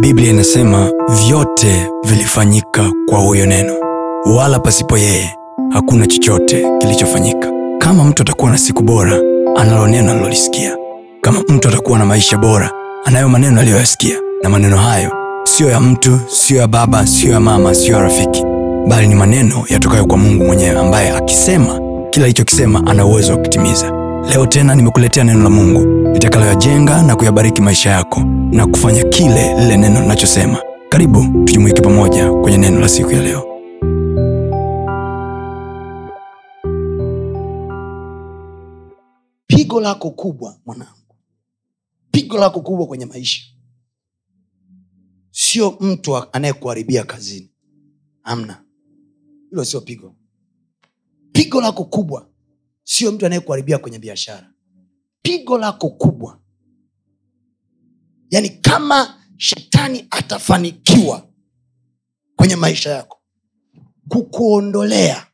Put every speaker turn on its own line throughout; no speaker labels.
Biblia inasema vyote vilifanyika kwa huyo neno, wala pasipo yeye hakuna chochote kilichofanyika. Kama mtu atakuwa na siku bora, analo neno alilolisikia. Kama mtu atakuwa na maisha bora, anayo maneno aliyoyasikia, na maneno hayo siyo ya mtu, siyo ya baba, siyo ya mama, siyo ya rafiki, bali ni maneno yatokayo kwa Mungu mwenyewe, ambaye akisema kila alichokisema ana uwezo wa kutimiza. Leo tena nimekuletea neno la Mungu litakaloyajenga na kuyabariki maisha yako na kufanya kile lile neno linachosema. Karibu tujumuike pamoja kwenye neno la siku ya leo.
Pigo lako kubwa mwanangu, pigo lako kubwa kwenye maisha sio mtu anayekuharibia kazini, amna, hilo sio pigo. Pigo lako kubwa sio mtu anayekuharibia kwenye biashara. Pigo lako kubwa, yaani kama shetani atafanikiwa kwenye maisha yako kukuondolea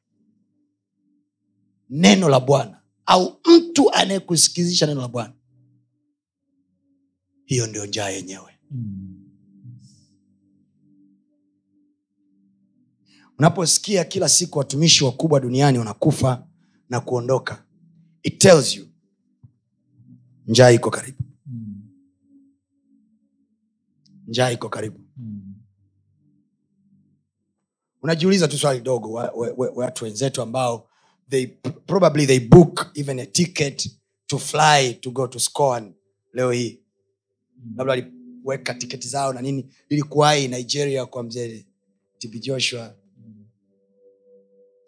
neno la Bwana au mtu anayekusikizisha neno la Bwana, hiyo ndio njaa yenyewe. Unaposikia kila siku watumishi wakubwa duniani wanakufa na kuondoka, it tells you njaa iko karibu, njaa iko karibu. Unajiuliza tu swali dogo, wa- wa- wa- watu wenzetu ambao they probably they book even a ticket to fly to go to Scotland leo hii, labda waliweka tiketi zao na nini. Ilikuwahi Nigeria kwa mzee TB Joshua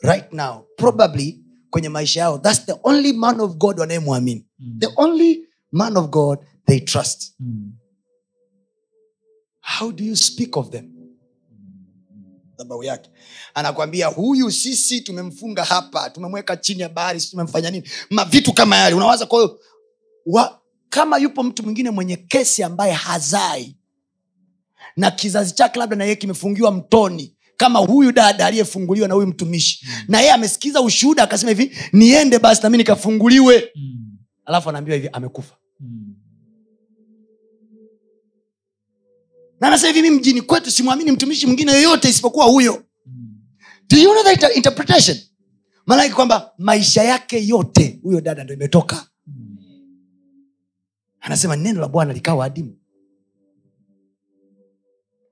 right now probably kwenye maisha yao thats the only man of god wanayemwamini the only man of god they trust how do you speak of them sababu yake anakwambia huyu sisi tumemfunga hapa tumemweka chini ya bahari sisi tumemfanya nini mavitu kama yale unawaza kwa hiyo wa- kama yupo mtu mwingine mwenye kesi ambaye hazai na kizazi chake labda na yeye kimefungiwa mtoni kama huyu dada aliyefunguliwa na huyu mtumishi na yeye amesikiza ushuhuda akasema hivi niende basi nami nikafunguliwe alafu anaambiwa hivi amekufa na anasema hivi mi mjini kwetu simwamini mtumishi mwingine yoyote isipokuwa huyo Do you know the inter- interpretation maana yake kwamba maisha yake yote huyo dada ndo imetoka anasema neno la bwana likawa adimu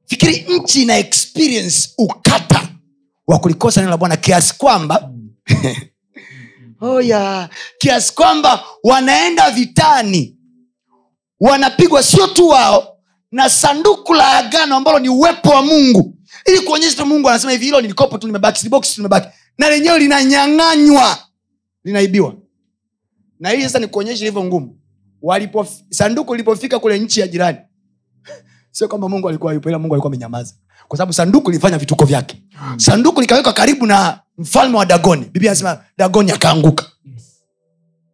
fikiri nchi ina experience ukata wa kulikosa neno la bwana kiasi kwamba oh yeah. kiasi kwamba wanaenda vitani wanapigwa sio tu wao na sanduku la agano ambalo ni uwepo wa mungu ili kuonyesha tu mungu anasema hivi hilo nilikopo tu limebaki siliboksi tu limebaki na lenyewe linanyanganywa linaibiwa na hili sasa nikuonyesha ilivyo ngumu walipo sanduku lilipofika kule nchi ya jirani sio kwamba mungu alikuwa yupo ila mungu alikuwa amenyamaza kwa sababu sanduku lilifanya vituko vyake sanduku likawekwa karibu na mfalme wa dagoni biblia anasema dagoni akaanguka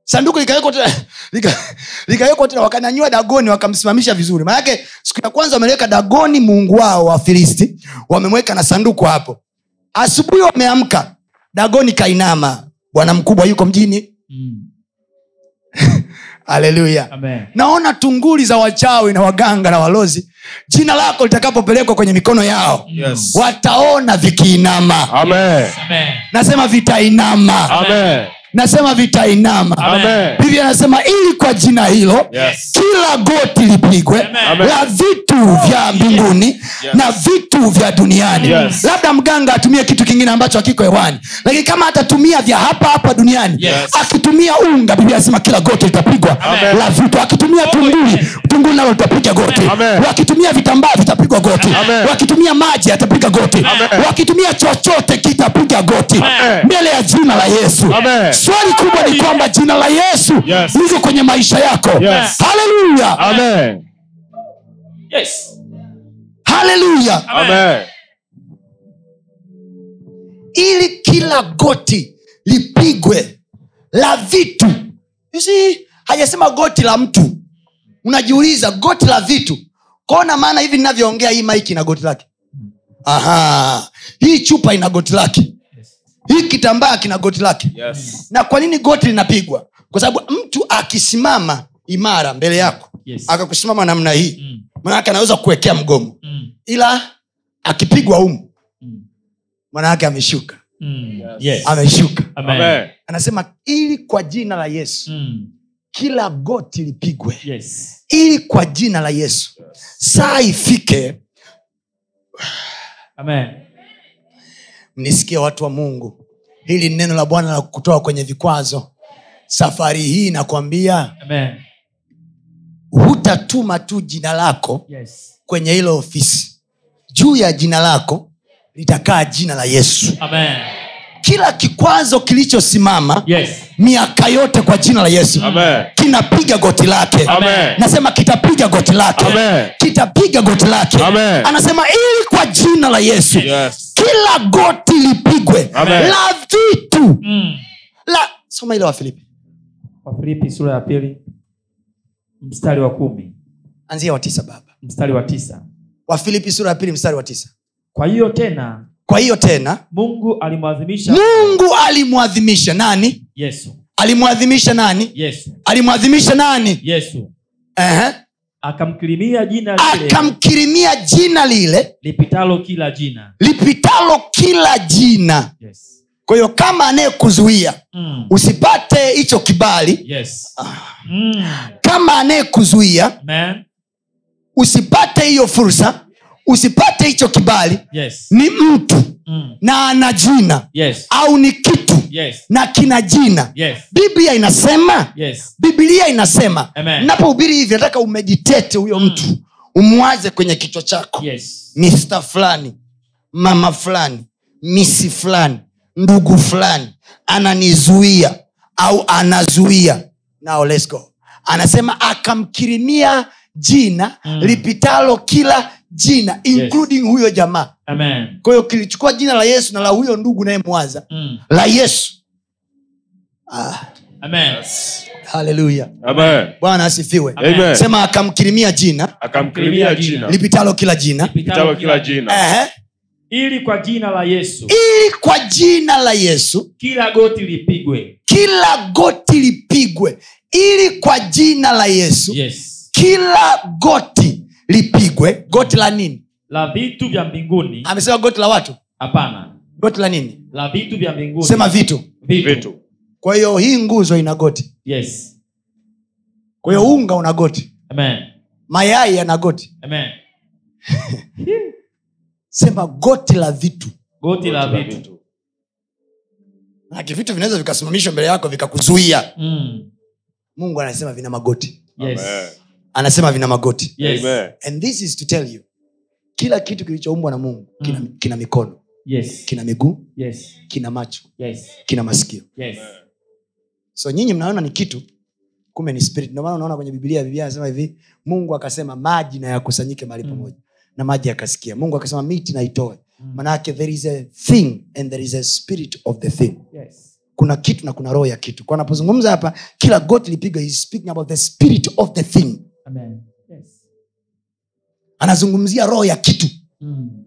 sanduku likawekwa tena lika- likawekwa tena wakanyanyua dagoni wakamsimamisha vizuri maanake siku ya kwanza wameliweka dagoni muungu wao wa filisti wamemweka na sanduku hapo asubuhi wameamka dagoni kainama bwana mkubwa yuko mjini
Mm.
haleluya naona tunguli za wachawi na waganga na walozi jina lako litakapopelekwa kwenye mikono yao
Yes.
wataona vikiinama
Amen.
nasema
Ah.
vitainama
Amen.
nasema vitainama
Amen.
biblia anasema ili kwa jina hilo
Ah. Yes.
kila goti lipigwe
Amen.
la vitu vya mbinguni na vitu vya duniani
Yes.
labda mganga atumie kitu kingine ambacho hakiko hewani lakini kama atatumia vya hapa hapa duniani
Yes.
akitumia unga biblia anasema kila goti litapigwa
Amen.
la vitu akitumia tunguli tunguli nalo litapiga goti
Amen.
wakitumia vitambaa vitapigwa goti
Amen.
wakitumia maji yatapiga goti
Amen.
wakitumia chochote kitapiga goti
Amen.
mbele ya jina la yesu
Amen.
swali kubwa ni kwamba jina la yesu
Yes.
liko kwenye maisha yako
Yes.
haleluya
Amen.
Yes.
haleluya
Amen.
ili kila goti lipigwe la vitu You see, hajasema goti la mtu unajiuliza goti la vitu kona maana hivi ninavyoongea hii maiki ina goti lake Aha. hii chupa ina goti lake hii kitambaa kina goti lake
Yes.
na kwa nini goti linapigwa kwa sababu mtu akisimama imara mbele yako
Yes.
akakusimama namna hii
Mm.
manake anaweza kuwekea mgomo
Mm.
ila akipigwa umu mwanawake ameshuka
Mm.
Yes.
Yes.
ameshuka
Amen.
anasema ili kwa jina la yesu
Mm.
kila goti lipigwe
Yes.
ili kwa jina la yesu saa ifike
Amen.
mnisikie watu wa mungu hili ni neno la bwana la kutoa kwenye vikwazo safari hii nakwambia
Amen.
hutatuma tu jina lako
Yes.
kwenye hilo ofisi juu ya jina lako litakaa jina la yesu
Amen.
kila kikwazo kilichosimama
Yes.
miaka yote kwa jina la yesu
Amen.
kinapiga goti lake
Amen.
nasema kitapiga goti lake
Amen.
kitapiga goti lake
Amen.
anasema ili kwa jina la yesu
Yes.
kila goti lipigwe
Amen.
la vitu
Mm.
la soma ile wafilipi
wafilipi sura ya pili mstari wa kumi
anzia wa tisa baba
mstari wa tisa
wafilipi sura ya pili mstari wa tisa
kwa hiyo tena
kwa hiyo tena
mungu alimwadhimisha
mungu alimwadhimisha nani
yesu
alimwadhimisha nani
yesu
alimwadhimisha nani
yesu
Ehe.
akamkirimia jina lile
akamkirimia jina lile
lipitalo kila jina
lipitalo kila jina
yes.
kwa hiyo kama anayekuzuia
Mm.
usipate hicho kibali
yes. Mm.
kama anayekuzuia
Amen.
usipate hiyo fursa usipate hicho kibali
Yes.
ni mtu
Mm.
na ana jina
Yes.
au ni kitu
Yes.
na kina jina
Yes.
biblia inasema
Yes.
biblia inasema
Amen. Mm.
napohubiri hivi nataka umeditete huyo mtu umwaze kwenye kichwa chako
Yes.
mr fulani mama fulani misi fulani ndugu fulani ananizuia au anazuia now let's go anasema akamkirimia jina
Mm.
mm. lipitalo kila jina including yes. huyo jamaa
Amen.
kwa hiyo kilichukua jina la yesu na la huyo ndugu nayemwaza
Mm.
la yesu ah,
Amen.
haleluya
Amen.
bwana asifiwe
Amen.
Amen.
sema akamkirimia jina
Akamkirimia jina
lipitalo kila jina
kitalo kila jina
Ehe.
ili kwa jina la yesu
ili kwa jina la yesu
kila goti lipigwe
kila goti lipigwe ili kwa jina la yesu
yes.
kila goti lipigwe goti la nini
la vitu vya mbinguni
amesema goti la watu
hapana
goti la nini
la vitu vya mbinguni
sema vitu
vitu.
vitu
kwa hiyo hii nguzo ina goti
Yes.
kwa hiyo unga una goti
Amen.
mayai yana goti
Amen.
sema goti la vitu
goti la vitu
vitu
manake vitu vinaweza vikasimamishwa mbele yako vikakuzuia
Mm.
mungu anasema vina magoti
Yes.
Amen.
anasema vina magoti
Yes.
Amen.
and this is to tell you kila kitu kilichoumbwa na mungu kina,
Mm.
kina mikono
Yes.
kina miguu
Yes.
kina macho
Yes.
kina masikio
Yes.
so nyinyi mnaona ni kitu kumbe ni spirit ndio maana unaona kwenye biblia biblia anasema hivi mungu akasema maji na yakusanyike mahali
Mm.
pamoja na maji yakasikia mungu akasema miti na itoe
Mm.
manake there is a thing and there is a spirit of the thing
Yes.
kuna kitu na kuna roho ya kitu kwa anapozungumza hapa kila goti lipigwa he's speaking about the spirit of the thing
Amen. Yes.
anazungumzia roho ya kitu
Mm.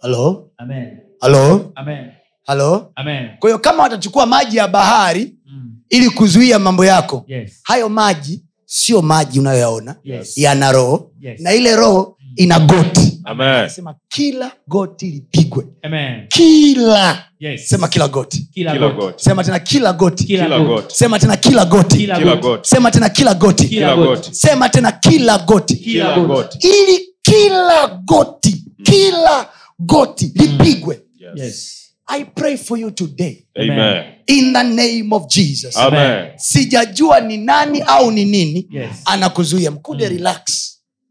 halo
Amen.
halo
Amen.
halo
Amen.
kwa hiyo kama watachukua maji ya bahari
Mm.
ili kuzuia mambo yako
Yes.
hayo maji sio maji unayoyaona
Yes.
yana roho
Yes.
na ile roho ina goti
Amen.
sema kila goti lipigwe
Amen.
kila
Yes.
sema kila goti
Kila
Kila
goti.
goti.
sema tena kila goti
Kila
Kila
goti.
goti.
sema tena kila goti
Kila
Kila
goti.
goti.
sema tena kila goti
Kila
Kila
goti.
goti.
sema tena kila goti
Kila
Kila
goti.
goti.
ili kila goti kila goti lipigwe
Yes.
Yes.
i pray for you today
Amen.
in the name of jesus
Ah. Amen.
sijajua ni nani au ni nini
Yes.
anakuzuia mkude
Mm.
relax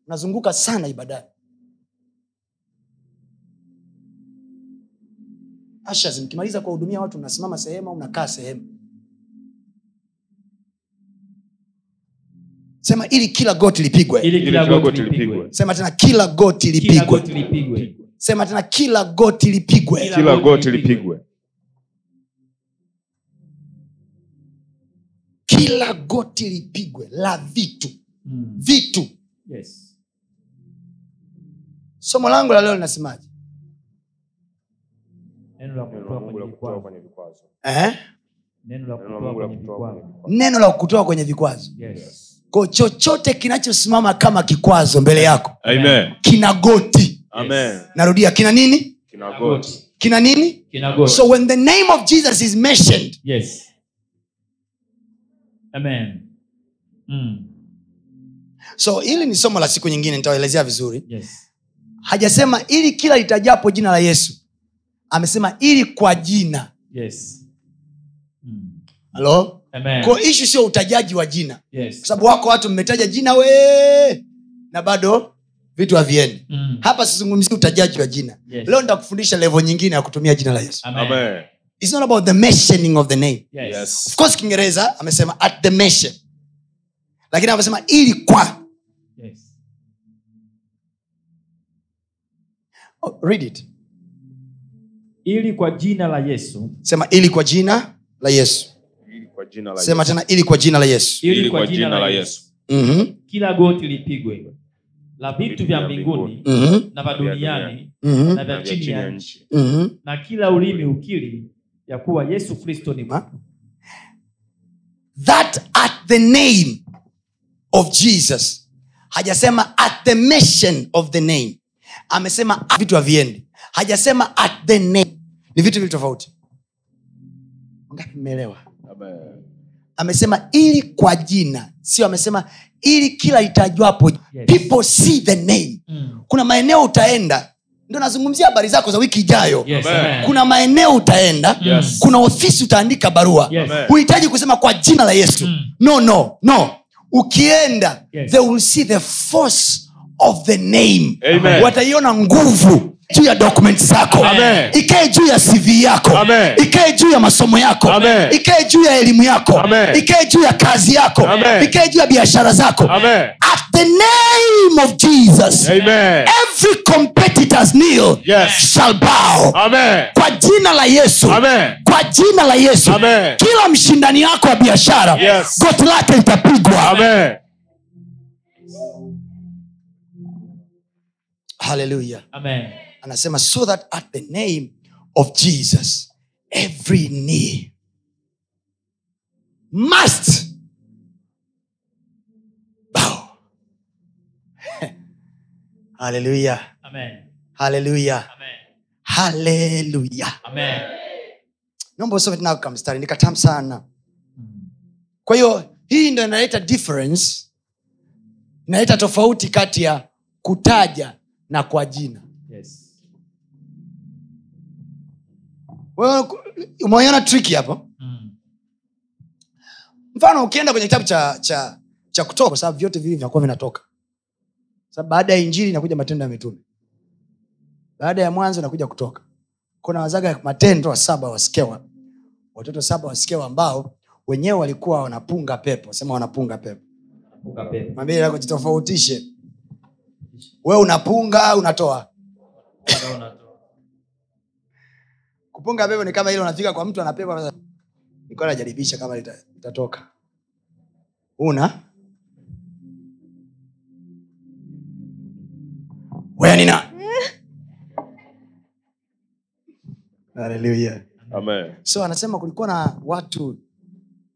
unazunguka sana ibadani ashas mkimaliza kuwahudumia watu mnasimama sehemu au mnakaa sehemu sema ili kila goti lipigwe
Ili kila
kila
goti
goti
lipigwe.
lipigwe.
sema tena kila goti
Kila goti
lipigwe
lipigwe.
sema tena kila goti lipigwe
Kila
Kila
goti
goti
lipigwe.
lipigwe.
kila goti lipigwe la vitu
Mm.
vitu
Yes.
somo langu la leo linasemaje
Neno la
Neno la
kutoa
Mungu la
kwenye
kutoa
vikwazo.
kwenye vikwazo.
eh?
Neno la
Neno la
kutoa
Mungu la
kwenye
kutoa kwenye
vikwazo.
vikwazo.
neno la kutoa kwenye vikwazo
Yes.
ko chochote kinachosimama kama kikwazo mbele yako
Amen.
kina goti
Amen.
narudia kina nini
Kina God.
kina nini
Kinagoti.
so when the name of jesus is mentioned
Yes. Amen. Mm.
so hili ni somo la siku nyingine nitawaelezea vizuri
Yes.
hajasema ili kila litajapo jina la yesu amesema ili kwa jina
Yes. Mm.
halo
Amen.
kwao ishu sio utajaji wa jina kwa
Yes.
sababu wako watu mmetaja jina we na bado vitu haviendi
Mm.
hapa sizungumzii utajaji wa jina
Yes.
leo nitakufundisha levo nyingine ya kutumia jina la yesu
Amen.
Amen.
It's not about the mentioning of the name
Yes.
of
Yes.
course kiingereza amesema at the mention lakini amesema ili kwa
Yes.
oh, read it
Ili kwa jina la Yesu.
sema ili kwa jina la yesu
Ili Kwa jina la
sema
Yesu.
tena ili kwa jina la yesu
Ili kwa jina la Yesu.
Mhm,
Kila goti lipigwe la vitu vya mbinguni
mhm,
na vya duniani
mhm,
na vya chini ya nchi
mhm.
na kila ulimi ukiri ya kuwa yesu kristo ni
Ma- that at the name of jesus hajasema at the mention of the name amesema at- vitu haviendi hajasema at the name ni vitu vili tofauti ngapi mmeelewa
Amen.
amesema ili kwa jina sio amesema ili kila itajwapo
Yes.
people see the name
mm.
kuna maeneo utaenda ndo nazungumzia habari zako za wiki ijayo
yes,
Amen.
amen.
kuna maeneo utaenda
Yes.
kuna ofisi utaandika barua
Yes.
Amen.
huhitaji kusema kwa jina la yesu
Mm.
no no no ukienda
Yes.
they will see the force of the name
Amen.
wataiona nguvu juu ya document zako
Amen.
ikae juu ya cv yako
Amen.
ikae juu ya masomo yako
Amen.
ikae juu ya elimu yako
Amen.
ikae juu ya kazi yako
Amen.
ikae juu ya biashara zako
Amen.
at the name of jesus
Amen.
every competitors kneel
Yes.
shall bow
Amen.
kwa jina la yesu
Amen.
kwa jina la yesu
Amen.
kila mshindani wako wa biashara
Yes.
goti lake litapigwa
Amen.
haleluya
amen.
anasema so that at the name of jesus every knee must bow haleluya
amen.
haleluya
amen.
haleluya
amen.
naomba usome tena kamstari nikatam sana
Mm.
kwa hiyo hii ndo inaleta difference inaleta tofauti kati ya kutaja na kwa jina
yes.
Wewe, umeona triki hapo
Mm.
mfano ukienda kwenye kitabu cha cha cha kutoka kwa sababu vyote vili vinakuwa vinatoka sababu baada ya injili inakuja matendo ya mitume baada ya mwanzo inakuja kutoka kuna wazaga matendo wa saba wasikewa watoto saba wasikewa ambao wenyewe walikuwa wanapunga pepo sema wanapunga pepo
Funga pepo.
mwambie lako jitofautishe we unapunga au unatoa
Funga unatoa.
kupunga pepo ni kama ile unafika kwa mtu anapepa nikuwa najaribisha kama lita- litatoka una wewe nina haleluya
Amen.
so anasema kulikuwa na watu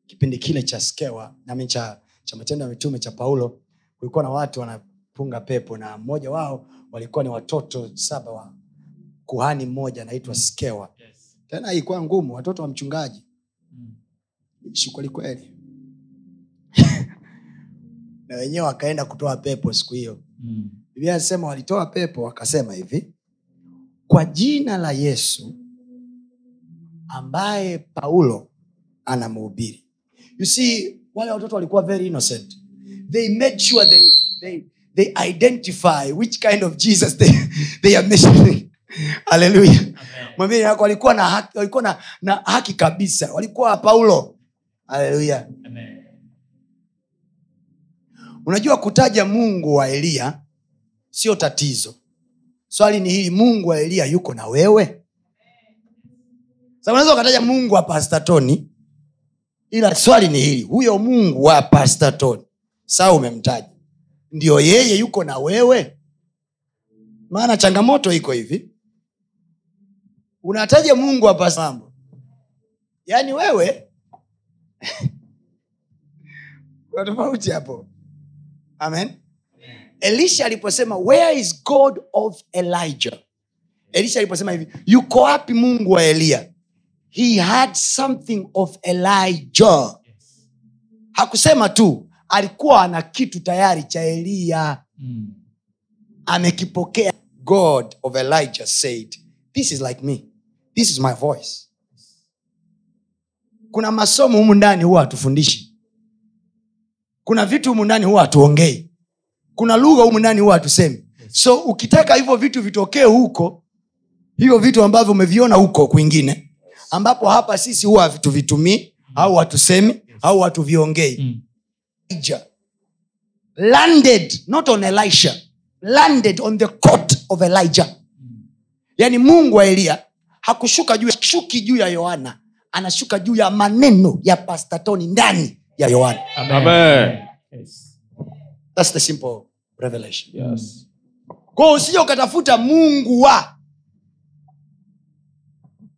kipindi kile cha skewa nami cha, cha matendo ya mitume cha paulo kulikuwa na watu wanapunga pepo na mmoja wao walikuwa ni watoto saba wa kuhani mmoja anaitwa skewa
Yes.
tena ilikuwa ngumu watoto wa mchungaji
Mm.
shughuli kweli na wenyewe wakaenda kutoa pepo siku hiyo
Mm.
biblia anasema walitoa pepo wakasema hivi kwa jina la yesu ambaye paulo anamhubiri you see wale watoto walikuwa very innocent they made sure they, they, they identify which kind of jesus they, they are mentioning haleluya mwambie yako walikuwa na haki, walikuwa na, na haki kabisa walikuwa paulo haleluya
Amen.
unajua kutaja mungu wa eliya sio tatizo swali ni hili mungu wa eliya yuko na wewe Sasa unaweza ukataja mungu wa pastatoni ila swali ni hili huyo mungu wa pastatoni saa umemtaja ndio yeye yuko na wewe maana changamoto iko hivi unataja mungu wa pasambo yaani wewe kuna tofauti hapo amen elisha aliposema where is god of elijah elisha aliposema hivi yuko wapi mungu wa eliya he had something of elijah hakusema tu alikuwa ana kitu tayari cha eliya
Mm.
amekipokea god of elijah said this is like me this is my voice kuna masomo humu ndani huwa hatufundishi kuna vitu humu ndani huwa hatuongei kuna lugha humu ndani huwa hatusemi so ukitaka hivyo vitu vitokee huko hivyo vitu ambavyo umeviona huko kwingine ambapo hapa sisi huwa hatuvitumii au hatusemi au hatuviongei
Mm.
Elijah landed not on Elisha, landed on the court of Elijah. Yani Mungu wa Eliya hakushuka juu shuki juu ya Yohana, anashuka juu ya maneno ya Pastor Tony ndani ya Yohana.
Amen.
Amen.
Yes.
That's the simple revelation.
Mm.
Yes.
Kwa hiyo usije ukatafuta Mungu wa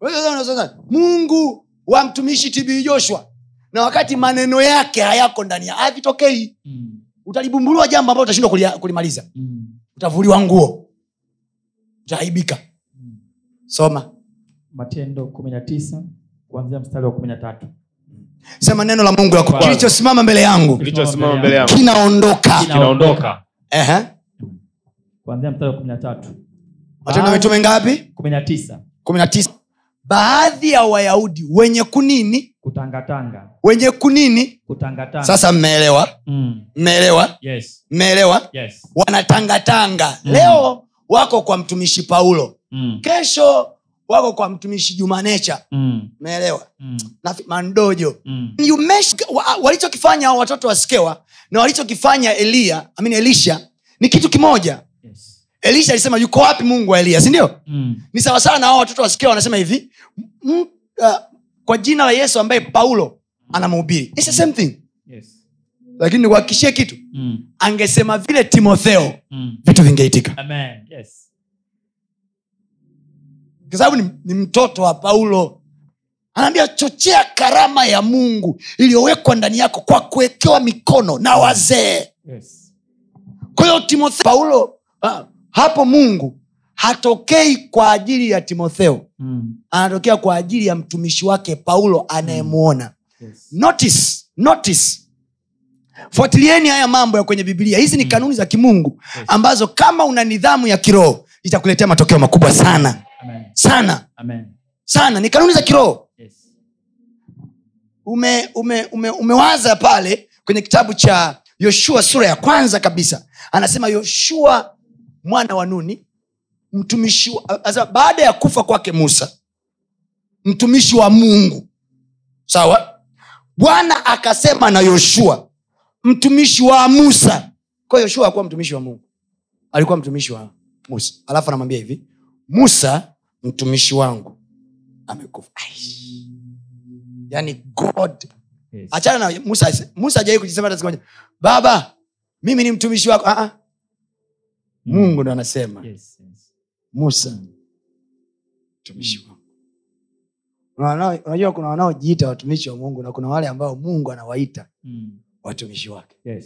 Wewe sasa unasema, Mungu wa mtumishi TB Joshua, na wakati maneno yake hayako ndani ya havitokei,
Mm.
utalibumbuliwa jambo ambalo utashindwa kulia- kulimaliza.
Mm.
utavuliwa nguo utaaibika soma
matendo kumi na tisa kuanzia mstari wa kumi na tatu
sema neno la mungu lako
Wow.
kilichosimama mbele yangu
Kilichosimama mbele yangu
Ah, kinaondoka
kinaondoka.
Ehe.
kuanzia mstari wa kumi na tatu
matendo ya mitume ngapi
kumi na tisa
kumi na tisa baadhi ya wayahudi wenye kunini
kutangatanga
wenye kunini
kutangatanga
sasa mmeelewa
mm.
mmeelewa
yes
mmeelewa
yes
wanatangatanga
Mm.
leo wako kwa mtumishi paulo
mm.
kesho wako kwa mtumishi jumanecha
Mm.
mmeelewa
Mm.
na mandojo
Mm.
You mesh- wa- walichokifanya hao watoto wa skewa na walichokifanya eliya I mean elisha ni kitu kimoja
yes
elisha alisema yuko wapi mungu wa eliya sindio
mm.
ni sawasawa na hao watoto wa skewa wanasema hivi "M- m- uh, kwa jina la yesu ambaye paulo anamhubiri It's the same thing
yes
lakini nikuhakikishie kitu
mm.
angesema vile timotheo
Mm.
vitu vingeitika
amen yes
kwa sababu ni, ni mtoto wa paulo anaambia chochea karama ya mungu iliyowekwa ndani yako kwa kuwekewa mikono na wazee
yes
kwa hiyo timotheo paulo ah, hapo mungu hatokei kwa ajili ya timotheo
mm.
anatokea kwa ajili ya mtumishi wake paulo anayemwona
yes
notice notice fuatilieni haya mambo ya kwenye bibilia hizi ni kanuni za kimungu ambazo kama una nidhamu ya kiroho itakuletea matokeo makubwa sana
amen
sana
amen
sana ni kanuni za kiroho
yes
ume, ume, ume, umewaza pale kwenye kitabu cha yoshua sura ya kwanza kabisa anasema yoshua mwana wa nuni mtumishi wa- anasema, baada ya kufa kwake musa mtumishi wa mungu sawa bwana akasema na yoshua mtumishi wa musa kwa hiyo yoshua akuwa mtumishi wa mungu alikuwa mtumishi wa musa alafu anamwambia hivi musa mtumishi wangu amekufa Aish. yaani god
yes
achana na musa musa ajawai kujisema hata siku moja baba mimi ni mtumishi wako ah, ah. mungu ndo anasema
Mm. yes yes Mm.
musa mtumishi wangu Kuna wanao- unajua kuna wanaojiita watumishi wa mungu na kuna wale ambao mungu anawaita
mm.
watumishi wake
yes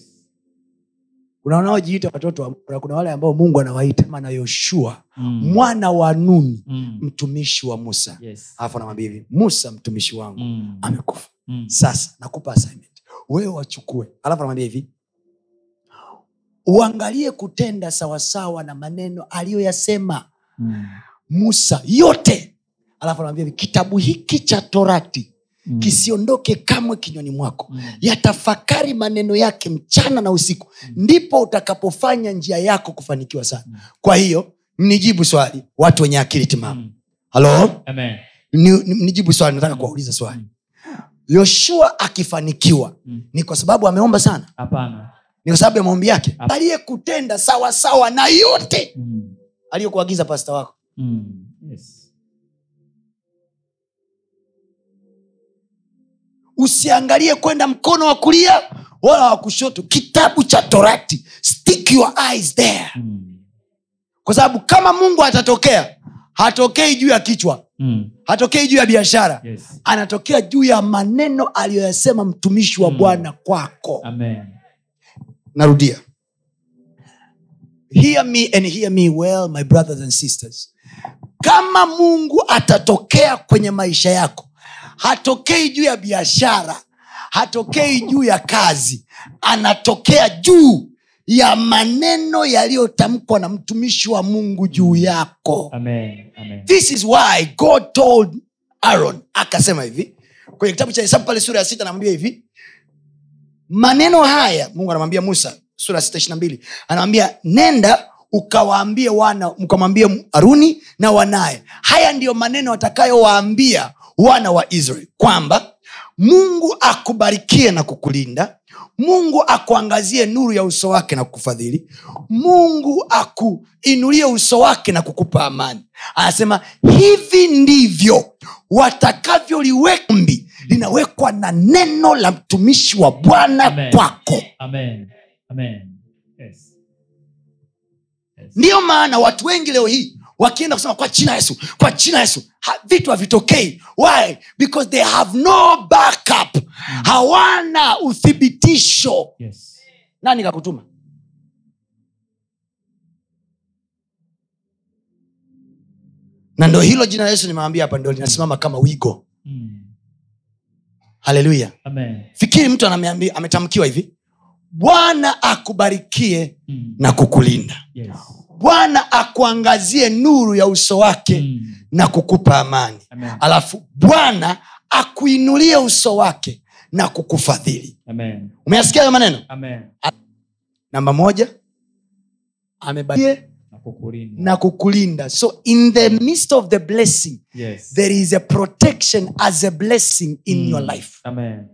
kuna wanaojiita watoto wa mungu na kuna wale ambao mungu anawaita kama na yoshua
mm.
mwana wa nuni
mm.
mtumishi wa musa
yes
alafu anamwambia hivi musa mtumishi wangu
mm.
amekufa
mm.
sasa nakupa assignment wewe wachukue alafu anamwambia hivi uangalie kutenda sawasawa na maneno aliyoyasema
mm.
musa yote alafu anamwambia hivi kitabu hiki cha torati
mm.
kisiondoke kamwe kinywani mwako
mm.
yatafakari maneno yake mchana na usiku ndipo utakapofanya njia yako kufanikiwa
Mm.
sana kwa hiyo mnijibu swali watu wenye akili timamu
mm.
halo
amen
Ni- ni- mnijibu swali nataka kuwauliza swali yoshua akifanikiwa
Mm.
ni kwa sababu ameomba sana
hapana
ni kwa sababu ya maombi yake
Ap-
aliyekutenda sawasawa na yote
mm.
aliyokuagiza pasta wako
mm. yes
usiangalie kwenda mkono wa kulia wala wa kushoto kitabu cha torati stick your eyes there
mm.
kwa sababu kama mungu atatokea hatokei juu ya kichwa
Mm.
hatokei juu ya biashara
yes
anatokea juu ya maneno aliyoyasema mtumishi wa
Mm.
bwana kwako
amen
narudia hear me and hear me well my brothers and sisters kama mungu atatokea kwenye maisha yako hatokei juu ya biashara hatokei juu ya kazi anatokea juu ya maneno yaliyotamkwa na mtumishi wa mungu juu yako
amen amen
this is why god told aaron akasema hivi kwenye kitabu cha hesabu pale sura ya sita anamwambia hivi maneno haya mungu anamwambia musa sura ya sita ishirina mbili anamwambia nenda ukawaambie wana mkamwambie aruni na wanaye haya ndiyo maneno atakayowaambia wana wa israeli kwamba mungu akubarikie na kukulinda mungu akuangazie nuru ya uso wake na kukufadhili mungu akuinulie uso wake na kukupa amani anasema hivi ndivyo watakavyoliwekambi linawekwa na neno la mtumishi wa bwana
Amen.
kwako
amen amen yes
ndiyo maana watu wengi leo hii wakienda kusema kwa china yesu kwa china yesu ha, vitu havitokei why because they have no backup hawana uthibitisho
yes
nani kakutuma na ndo hilo jina la yesu nimewambia hapa ndo linasimama kama wigo
mm.
haleluya
amen
fikiri mtu ameambi- ametamkiwa hivi bwana akubarikie
mm.
na kukulinda
yes
bwana akuangazie nuru ya uso wake
mm.
na kukupa amani
amen
alafu bwana akuinulie uso wake na kukufadhili
amen
umeyasikia hayo maneno
amen
namba moja amebakie
nakukulinda
na kukulinda so in the midst of the blessing
yes
there is a protection as a blessing in
Mm.
your life
amen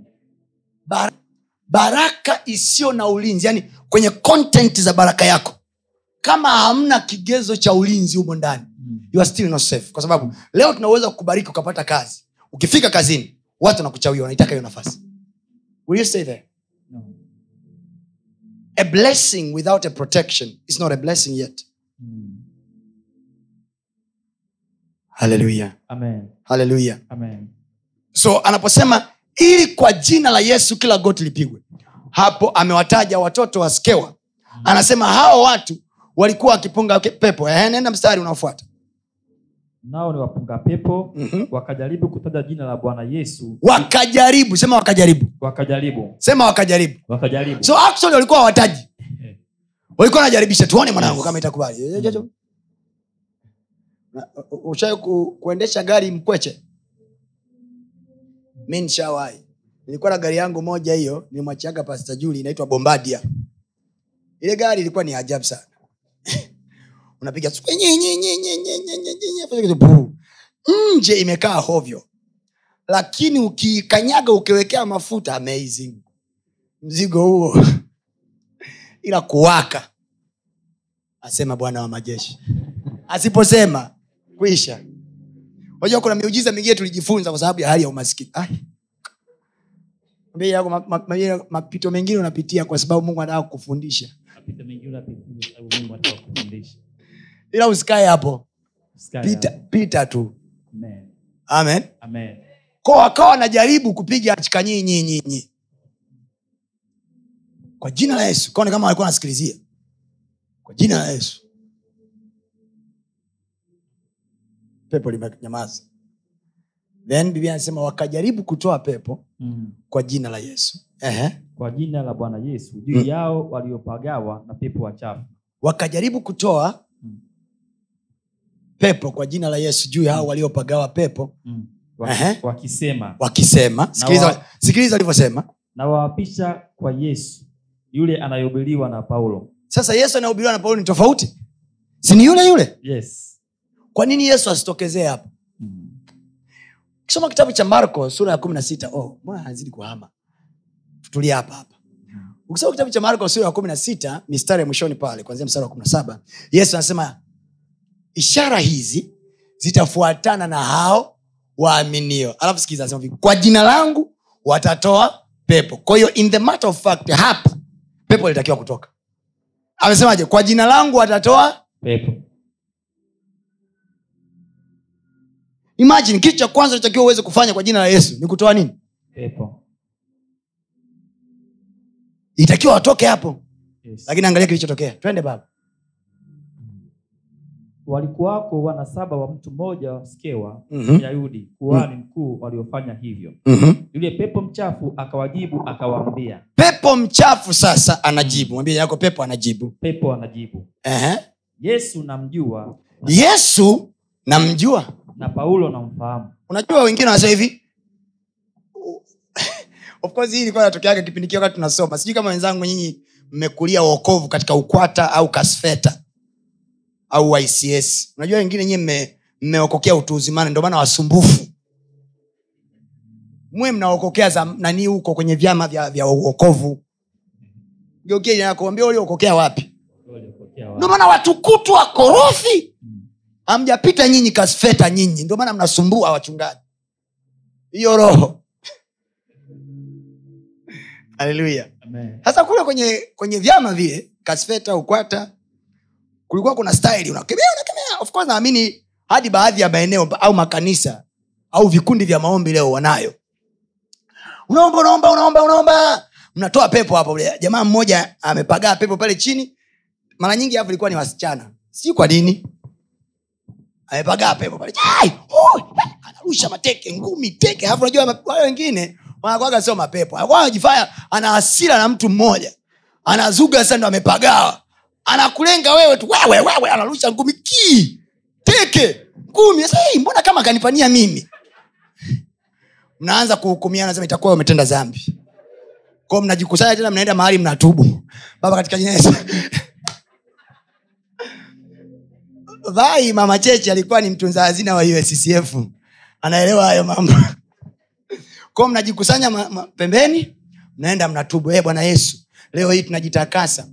Bar- baraka isiyo na ulinzi yani kwenye content za baraka yako kama hamna kigezo cha ulinzi humo ndani
mm.
you are still not safe kwa sababu leo tunaweza kukubariki ukapata kazi ukifika kazini watu wanakuchawia wanaitaka hiyo nafasi will you stay there
no.
a blessing without a protection is not a blessing yet
mm.
haleluya
amen
haleluya
amen
so anaposema ili kwa jina la yesu kila goti lipigwe hapo amewataja watoto wa skewa anasema hao watu walikuwa wakipunga ke- pepo Ehe, nenda mstari unaofuata
nao ni wapunga pepo
Mhm.
wakajaribu kutaja jina la bwana yesu
wakajaribu sema wakajaribu
wakajaribu
sema wakajaribu
wakajaribu
so actually walikuwa hawataji walikuwa wanajaribisha tuone mwanangu
Yes.
kama itakubali Eh, eh, eh. Na- u- ushawai ku, kuendesha gari mkweche mi nishawai nilikuwa na gari yangu moja hiyo nilimwachiaga pasta juli inaitwa bombadia ile gari ilikuwa ni ajabu sana unapiga tu- nye, nye, nye, nye, nye, nye, nye, nye, fanya kitu puu. nje imekaa hovyo lakini ukiikanyaga ukiwekea mafuta amazing mzigo huo ila kuwaka asema bwana wa majeshi asiposema kuisha unajua kuna miujiza mingine tulijifunza kwa sababu ya hali ya umaskini Ai. Mbele yako ma- ma- ma- mapito mengine unapitia kwa sababu mungu anataka kukufundisha
Napita mengine napitia kwa sababu Mungu anataka kufundisha.
ila usikae hapo
Sikia
pita,
ya-
pita tu
Amen.
amen
Amen.
ko wakawa wanajaribu kupiga katika nyinyi nyinyi, nyinyi kwa jina la yesu kaone kama walikuwa wanasikilizia kwa jina la yesu pepo limenyamaza then biblia anasema wakajaribu kutoa pepo
Mm.
kwa jina la yesu Ehe.
kwa jina la bwana yesu juu
Mm.
yao waliopagawa na pepo wachafu
wakajaribu kutoa pepo kwa jina la yesu juu ya hao waliopagawa pepo
mm. Wa-
Ehe.
wakisema
wakisema sikiliza
wa-
sikiliza walivyosema
na waapisha kwa yesu yule anayehubiriwa na paulo
sasa yesu anahubiriwa na paulo ni tofauti si ni yule yule
yes
kwa nini yesu asitokezee hapo
mm.
kisoma kitabu cha marko sura ya kumi na sita oh, mbona hazidi kuhama tutulia hapa hapa ukisoma kitabu cha marko sura ya kumi na sita mistari ya mwishoni pale kwanzia mstari wa kumi na saba yesu anasema ishara hizi zitafuatana na hao waaminio alafu sikiza anasema hivi, kwa jina langu watatoa pepo kwa hiyo in the matter of fact hapa pepo litakiwa kutoka amesemaje kwa jina langu watatoa
pepo
imagine kitu cha kwanza takiwa uweze kufanya kwa jina la yesu ni kutoa nini
pepo
itakiwa watoke hapo
yes.
lakini angalia kilichotokea twende baba
walikuwako wana saba wa mtu mmoja wa skewa
Mhm,
myahudi kuhani mkuu waliofanya hivyo
mhm.
yule pepo mchafu akawajibu akawaambia
pepo mchafu sasa anajibu mwambie yako pepo anajibu
pepo anajibu
Ehe.
yesu namjua
yesu namjua
na paulo namfahamu
unajua wengine wanasema hivi of course hii ilikuwa natokeaga kipindi kile wakati tunasoma sijui kama wenzangu nyinyi mmekulia wokovu katika ukwata au kasfeta au ics unajua wengine nyie mme- mmeokokea utu uzimani ndio maana wasumbufu mwe mnaokokea za nani huko kwenye vyama vya, vya uokovu geukia jirani yako, mwambie uliokokea wapi
Waliopokea
ndio
wao.
maana Mm. watukutu wakorofi hamjapita nyinyi kasfeta nyinyi ndio maana mnasumbua wachungaji hiyo roho haleluya
Amen.
sasa kule kwenye kwenye vyama vile kasfeta ukwata kulikuwa kuna staili unakemea unakemea of course naamini hadi baadhi ya maeneo au makanisa au vikundi vya maombi leo wanayo unaomba unaomba unaomba unaomba mnatoa pepo hapo jamaa mmoja amepagaa pepo pale chini mara nyingi hapo ilikuwa ni wasichana si kwa nini amepagaa pepo pale "Ai, oi, ai," anarusha mateke ngumi teke alafu unajua ma- wale wengine wanakwaga sio mapepo Anakuwa anajifanya ana hasira na mtu mmoja anazuga sasa ndo amepagawa anakulenga wewe tu wewe wewe anarusha ngumi ki teke ngumi sasa hey, mbona kama kanipania mimi mnaanza kuhukumiana sema itakuwa umetenda dhambi kwao mnajikusanya tena mnaenda mahali mnatubu baba katika jina la Yesu vai mama cheche alikuwa ni mtunza hazina wa USCF anaelewa hayo mambo kwao mnajikusanya ma, ma, pembeni mnaenda mnatubu e bwana yesu leo hii tunajitakasa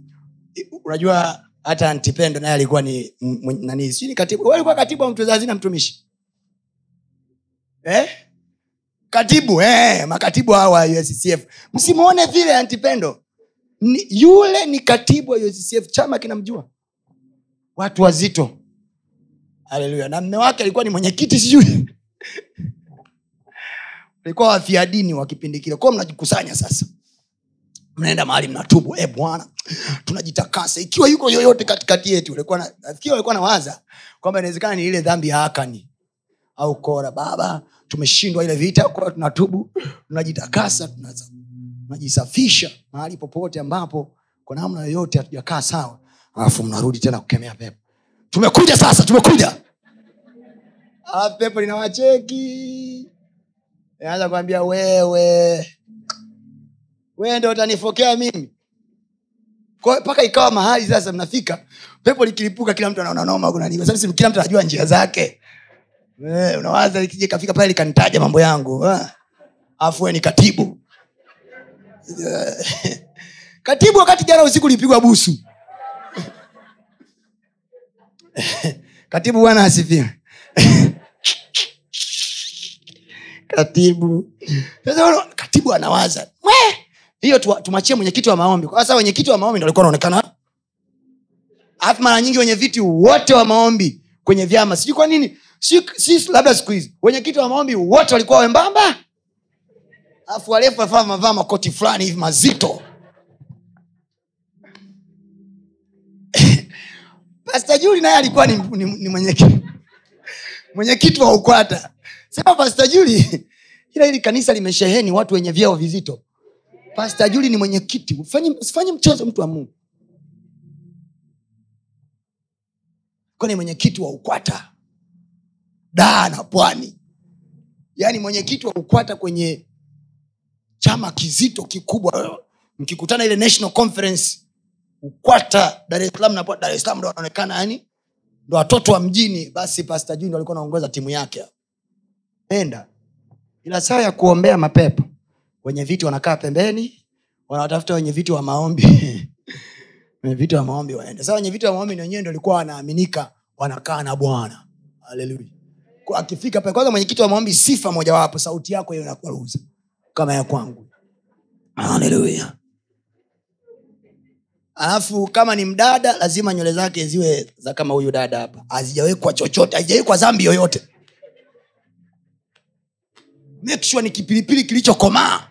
I- unajua hata antipendo naye alikuwa ni m- m- nani sijui ni katibu wewe alikuwa katibu au mtunza hazina mtumishi eh? katibu eh, makatibu hawa USCF msimuone vile antipendo ni, yule ni katibu wa USCF chama kinamjua watu wazito haleluya na mme wake alikuwa ni mwenyekiti sijui alikuwa wafia dini wa kipindi kile kwao mnajikusanya sasa mnaenda mahali mnatubu e bwana tunajitakasa ikiwa yuko yoyote katikati yetu alikuwa na- nafikiri alikuwa nawaza kwamba inawezekana ni ile dhambi ya akani au kora baba tumeshindwa ile vita kwa hiyo tunatubu tunajitakasa tunaza- tunajisafisha mahali popote ambapo kwa namna yoyote hatujakaa sawa alafu mnarudi tena kukemea pepo tumekuja sasa tumekuja alafu Ah, pepo linawacheki naanza kuambia wewe wewe ndo utanifokea mimi Kwa hiyo mpaka ikawa mahali sasa mnafika pepo likilipuka kila mtu anaona noma kuna nini kwa sababu si- kila mtu anajua njia zake Eh, unawaza likija kafika pale likanitaja mambo yangu ah. alafu we ni katibu Eh, katibu wakati jana usiku lipigwa busu katibu bwana asifiwe katibu sasa wana- katibu anawaza "Mwe, hiyo tuwa- tumwachie mwenyekiti wa maombi Kwa sasa wenyekiti wa maombi ndo alikuwa anaonekana alafu mara nyingi wenye viti wote wa maombi kwenye vyama sijui kwa nini si, si labda siku hizi wenyekiti wa maombi wote walikuwa wembamba alafu warefu wafaa mavaa makoti fulani hivi mazito pasta juli naye alikuwa ni, ni, ni mwenyekiti mwenyekiti wa ukwata sema pasta juli ila hili kanisa limesheheni watu wenye vyeo vizito pasta juli ni mwenyekiti Ufanyi- usifanye mchezo mtu wa mungu kwani mwenyekiti wa ukwata daa na pwani yaani mwenyekiti wa ukwata kwenye chama kizito kikubwa mkikutana ile national conference ukwata dar es salaam na Pwa- dar es salaam ndo wanaonekana yani ndo watoto wa mjini basi pasta juu ndo alikuwa anaongoza timu yake enda ila saa ya kuombea mapepo wenye viti wanakaa pembeni wanawatafuta wenye viti wa maombi wenye viti wa maombi waenda sasa wenye viti wa maombi ni wenyewe ndo walikuwa wanaaminika wanakaa na bwana haleluya Kwa- akifika pale kwanza mwenyekiti wa maombi sifa mojawapo sauti yako hiyo inakwaruza kama ya kwangu haleluya alafu kama ni mdada lazima nywele zake ziwe za kama huyu dada hapa hazijawekwa chochote hazijawekwa zambi yoyote make sure ni kipilipili kilichokomaa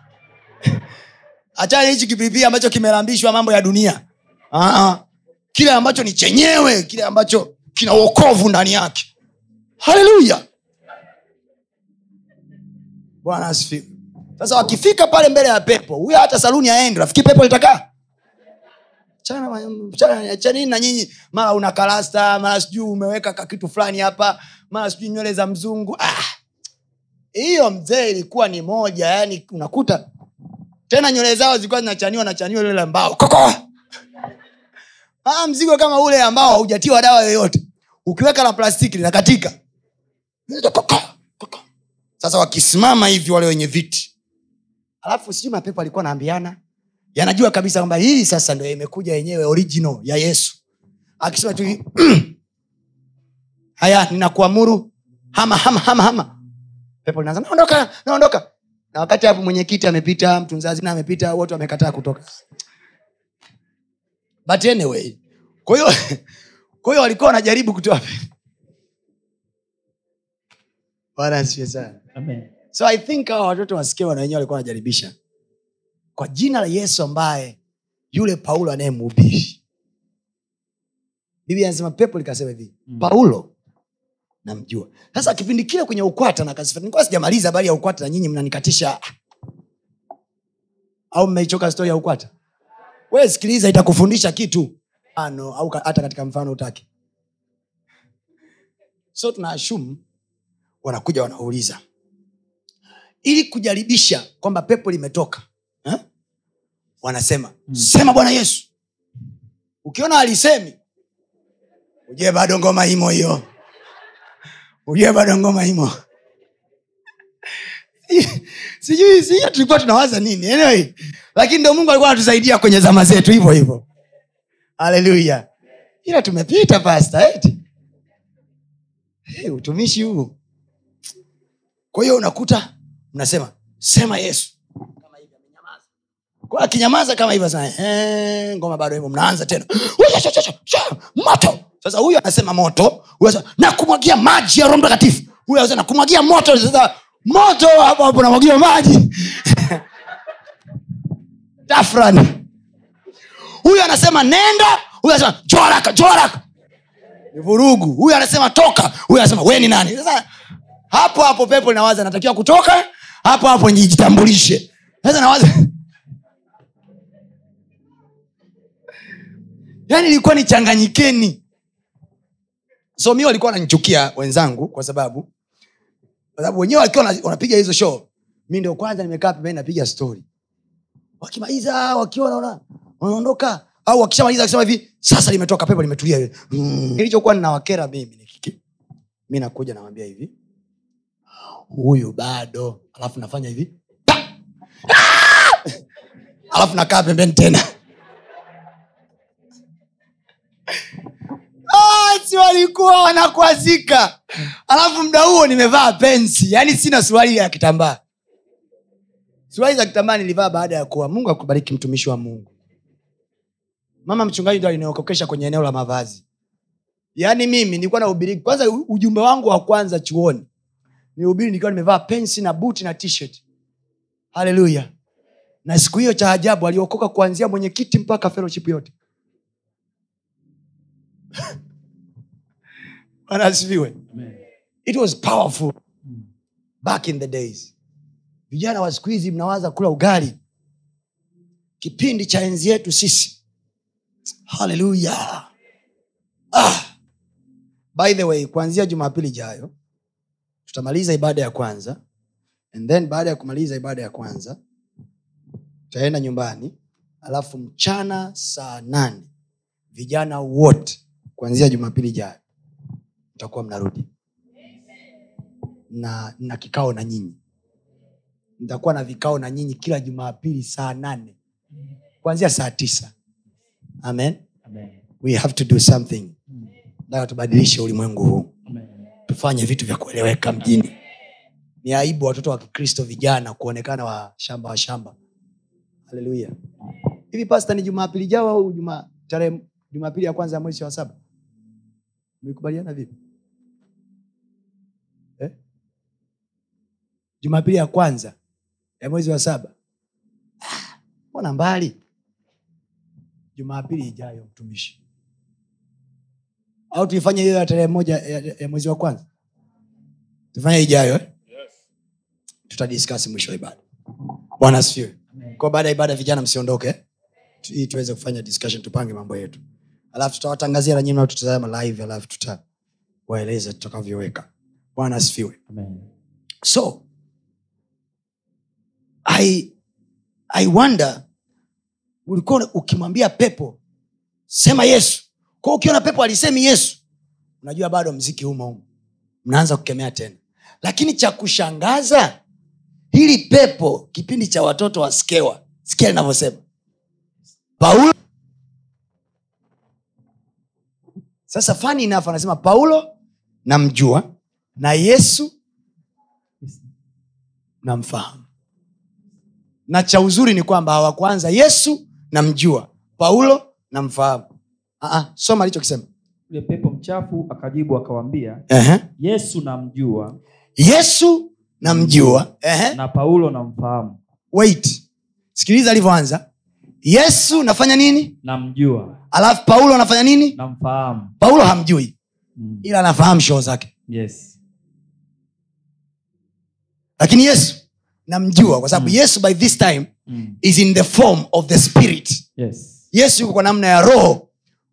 achana hichi kipilipili ambacho kimelambishwa mambo ya dunia Ah, ah. kile ambacho ni chenyewe kile ambacho kina uokovu ndani yake haleluya bwana asifiwe sasa wakifika pale mbele ya pepo huyo hata saluni aendi rafiki pepo litakaa Chana ma- chana- chanini na nyinyi mara una kalasta mara sijui umeweka kakitu fulani hapa mara sijui nywele za mzungu Ah! hiyo ah, mzee ilikuwa ni moja yani unakuta tena nywele zao zilikuwa zinachaniwa na chaniwa lile la mbao koko ah, mzigo kama ule ambao haujatiwa dawa yoyote ukiweka la plastiki linakatika Koko, koko. sasa wakisimama hivi wale wenye viti alafu sijui mapepo alikuwa naambiana yanajua kabisa kwamba hii sasa ndo imekuja yenyewe original ya yesu akisema tu hivi, haya ninakuamuru hama hama hama hama pepo linaanza naondoka naondoka na wakati hapo mwenyekiti amepita mtunzazi na amepita wote wamekataa kutoka but anyway kwa hiyo kwa hiyo walikuwa wanajaribu kutoa pepo. Bwana asifiwe sana
Amen.
so i think hawa watoto wasikia na wenyewe walikuwa wanajaribisha kwa jina la yesu ambaye yule paulo anayemhubiri bibi anasema pepo likasema hivi mm.
Mm.
paulo namjua sasa kipindi kile kwenye ukwata na kazi nilikuwa sijamaliza habari ya ukwata na nyinyi mnanikatisha au mmeichoka stori ya ukwata we sikiliza itakufundisha kitu ano au ka- hata katika mfano utake so tunaashumu wanakuja wanauliza ili kujaribisha kwamba pepo limetoka eh? wanasema mm.
Mm.
sema bwana yesu ukiona alisemi ujue bado ngoma himo hiyo ujue bado ngoma himo sijui sijui tulikuwa tunawaza nini anyway, lakini ndo mungu alikuwa anatusaidia kwenye zama zetu hivyo hivyo haleluya ila tumepita pasta eti hey, utumishi huu kwa hiyo unakuta mnasema sema yesu Kama hivi, amenyamaza. Kwa akinyamaza kama hivyo sana eh, ngoma bado hivyo mnaanza tena Usha, sha, sha, sha, sha, moto sasa huyu anasema moto huyu anasema, nakumwagia maji ya roho mtakatifu huyu anasema nakumwagia moto sasa moto hapo hapo namwagia maji tafrani huyu anasema nenda huyu anasema joraka joraka ni vurugu huyu anasema toka huyu anasema we ni nani sasa hapo hapo pepo linawaza natakiwa kutoka hapo hapo nijitambulishe sasa nawaza yaani ilikuwa nichanganyikeni so mi walikuwa wananichukia wenzangu kwa sababu kwa sababu wenyewe wakiwa wana- wanapiga hizo show mi ndio kwanza nimekaa pembeni napiga story wakimaliza wakiwa naona wanaondoka au wakishamaliza wakisema hivi sasa limetoka pepo limetulia mm. kilichokuwa ninawakera mimi ni kiki mi nakuja nawambia hivi huyu bado alafu nafanya hivi Pa! Ah! alafu nakaa pembeni tena Ah, si walikuwa wanakwazika alafu mda huo nimevaa pensi yaani sina suruali ya kitambaa suruali za kitambaa nilivaa baada ya kuwa mungu akubariki mtumishi wa mungu mama mchungaji ndo aliniokokesha kwenye eneo la mavazi yaani mimi nilikuwa nahubiri kwanza u- ujumbe wangu wa kwanza chuoni nihubiri nikiwa nimevaa pensi na buti na tshirt haleluya na siku hiyo cha ajabu aliokoka kuanzia mwenyekiti mpaka fellowship yote Bwana asifiwe
Amen.
it was powerful
Mm.
back in the days vijana wa siku hizi mnawaza kula ugali kipindi cha enzi yetu sisi haleluya ah. by the way kuanzia jumapili ijayo tutamaliza ibada ya kwanza and then baada ya kumaliza ibada ya kwanza tutaenda nyumbani alafu mchana saa nane vijana wote kuanzia jumapili ijayo mtakuwa mnarudi na, na kikao na nyinyi nitakuwa na vikao na nyinyi kila jumapili saa nane kuanzia saa tisa amen
Amen.
we have to do something nataka tubadilishe ulimwengu huu
Amen.
tufanye vitu vya kueleweka mjini ni aibu watoto wa kikristo vijana kuonekana wa shamba wa shamba haleluya hivi pasta ni jumapili jao au juma tarehe jumapili ya kwanza ya mwezi wa saba mlikubaliana vipi eh? jumapili ya kwanza ya mwezi wa saba Ah, mbona mbali jumapili ijayo mtumishi au tuifanye hiyo ya tarehe moja ya, ya- ya mwezi wa kwanza tufanye ijayo eh? tutadiskasi mwisho wa ibada bwana asifiwe kwa baada ya ibada vijana msiondoke eh? Tu- ili tuweze kufanya discussion tupange mambo yetu alafu tutawatangazia na nyinyi nao tutazama live alafu tutawaeleza tutakavyoweka bwana asifiwe
Amen.
so i i wonder ulikuwa ukimwambia pepo sema yesu kwao ukiona pepo alisemi yesu unajua bado mziki humo humo mnaanza kukemea tena lakini cha kushangaza hili pepo kipindi cha watoto wa skewa sikia linavyosema paulo sasa fani inafu anasema paulo namjua na yesu namfahamu na cha uzuri ni kwamba hawakuanza yesu namjua paulo namfahamu Ah, ah, soma alichokisema
yule pepo mchafu akajibu akawambia
Ehe.
yesu namjua
yesu namjua Ehe.
na paulo namfahamu
wait sikiliza alivyoanza yesu nafanya nini
namjua
alafu paulo anafanya nini
namfahamu
paulo hamjui
Mm.
ila anafahamu shoo zake
yes
lakini yesu namjua kwa sababu
Mm.
yesu by this time
Mm.
is in the form of the spirit
yes
yesu yuko kwa namna ya roho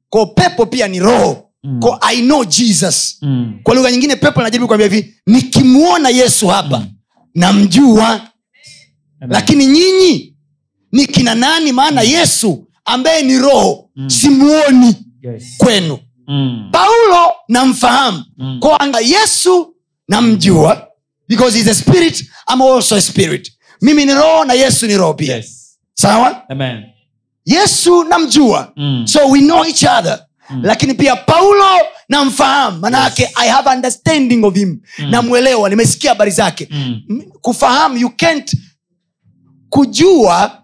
ko pepo pia ni roho
Mm.
ko i know jesus
Mm.
kwa lugha nyingine pepo anajaribu kuambia hivi nikimwona yesu hapa
Mm.
namjua
Amen.
lakini nyinyi ni kina nani maana yesu ambaye ni roho
Mm.
simuoni
yes
kwenu
Mm.
paulo namfahamu
Mm.
Kwa anga yesu namjua because he's a spirit I'm also a spirit mimi ni roho na yesu ni roho pia
yes
sawa
amen
yesu namjua
Mm.
so we know each other
Mm.
lakini pia paulo namfahamu manaake yes. i have understanding of him mm. namwelewa nimesikia habari zake
Mm.
M- kufahamu you can't kujua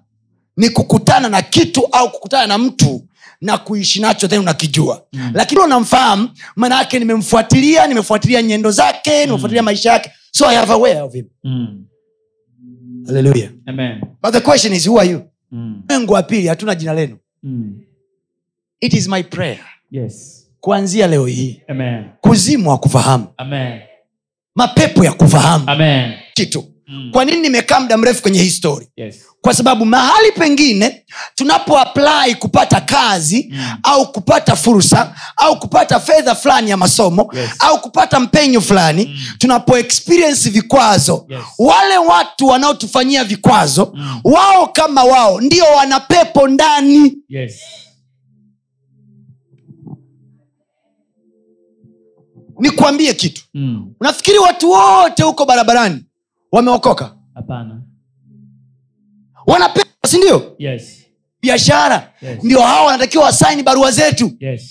ni kukutana na kitu au kukutana na mtu na kuishi nacho then unakijua mm. lakini huwa namfahamu maana yake nimemfuatilia nimefuatilia nyendo zake nimefuatilia maisha yake so i have aware of him
Mm.
haleluya
amen
but the question is who are you
Mm.
mengu wa pili hatuna jina lenu
Mm.
it is my prayer
yes
kuanzia leo hii
amen
kuzimu wa kufahamu
amen
mapepo ya kufahamu
amen
kitu
Mm.
kwa nini nimekaa muda mrefu kwenye hii story
yes
kwa sababu mahali pengine tunapoapply kupata kazi
Hmm.
mm. au kupata fursa au kupata fedha fulani ya masomo
Yes. Hmm.
au kupata mpenyo fulani mm. tunapo experience vikwazo
Yes. Hmm.
wale watu wanaotufanyia vikwazo mm. wao kama wao ndio wana pepo ndani
yes
nikwambie kitu
Mm.
unafikiri watu wote huko barabarani wameokoka
hapana
wana pepo sindio
yes
biashara
Yes.
ndio hawa wanatakiwa wasaini barua zetu
yes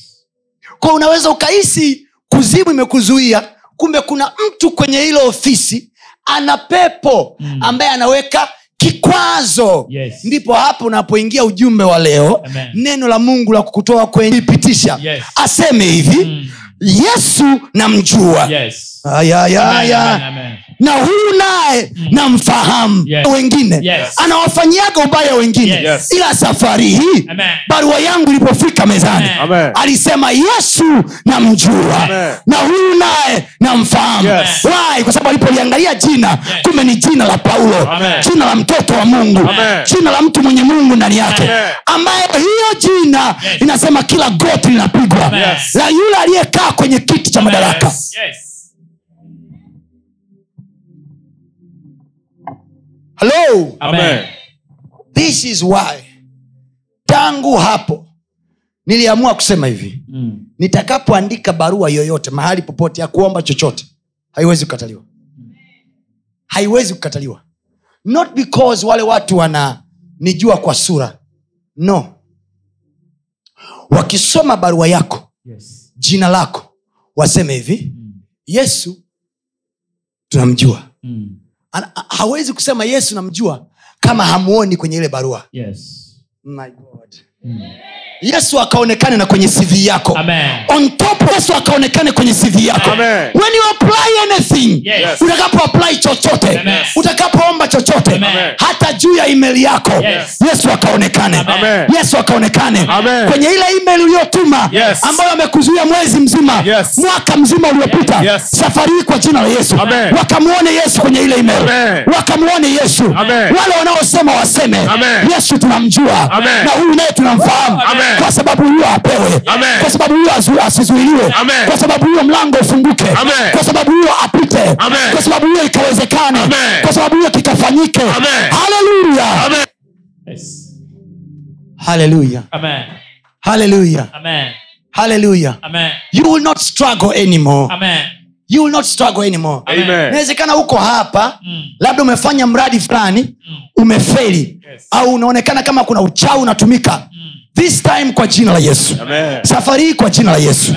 kwa unaweza ukahisi kuzimu imekuzuia kumbe kuna mtu kwenye hilo ofisi ana pepo
Mm.
ambaye anaweka kikwazo
Yes.
ndipo hapo unapoingia ujumbe wa leo
Amen.
neno la mungu la kukutoa kwenye pitisha
Yes.
aseme hivi
Mm.
yesu namjua
yes Amen,
ayayaya
amen.
na huyu naye namfahamu
Yes.
wengine
Yes.
anawafanyiaga ubaya wengine
Yes.
ila safari hii
Amen.
barua yangu ilipofika mezani
Amen.
Amen.
alisema yesu namjua
Amen.
na huyu naye namfahamu
Yes.
Why? kwa sababu alipoliangalia jina kumbe ni jina la paulo
Amen.
jina la mtoto wa mungu
Amen.
jina la mtu mwenye mungu ndani yake
Amen.
ambaye hiyo jina inasema kila goti linapigwa
Yes.
la yule aliyekaa kwenye kiti cha madaraka
Yes. yes
Hello?
amen
this is why tangu hapo niliamua kusema hivi
Mm.
nitakapoandika barua yoyote mahali popote ya kuomba chochote haiwezi kukataliwa haiwezi kukataliwa not because wale watu wananijua kwa sura no wakisoma barua yako
yes
jina lako waseme hivi
Mm.
yesu tunamjua
Mm.
Ana- ha- hawezi kusema yesu namjua kama hamuoni kwenye ile barua
yes
My God.
Mm.
yesu akaonekane na kwenye cv yako
Amen.
on top yesu akaonekane kwenye cv yako
Amen.
when you apply anything
Yes.
utakapo apply chochote
Amen.
utakapoomba chochote
Amen.
hata juu ya email yako
Yes.
yesu akaonekane
Amen.
yesu akaonekane
Amen.
kwenye ile email uliyotuma
Yes.
ambayo amekuzuia mwezi mzima
Yes.
mwaka mzima uliopita
Yes.
safari hii kwa jina la yesu
Amen.
wakamwone yesu kwenye ile email
Amen.
wakamwone yesu
Amen.
wale wanaosema waseme
Amen.
yesu tunamjua
Amen.
na huyu naye tunamfahamu
Amen.
kwa sababu huyo apewe
Amen.
kwa sababu huyo azu- asizuiliwe
Amen.
kwa sababu huyo mlango ufunguke
Amen.
kwa sababu huyo apite
Amen.
kwa sababu hiyo ikawezekane
Amen.
kwa sababu hiyo kikafanyike
Amen.
haleluya
Amen.
Yes.
haleluya
Amen.
haleluya
Amen.
haleluya
Amen.
you will not struggle anymore
Amen.
you will not struggle anymore
Amen.
inawezekana huko hapa
Mm.
labda umefanya mradi fulani
Mm.
umefeli
Yes.
au unaonekana kama kuna uchawi unatumika this time kwa jina la yesu
Mm. Amen.
safari hii kwa jina la yesu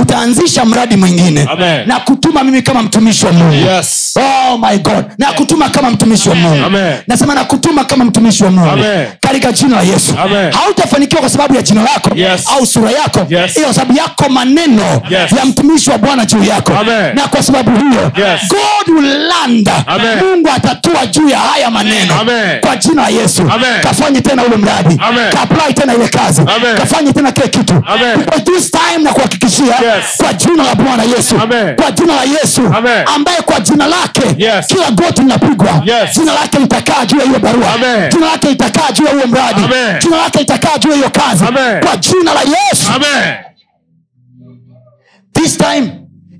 utaanzisha mradi mwingine
Amen.
na kutuma mimi kama mtumishi wa mungu
Yes.
oh my god na kutuma kama mtumishi wa mungu
Amen.
nasema nakutuma kama mtumishi wa mungu
Amen.
katika jina la yesu
Amen.
hautafanikiwa kwa sababu ya jina lako
Yes.
au sura yako
Yes.
ila kwa sababu yako maneno
Yes.
ya mtumishi wa bwana juu yako
Amen.
na kwa sababu hiyo
Yes.
god will land.
Amen.
mungu atatua juu ya haya maneno
Amen.
kwa jina la yesu
Amen.
kafanye tena ule mradi
Amen.
kaapply tena ile kazi
Amen.
kafanye tena kile kitu
Amen.
Because this time na kuhakikishia
Yes.
kwa jina la bwana yesu
Amen.
kwa jina la yesu
Amen.
ambaye kwa jina lake
Yes.
kila goti linapigwa
Yes.
jina lake litakaa juu ya hiyo barua
Amen.
jina lake litakaa juu ya huo mradi
Amen.
jina lake litakaa juu ya hiyo kazi
Amen.
kwa jina la yesu
Amen.
this time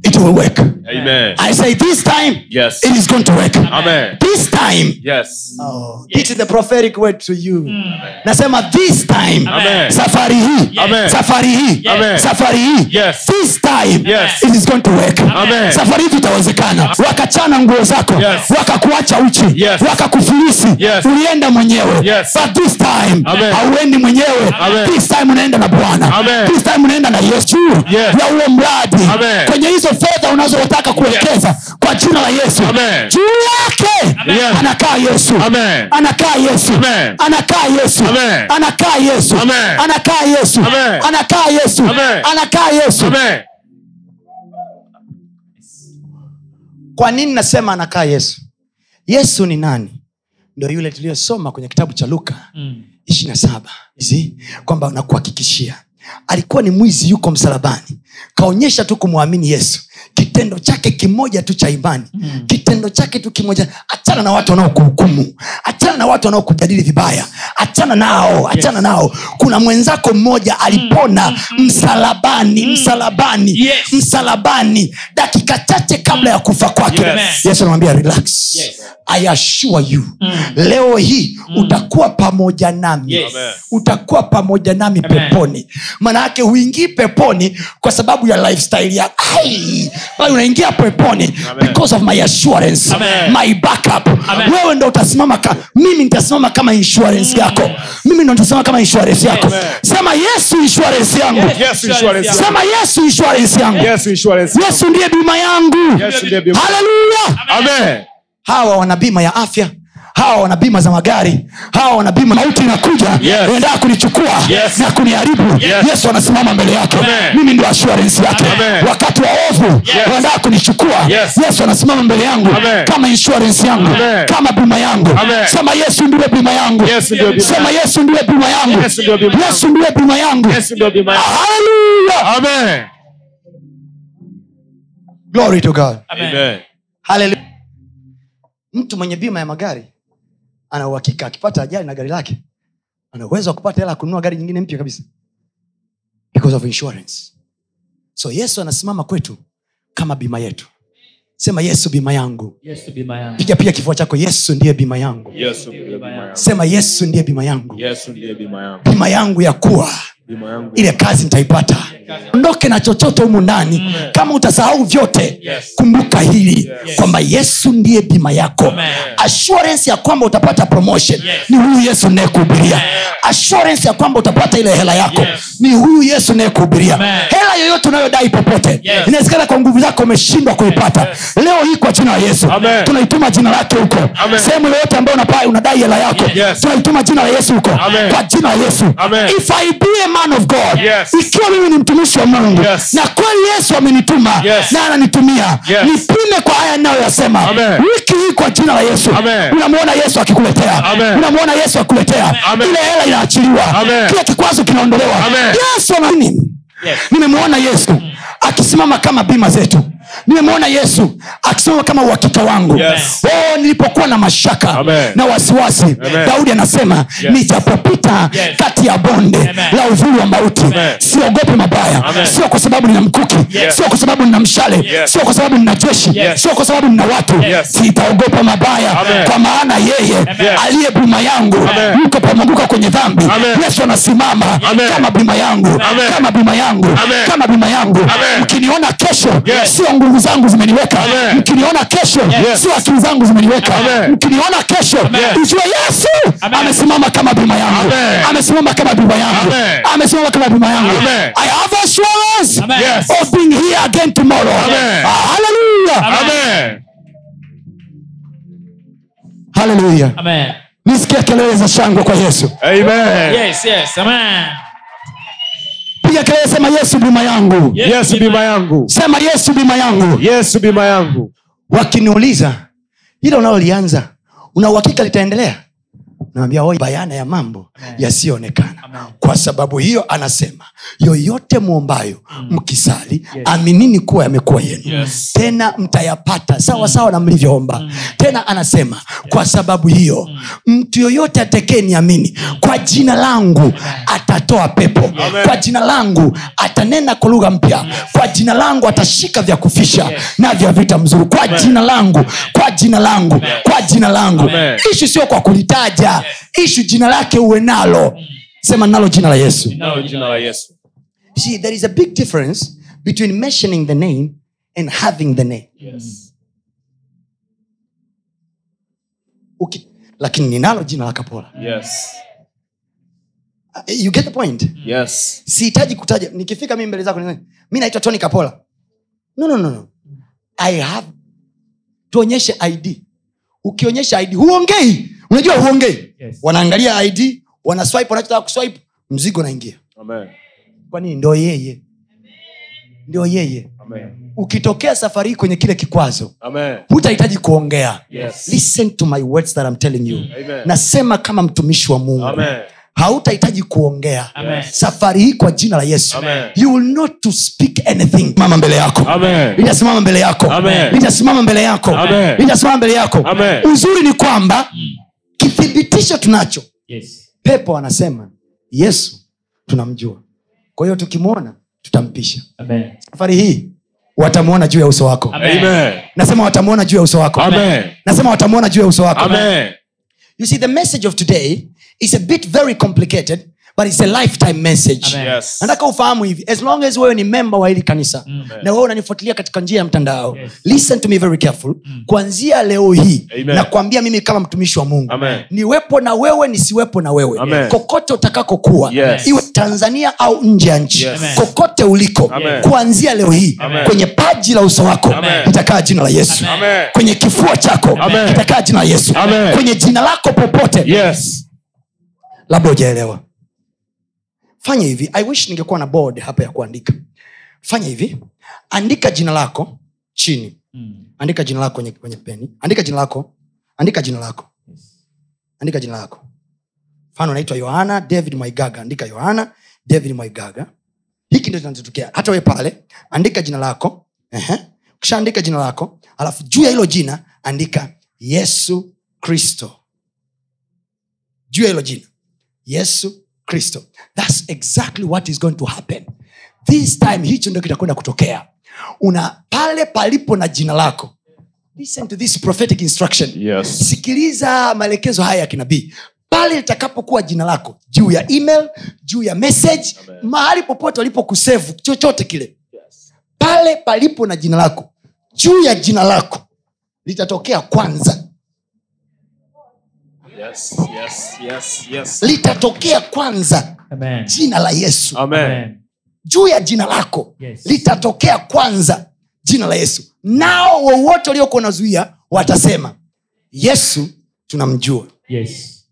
it will work
Amen.
i say this time
Yes.
it is going to work
Amen.
this time
Yes.
oh, this is the prophetic word to you
Hmm,
Mm.
nasema this time
Amen.
safari hii
Amen.
safari hii
Amen.
safari hii
Yes.
this time
Yes.
it is going to work
Amen.
safari hii vitawezekana wakachana nguo zako
Yes.
wakakuacha uchi
Yes.
wakakufilisi
Yes.
ulienda mwenyewe
Yes.
but this time
Amen.
hauendi mwenyewe
Amen.
this time unaenda na bwana
Amen.
this time unaenda na yesu
Yes.
ya uo mradi
Amen.
kwenye hizo fedha unazotaka kuwekeza kwa jina la yesu
Amen.
juu yake
Yes.
anakaa yesu
Amen.
anakaa yesu
Amen.
anakaa yesu
Amen.
anakaa yesu
Amen.
anakaa yesu
Amen.
anakaa yesu
Amen.
anakaa yesu
Amen.
kwa nini nasema anakaa yesu yesu ni nani ndo yule tuliyosoma kwenye kitabu cha luka
Mm.
ishiri na saba hizi kwamba nakuhakikishia alikuwa ni mwizi yuko msalabani kaonyesha tu kumwamini yesu kitendo chake kimoja tu cha imani mm. kitendo chake tu kimoja achana na watu wanaokuhukumu achana na watu wanaokujadili vibaya achana nao achana yes. nao kuna mwenzako mmoja alipona msalabani msalabani
Yes.
msalabani dakika chache kabla ya kufa kwake
Yes.
yesu anamwambia relax
Yes.
i assure you
Mm.
leo hii utakuwa pamoja nami
Yes.
Amen.
utakuwa pamoja nami
Amen.
peponi maana yake huingii peponi kwa sababu ya lifestyle ya Ai! bali unaingia peponi
Amen.
because of my assurance
Amen.
my backup
Amen.
wewe ndo utasimama ka, mimi nitasimama kama insurance yako mimi ndo nitasimama kama insurance yako
Mm. Amen.
sema yesu insurance yangu
Yes, insurance.
sema yesu insurance yangu
Yes, insurance.
yesu ndiye bima yangu
Yes, ndiye bima.
haleluya
Amen.
hawa wana bima ya afya hawa wana bima za magari hawa wana bima mauti inakuja
Yes.
endaa kunichukua
Yes.
na kuniharibu
Yes.
yesu anasimama mbele yake
Amen.
mimi ndo assurance yake
Amen.
wakati wa ovu
Yes.
waendaa kunichukua
Yes.
yesu anasimama mbele yangu
Amen.
kama insurance yangu
Amen.
kama bima yangu
Amen.
sema yesu ndiye bima yangu
Yes, ndiye bima.
sema yesu ndiye bima yangu
Yes, ndiye bima.
yesu ndiye bima yangu
Yes, ndio bima. yangu.
Hallelujah.
Amen.
Glory to God.
Amen.
Hallelujah. mtu mwenye bima ya magari ana uhakika akipata ajali na gari lake ana uwezo wa kupata hela ya kununua gari nyingine mpya kabisa because of insurance so yesu anasimama kwetu kama bima yetu sema yesu bima yangu
Yesu bima yangu.
piga piga kifua chako yesu ndiye bima yangu
Yesu ndiye bima yangu.
sema yesu ndiye bima yangu
Yesu ndiye bima yangu.
bima yangu ya kuwa
Bima yangu.
ile kazi nitaipata ondoke na chochote humu ndani kama utasahau vyote
Yes.
kumbuka hili kwamba yesu ndiye bima yako
Amen.
assurance ya kwamba utapata promotion ni huyu yesu nayekuhubiria assurance ya kwamba utapata ile hela yako
Yes.
ni huyu yesu nayekuhubiria
Amen.
hela yoyote unayodai popote
Yes.
inawezekana kwa nguvu zako umeshindwa kuipata leo hii kwa jina la yesu
Amen.
tunaituma jina lake huko
Amen.
sehemu yoyote ambayo unapai unadai hela yako
Yes.
tunaituma jina la yesu huko
Amen.
kwa jina la yesu
Amen.
if i be a man of god
Yes.
ikiwa mimi ni mtumishi wa mungu
Yes.
na kweli yesu amenituma
Yes.
na ananitumia
Yes.
nipime kwa haya ninayoyasema
Amen.
wiki hii kwa jina la yesu
Amen.
unamwona yesu akikuletea
Amen.
unamwona yesu akikuletea
Amen.
ile hela inaachiliwa
Amen.
kila kikwazo kinaondolewa
Amen.
yesu anani nimemwona yesu akisimama kama bima zetu nimemwona yesu akisimama kama uhakika wangu
Yes.
oh, nilipokuwa na mashaka
Amen.
na wasiwasi daudi anasema
Yes.
nijapopita
Yes.
kati ya bonde la uvuli wa mauti siogopi mabaya
Amen.
sio kwa sababu nina mkuki
Yes.
sio kwa sababu nina mshale
Yes.
sio kwa sababu nina jeshi
Yes.
sio kwa sababu nina watu
Yes.
sitaogopa mabaya
Amen.
kwa maana yeye aliye bima yangu mko pameanguka kwenye dhambi
Amen.
yesu anasimama
Amen.
kama bima yangu
Amen.
kama bima yangu
Amen.
kama bima yangu
Amen.
mkiniona kesho
Yes.
sio nguvu zangu zimeniweka
Amen.
mkiniona kesho
Yes.
sio akili zangu zimeniweka
Amen.
mkiniona kesho ujue yesu amesimama kama bima yangu
Amen.
amesimama kama bima yangu
Amen.
amesimama kama bima yangu
Amen.
i have assurance
Amen.
Yes.
of being here again tomorrow
Amen.
Ah, hallelujah
Amen.
hallelujah
Amen.
nisikia kelele za shangwe kwa yesu
Amen.
Yes, yes. Amen.
piga kelele sema yesu bima yangu
Yesu bima yangu.
sema yesu bima yangu
Yesu bima yangu.
wakiniuliza hilo unalolianza una uhakika litaendelea nawambia "Oi, bayana ya mambo yasiyoonekana kwa sababu hiyo anasema yoyote mwombayo mkisali aminini kuwa yamekuwa yenu
Yes.
tena mtayapata sawa sawa na mlivyoomba tena anasema kwa sababu hiyo mtu yoyote atekee niamini kwa jina langu atatoa pepo kwa jina langu atanena kwa lugha mpya kwa jina langu atashika vya kufisha na vya vita mzuri kwa jina langu kwa jina langu kwa jina langu
Amen.
ishu sio kwa kulitaja ishu jina lake uwe nalo sema nalo jina la yesu
Nalo jina la Yesu.
see there is a big difference between mentioning the name and having the name
Yes.
Uki- lakini ninalo jina la kapola
Yes.
Uh, you get the point
Yes.
sihitaji kutaja nikifika mimi mbele zako niseme, mi naitwa tony kapola no, no, no, no. i have tuonyeshe id ukionyesha id huongei unajua huongei
Yes.
wanaangalia id wanaswipe wanachotaka kuswipe mzigo naingia
Amen.
kwa nini ndo yeye ndio yeye
Amen.
ukitokea safari hii kwenye kile kikwazo
Amen.
hutahitaji kuongea
Yes.
listen to my words that I'm telling you
Amen.
nasema kama mtumishi wa mungu
Amen.
hautahitaji kuongea
Amen.
safari hii kwa jina la yesu
Amen.
you will not to speak anything mama mbele yako
Amen.
litasimama mbele yako
Amen.
litasimama mbele yako
Amen.
litasimama mbele yako
Amen. Hmm.
uzuri ni kwamba kithibitisho tunacho
Yes.
pepo anasema yesu tunamjua kwa hiyo tukimwona tutampisha
Amen.
safari hii watamwona juu ya uso wako
Amen.
nasema watamwona juu ya uso wako
Amen.
nasema watamwona juu ya uso wako
Amen.
You see, the message of today is a bit very complicated, but it's a lifetime message.
Amen.
Yes.
nataka ufahamu hivi as long as wewe ni memba wa hili kanisa
Mm,
na wewe unanifuatilia katika njia ya mtandao
Yes.
listen to me very careful kuanzia leo hii
Mm. Amen.
nakwambia mimi kama mtumishi wa mungu
Amen.
niwepo na wewe nisiwepo na wewe
Amen.
kokote utakakokuwa
Yes.
iwe tanzania au nje ya nchi
Yes.
kokote uliko
Amen.
kuanzia leo hii
Amen.
kwenye paji la uso wako
Amen.
litakaa jina la yesu
Amen.
kwenye kifua chako
Amen.
kitakaa jina la yesu
Amen.
kwenye jina lako popote
Yes.
labda hujaelewa fanya hivi i wish ningekuwa na board hapa ya kuandika fanya hivi andika jina lako chini
Hmm,
andika jina lako kwenye, kwenye peni andika jina lako andika jina lako andika jina lako mfano naitwa yohana david mwaigaga andika yohana david mwaigaga hiki ndio kinachotokea hata we pale andika jina lako Ehe. ukishaandika jina lako alafu juu ya hilo jina andika yesu kristo juu ya hilo jina yesu kristo thats exactly what is going to happen this time hicho ndio kitakwenda kutokea una pale palipo na jina lako listen to this prophetic instruction
Yes.
sikiliza maelekezo haya ya kinabii pale litakapokuwa jina lako juu ya email juu ya message mahali popote walipokusevu chochote kile pale palipo na jina lako juu ya jina lako litatokea kwanza
Yes. Yes. Yes. Yes.
litatokea kwanza
Amen.
jina la yesu
Amen.
juu ya jina lako
Yes.
litatokea kwanza jina la yesu nao wowote waliokuwa nazuia watasema yesu tunamjua
Yes.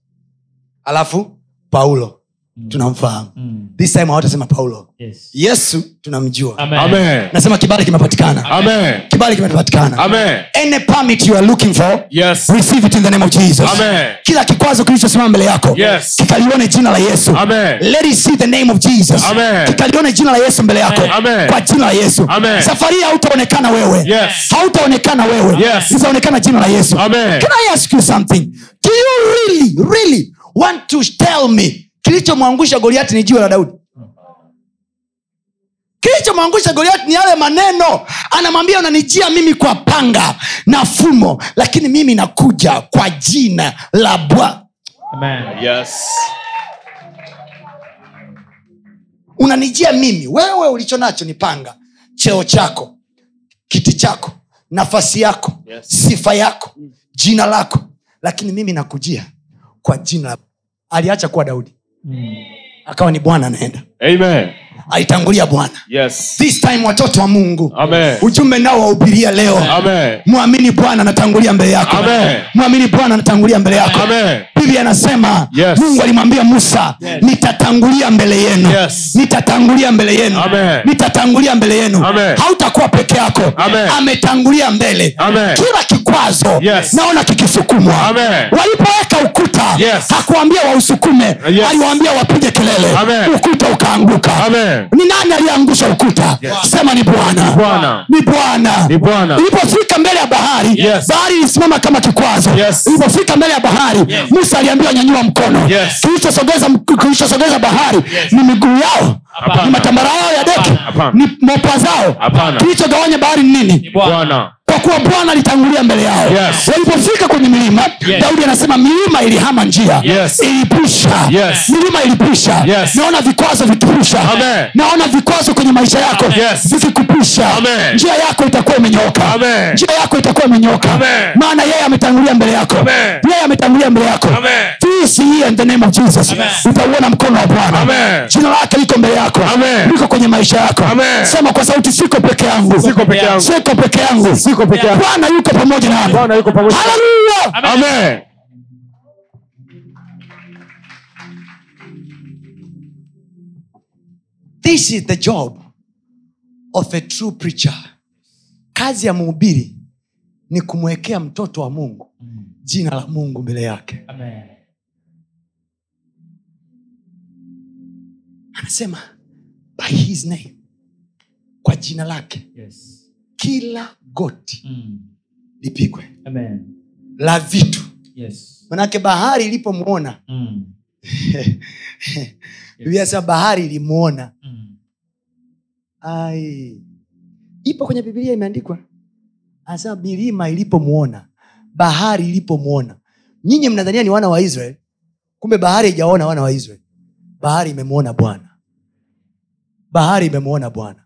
alafu paulo tunamfahamu
Mm.
this time hawatasema paulo
Yes.
yesu tunamjua
Amen.
Amen.
nasema kibali kimepatikana
Amen.
kibali kimepatikana
Amen.
any permit you are looking for
Yes.
receive it in the name of jesus
Amen.
kila kikwazo kilichosimama mbele yako
Yes.
kikalione jina la yesu
Amen.
Let it see the name of jesus
Amen.
kikalione jina la yesu mbele yako
Amen.
kwa jina la yesu
Amen.
safari hii hautaonekana wewe
Yes.
hautaonekana wewe
Yes.
itaonekana jina la yesu
Amen.
can i ask you something do you really really want to tell me kilichomwangusha goliati ni jiwe la daudi kilichomwangusha goliati ni yale maneno anamwambia unanijia mimi kwa panga na fumo lakini mimi nakuja kwa jina la bwa
Amen.
Yes.
unanijia mimi wewe ulicho nacho ni panga cheo chako kiti chako nafasi yako
Yes. Mm.
sifa yako jina lako lakini mimi nakujia kwa jina la aliacha kuwa daudi
Mm.
akawa ni bwana anaenda
Amen.
alitangulia bwana
Yes.
this time watoto wa mungu
Amen.
ujumbe nao wahubiria leo
Amen.
mwamini bwana anatangulia mbele yako
Amen.
mwamini bwana anatangulia mbele yako
Amen.
biblia anasema
Yes.
mungu alimwambia musa nitatangulia mbele yenu
Yes.
nitatangulia mbele yenu
Amen.
nitatangulia mbele yenu
Amen.
hautakuwa peke yako
Amen.
ametangulia mbele
Amen.
kila kikwazo
Yes.
naona kikisukumwa
Amen.
walipoweka ukuta
Yes.
hakuwambia wausukume
Yes.
aliwaambia wapige kelele
Amen.
ukuta ukaanguka
Amen.
ni nani aliyeangusha ukuta sema ni bwana
Bwana.
ni bwana
Ni Bwana.
ilipofika mbele ya bahari
Yes.
bahari ilisimama kama kikwazo
Yes.
ilipofika mbele ya bahari musa aliambiwa nyanyua mkono
Yes.
kilichosogeza kilichosogeza bahari ni miguu yao
Hapana.
ni matambara yao ya deki
Hapana.
ni mopa zao
Hapana.
kilichogawanya bahari ni nini
Bwana.
kwa kuwa bwana alitangulia mbele yao
Yes.
walipofika kwenye milima daudi anasema milima ilihama njia
Yes.
ilipusha
Yes.
milima ilipusha
Yes.
naona vikwazo vikipusha
Amen.
naona vikwazo kwenye maisha yako
Yes.
vikikupusha
Amen.
njia yako itakuwa imenyoka
Amen.
njia yako itakuwa imenyoka
Amen.
maana yeye ametangulia mbele yako
Amen.
yeye ametangulia mbele yako
Amen.
This year in the name of jesus utauona mkono wa bwana
Amen.
jina lake liko mbele yako
Amen.
liko kwenye maisha yako
Amen.
sema kwa sauti siko peke yangu
Siko peke yangu.
siko peke yangu
Siko peke yangu.
bwana yuko pamoja nami
Bwana yuko pamoja.
Hallelujah.
Amen.
this is the job of a true preacher kazi ya mhubiri ni kumwekea mtoto wa mungu
Mm.
jina la mungu mbele yake
Amen.
anasema by his name kwa jina lake
Yes.
kila goti
Mm.
lipigwe
Amen.
la vitu
Yes.
manake bahari ilipomwona
Mm.
biblia inasema bahari ilimuona
Mm.
Ai. ipo kwenye bibilia imeandikwa anasema milima ilipomwona bahari ilipomwona nyinyi mnadhania ni wana wa israeli kumbe bahari haijaona wana wa israeli bahari imemwona bwana bahari imemwona bwana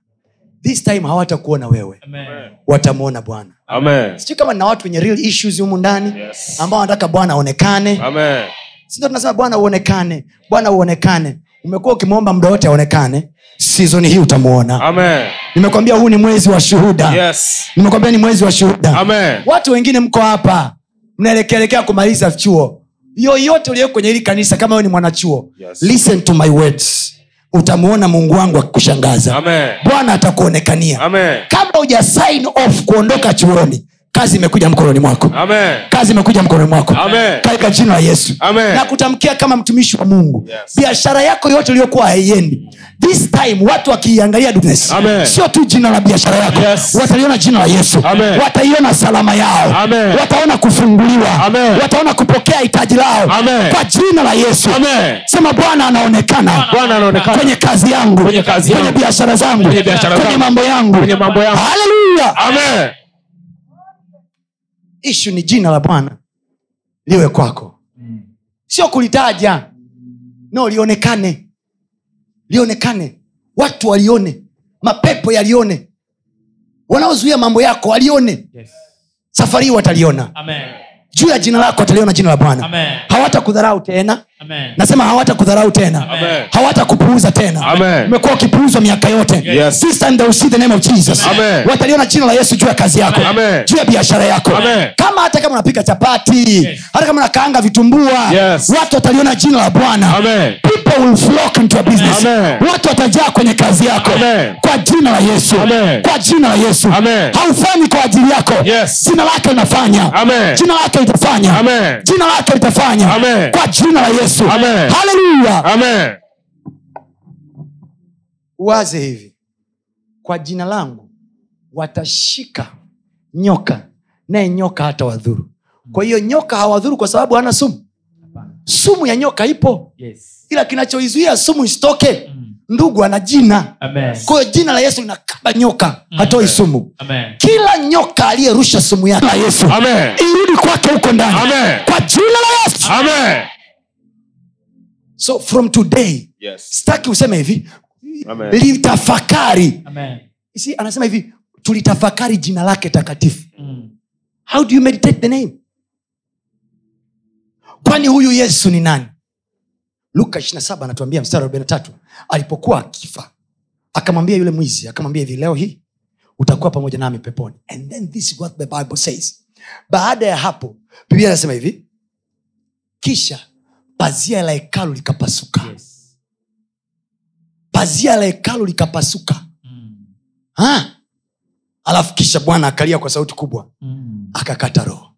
this time hawatakuona wewe
Amen.
watamwona bwana
Amen.
sijui kama na watu wenye real issues humu ndani
Yes.
ambao wanataka bwana aonekane
Amen.
sindo tunasema bwana uonekane bwana uonekane umekuwa ukimwomba mda wote aonekane sizoni hii utamwona
Amen.
nimekwambia huu ni mwezi wa shuhuda
Yes.
nimekwambia ni mwezi wa shuhuda
Amen.
watu wengine mko hapa mnaelekeelekea kumaliza chuo yoyote ulio kwenye hili kanisa kama wewe ni mwanachuo
Yes.
listen to my words utamuona mungu wangu akikushangaza
Amen.
bwana atakuonekania
Amen.
kabla uja sign off kuondoka chuoni kazi imekuja mkononi mwako
Amen.
kazi imekuja mkononi mwako
Amen.
katika jina la yesu
Amen.
na kutamkia kama mtumishi wa mungu
Yes.
biashara yako yote iliyokuwa haiendi this time watu wakiiangalia Agnes,
Amen.
sio tu jina la biashara yako
Yes.
wataliona jina la yesu
Amen.
wataiona salama yao
Amen.
wataona kufunguliwa
Amen.
wataona kupokea hitaji lao
Amen.
kwa jina la yesu
Amen.
sema bwana anaonekana
Bwana anaonekana.
kwenye kazi yangu
Kwenye kazi
kwenye
yangu.
biashara zangu kwenye,
biashara zangu.
mambo yangu
Kwenye mambo yangu.
Hallelujah.
Amen.
ishu ni jina la bwana liwe kwako sio kulitaja no lionekane lionekane watu walione mapepo yalione wanaozuia mambo yako walione
Yes.
safari hii wataliona
Amen.
juu ya jina lako wataliona jina la bwana
Amen.
hawatakudharau tena
Amen.
nasema hawatakudharau tena
Amen.
hawatakupuuza tena
Amen.
umekuwa ukipuuzwa miaka yote
Yes.
This time they will see the name of Jesus.
Amen.
wataliona jina la yesu juu ya kazi yako
Amen.
juu ya biashara yako
Amen.
kama hata kama unapika chapati
Yes.
hata kama unakaanga vitumbua
Yes.
watu wataliona jina la bwana
Amen.
People will flock into your business.
Amen.
watu watajaa kwenye kazi yako
Amen.
kwa jina la yesu
Amen.
kwa jina la yesu
Amen.
haufanyi kwa ajili yako
Yes.
jina lake linafanya
Amen.
jina lake litafanya
Amen.
jina lake litafanya
Amen.
kwa jina la yesu
Amen.
haleluya
Amen.
waze hivi kwa jina langu watashika nyoka naye nyoka hata wadhuru kwa hiyo nyoka hawadhuru kwa sababu hana sumu sumu ya nyoka ipo
Yes. Mm.
ila kinachoizuia sumu isitoke ndugu ana jina
Amen.
kwa hiyo jina la yesu linakaba nyoka hatoi sumu
Amen.
kila nyoka aliyerusha sumu yake la yesu
Amen.
irudi kwake huko ndani
Amen.
kwa jina la yesu
Amen.
so from today
Yes.
sitaki useme hivi
Amen.
litafakari
Amen.
si anasema hivi tulitafakari jina lake takatifu
Mm.
how do you meditate the name kwani huyu yesu ni nani luka 27 anatuambia mstari wa 43 alipokuwa akifa akamwambia yule mwizi akamwambia hivi leo hii utakuwa pamoja nami peponi and then this is what the bible says baada ya hapo biblia anasema hivi kisha pazia la hekalu likapasuka
Yes.
pazia la hekalu likapasuka
Mm.
Ha? alafu kisha bwana akalia kwa sauti kubwa
Mm.
akakata roho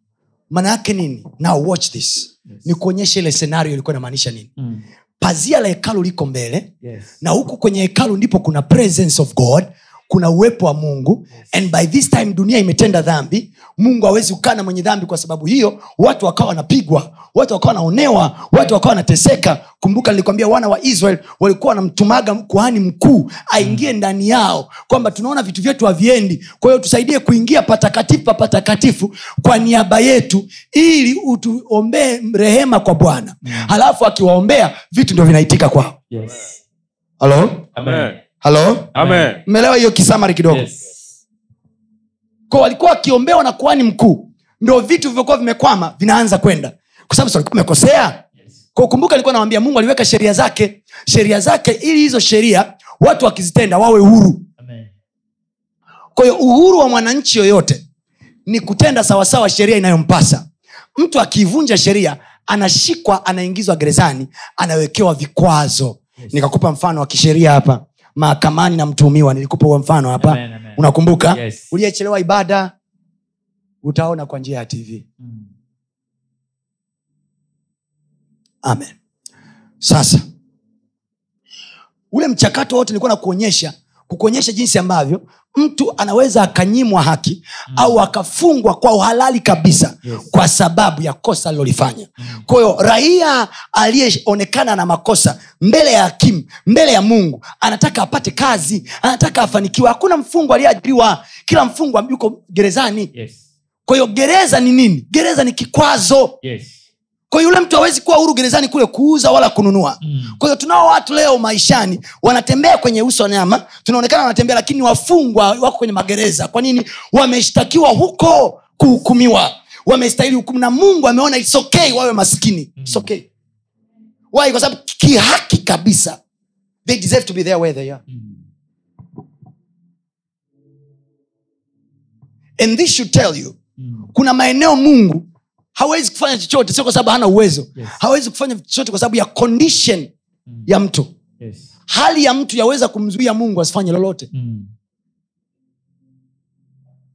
maana yake nini now watch this
Yes.
ni kuonyesha ile senario ilikuwa inamaanisha nini
Mm.
pazia la hekalu liko mbele
Yes.
na huku kwenye hekalu ndipo kuna presence of god kuna uwepo wa mungu and by this time dunia imetenda dhambi mungu hawezi kukaa na mwenye dhambi kwa sababu hiyo watu wakawa wanapigwa watu wakawa wanaonewa watu wakawa wanateseka kumbuka nilikwambia wana wa israel walikuwa wanamtumaga kuhani mkuu aingie ndani yao kwamba tunaona vitu vyetu haviendi kwa hiyo tusaidie kuingia patakatifu papatakatifu kwa niaba yetu ili utuombee rehema kwa bwana halafu akiwaombea vitu ndio vinaitika kwao
Yes.
halo
Amen.
Amen.
halo
Amen.
mmeelewa hiyo kisamari kidogo
Yes.
kwa walikuwa wakiombewa na kuhani mkuu ndo vitu vilivyokuwa vimekwama vinaanza kwenda kwa sababu si walikuwa wamekosea
Yes.
kwa kumbuka alikuwa nawambia mungu aliweka sheria zake sheria zake ili hizo sheria watu wakizitenda wawe huru
Amen.
kwa hiyo uhuru wa mwananchi yoyote ni kutenda sawasawa sheria inayompasa mtu akiivunja sheria anashikwa anaingizwa gerezani anawekewa vikwazo yes. nikakupa mfano wa kisheria hapa mahakamani na mtuhumiwa nilikupa huo mfano hapa
Amen, amen.
unakumbuka
Yes.
uliyechelewa ibada utaona kwa njia ya tv
Mm.
amen sasa ule mchakato wote nilikuwa nakuonyesha kukuonyesha jinsi ambavyo mtu anaweza akanyimwa haki mm. au akafungwa kwa uhalali kabisa yes. kwa sababu ya kosa alilolifanya mm. kwa hiyo raia aliyeonekana na makosa mbele ya hakimu mbele ya mungu anataka apate kazi anataka afanikiwe hakuna mfungwa aliyeajiriwa kila mfungwa yuko gerezani
Yes.
kwa hiyo gereza ni nini gereza ni kikwazo
Yes.
kwa hiyo yule mtu hawezi kuwa huru gerezani kule kuuza wala kununua
Mm.
kwa hiyo tunao watu leo maishani wanatembea kwenye uso wa nyama tunaonekana wanatembea lakini ni wafungwa wako kwenye magereza kwa nini wameshtakiwa huko kuhukumiwa wamestahili hukumu na mungu ameona it's okay wawe maskini it's okay Why? kwa sababu kihaki kabisa they deserve to be there where they are
Mm.
and this should tell you
Mm.
kuna maeneo mungu hawezi kufanya chochote sio kwa sababu hana uwezo
Yes.
hawezi kufanya chochote kwa sababu ya condition
Mm.
ya mtu
Yes.
hali ya mtu yaweza kumzuia mungu asifanye lolote
Mm.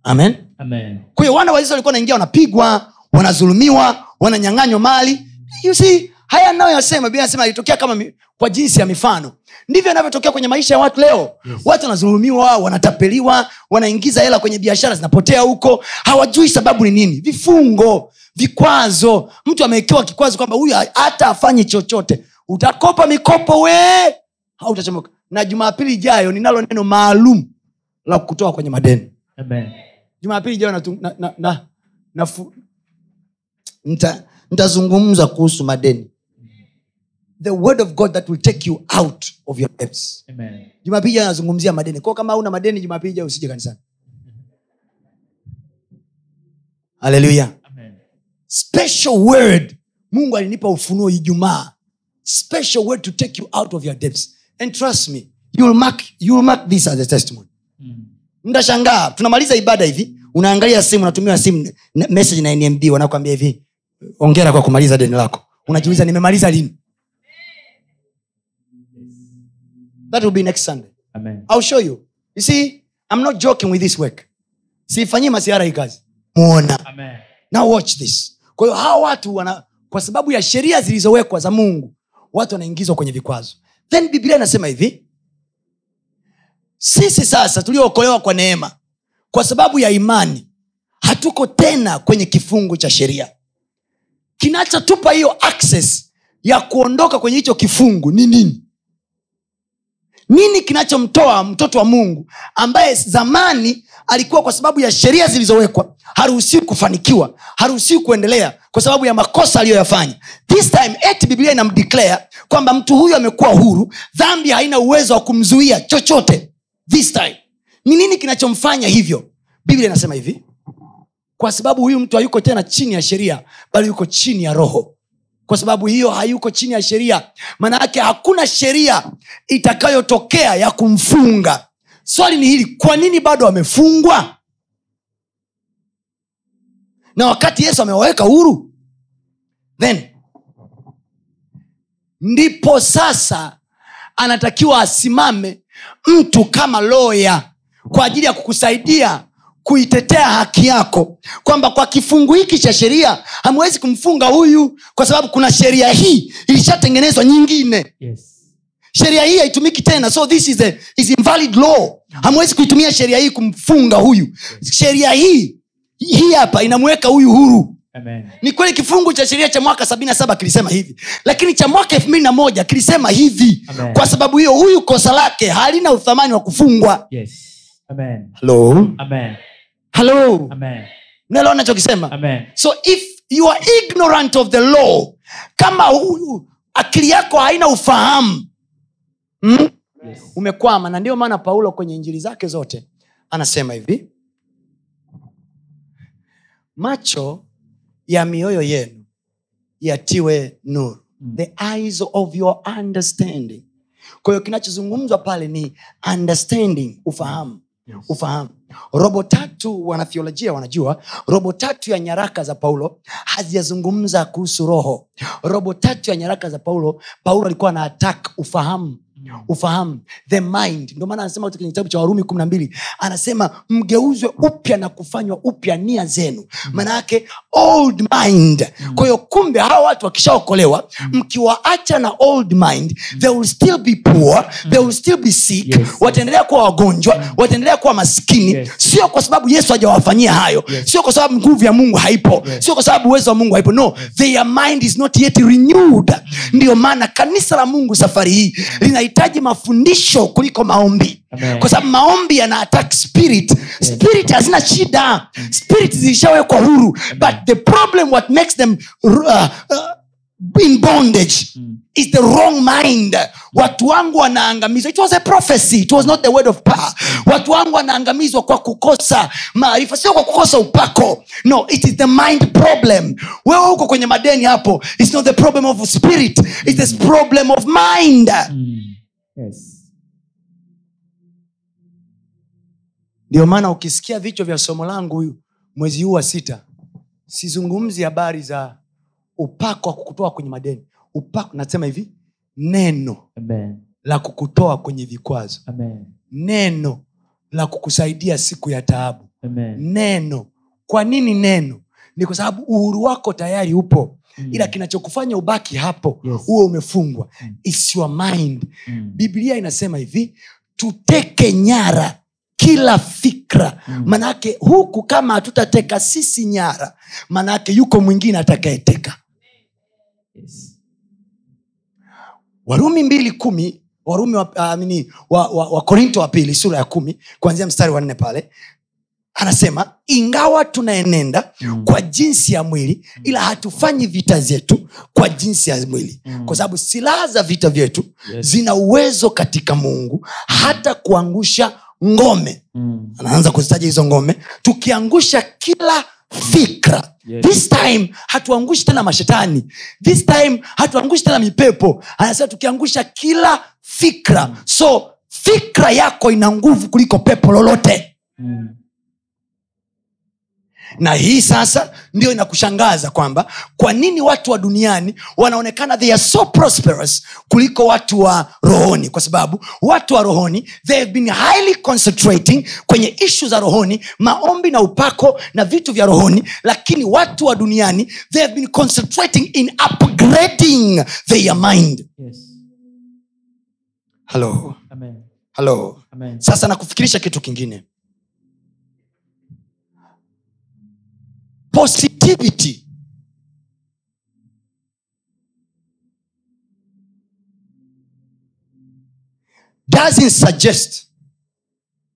amen
Amen.
kwa hiyo wana waisraeli walikuwa wanaingia wanapigwa wanadhulumiwa wananyanganywa mali you see haya nayoyasema biblia nasema alitokea kama mi, kwa jinsi ya mifano ndivyo anavyotokea kwenye maisha ya watu leo yes. watu wanadhulumiwa wanatapeliwa wanaingiza hela kwenye biashara zinapotea huko hawajui sababu ni nini vifungo vikwazo mtu amewekewa kikwazo kwamba huyu ha- hata afanye chochote utakopa mikopo we hautachomoka na jumapili ijayo ninalo neno maalum la kutoa kwenye madeni
Amen.
jumapili ijayo natu- na- na- na- nafu- nita- nitazungumza kuhusu madeni the word of god that will take you out of your debts
Amen.
jumapili ijayo nazungumzia madeni kwao kama una madeni jumapili ijayo usije kanisani haleluya
Amen.
special word mungu alinipa ufunuo ijumaa special word to take you out of your depths and trust me you will mark, you will mark this as a testimony
Mm.
mtashangaa tunamaliza ibada hivi unaangalia simu natumiwa simu n- message na nmb wanakwambia hivi ongera kwa kumaliza deni lako unajiuliza nimemaliza lini that will be next sunday
Amen.
I'll show you. You see, I'm not joking with this work. Siifanyii masiara hii kazi. Muona.
Amen.
Now watch this. Kwa hiyo hawa watu wana kwa sababu ya sheria zilizowekwa za Mungu, watu wanaingizwa kwenye vikwazo. Then Biblia inasema hivi, sisi sasa tuliookolewa kwa neema, kwa sababu ya imani, hatuko tena kwenye kifungu cha sheria. Kinachotupa hiyo access ya kuondoka kwenye hicho kifungu ni nini? nini kinachomtoa mtoto wa mungu ambaye zamani alikuwa kwa sababu ya sheria zilizowekwa haruhusiwi kufanikiwa haruhusiwi kuendelea kwa sababu ya makosa aliyoyafanya this time eti biblia inamdeclare kwamba mtu huyu amekuwa huru dhambi haina uwezo wa kumzuia chochote this time ni nini kinachomfanya hivyo biblia inasema hivi kwa sababu huyu mtu hayuko tena chini ya sheria bali yuko chini ya roho kwa sababu hiyo hayuko chini ya sheria maana yake hakuna sheria itakayotokea ya kumfunga swali ni hili kwa nini bado amefungwa na wakati yesu amewaweka huru then ndipo sasa anatakiwa asimame mtu kama loya kwa ajili ya kukusaidia kuitetea haki yako kwamba kwa kifungu hiki cha sheria hamwezi kumfunga huyu kwa sababu kuna sheria hii ilishatengenezwa nyingine
Yes.
sheria hii haitumiki tena so this is, a, is invalid law hamwezi kuitumia sheria hii kumfunga huyu sheria hii hii hapa inamweka huyu huru
Amen.
ni kweli kifungu cha sheria cha mwaka sabini na saba kilisema hivi lakini cha mwaka elfu mbili na moja kilisema hivi
Amen.
kwa sababu hiyo huyu kosa lake halina uthamani wa kufungwa
Yes. Amen.
halo
Amen.
halo
Amen.
mnaelewa nachokisema
Amen.
so if you are ignorant of the law kama huyu akili yako haina ufahamu mm?
Yes.
umekwama na ndio maana paulo kwenye injili zake zote anasema hivi macho ya mioyo yenu yatiwe nuru the eyes of your understanding kwa hiyo kinachozungumzwa pale ni understanding ufahamu ufahamu robo tatu wanathiolojia wanajua robo tatu ya nyaraka za paulo hazijazungumza kuhusu roho robo tatu ya nyaraka za paulo paulo alikuwa na attack ufahamu ufahamu the mind ndio maana anasema kwenye kitabu cha warumi kumi na mbili anasema mgeuzwe upya na kufanywa upya nia zenu maanayake old mind kwa hiyo kumbe hawa watu wakishaokolewa mkiwaacha na old mind they will still be poor they will still be sick
Yes.
wataendelea kuwa wagonjwa wataendelea kuwa maskini
Yes.
sio kwa sababu yesu hajawafanyia hayo
Yes.
sio kwa sababu nguvu ya mungu haipo
Yes.
sio kwa sababu uwezo wa mungu haipo no their mind is not yet renewed
Mm.
ndiyo maana kanisa la mungu safari hii linahitaji mafundisho kuliko maombi
Amen.
kwa sababu maombi yana attack spirit spirit hazina shida spirit zilishawekwa huru but the problem what makes them uh, uh, in bondage is the wrong mind watu wangu wanaangamizwa it was a prophecy it was not the word of power watu wangu wanaangamizwa kwa kukosa maarifa sio kwa kukosa upako no it is the mind problem wewe huko kwenye madeni hapo it's not the problem of spirit it's the problem of mind
Mm. Yes.
ndio maana ukisikia vichwa vya somo langu huyu mwezi huu wa sita sizungumzi habari za upako wa kukutoa kwenye madeni upako nasema hivi neno
Amen.
la kukutoa kwenye vikwazo
Amen.
neno la kukusaidia siku ya taabu Mm.
Amen.
neno kwa nini neno ni kwa sababu uhuru wako tayari upo
Mm.
ila kinachokufanya ubaki hapo
Yes.
huwe umefungwa
Mm.
It's your mind
Mm.
biblia inasema hivi tuteke nyara kila fikra
Mm.
manake huku kama hatutateka sisi nyara manake yuko mwingine atakayeteka
Yes.
warumi mbili kumi warumi wa, ah, nini, wa, wa, wa korinto wa pili sura ya kumi kuanzia mstari wa nne pale anasema ingawa tunaenenda
Mm.
kwa jinsi ya mwili ila hatufanyi vita zetu kwa jinsi ya mwili
Mm.
kwa sababu silaha za vita vyetu
Yes.
zina uwezo katika mungu hata kuangusha ngome
Mm.
anaanza kuzitaja hizo ngome tukiangusha kila fikra
Yes.
this time hatuangushi tena mashetani this time hatuangushi tena mipepo anasema tukiangusha kila fikra so fikra yako ina nguvu kuliko pepo lolote
Mm.
na hii sasa ndio inakushangaza kwamba kwa nini watu wa duniani wanaonekana they are so prosperous kuliko watu wa rohoni kwa sababu watu wa rohoni they have been highly concentrating kwenye ishu za rohoni maombi na upako na vitu vya rohoni lakini watu wa duniani they have been concentrating in upgrading their mind
Yes.
hello
Amen.
hello
Amen.
sasa nakufikirisha kitu kingine positivity doesn't suggest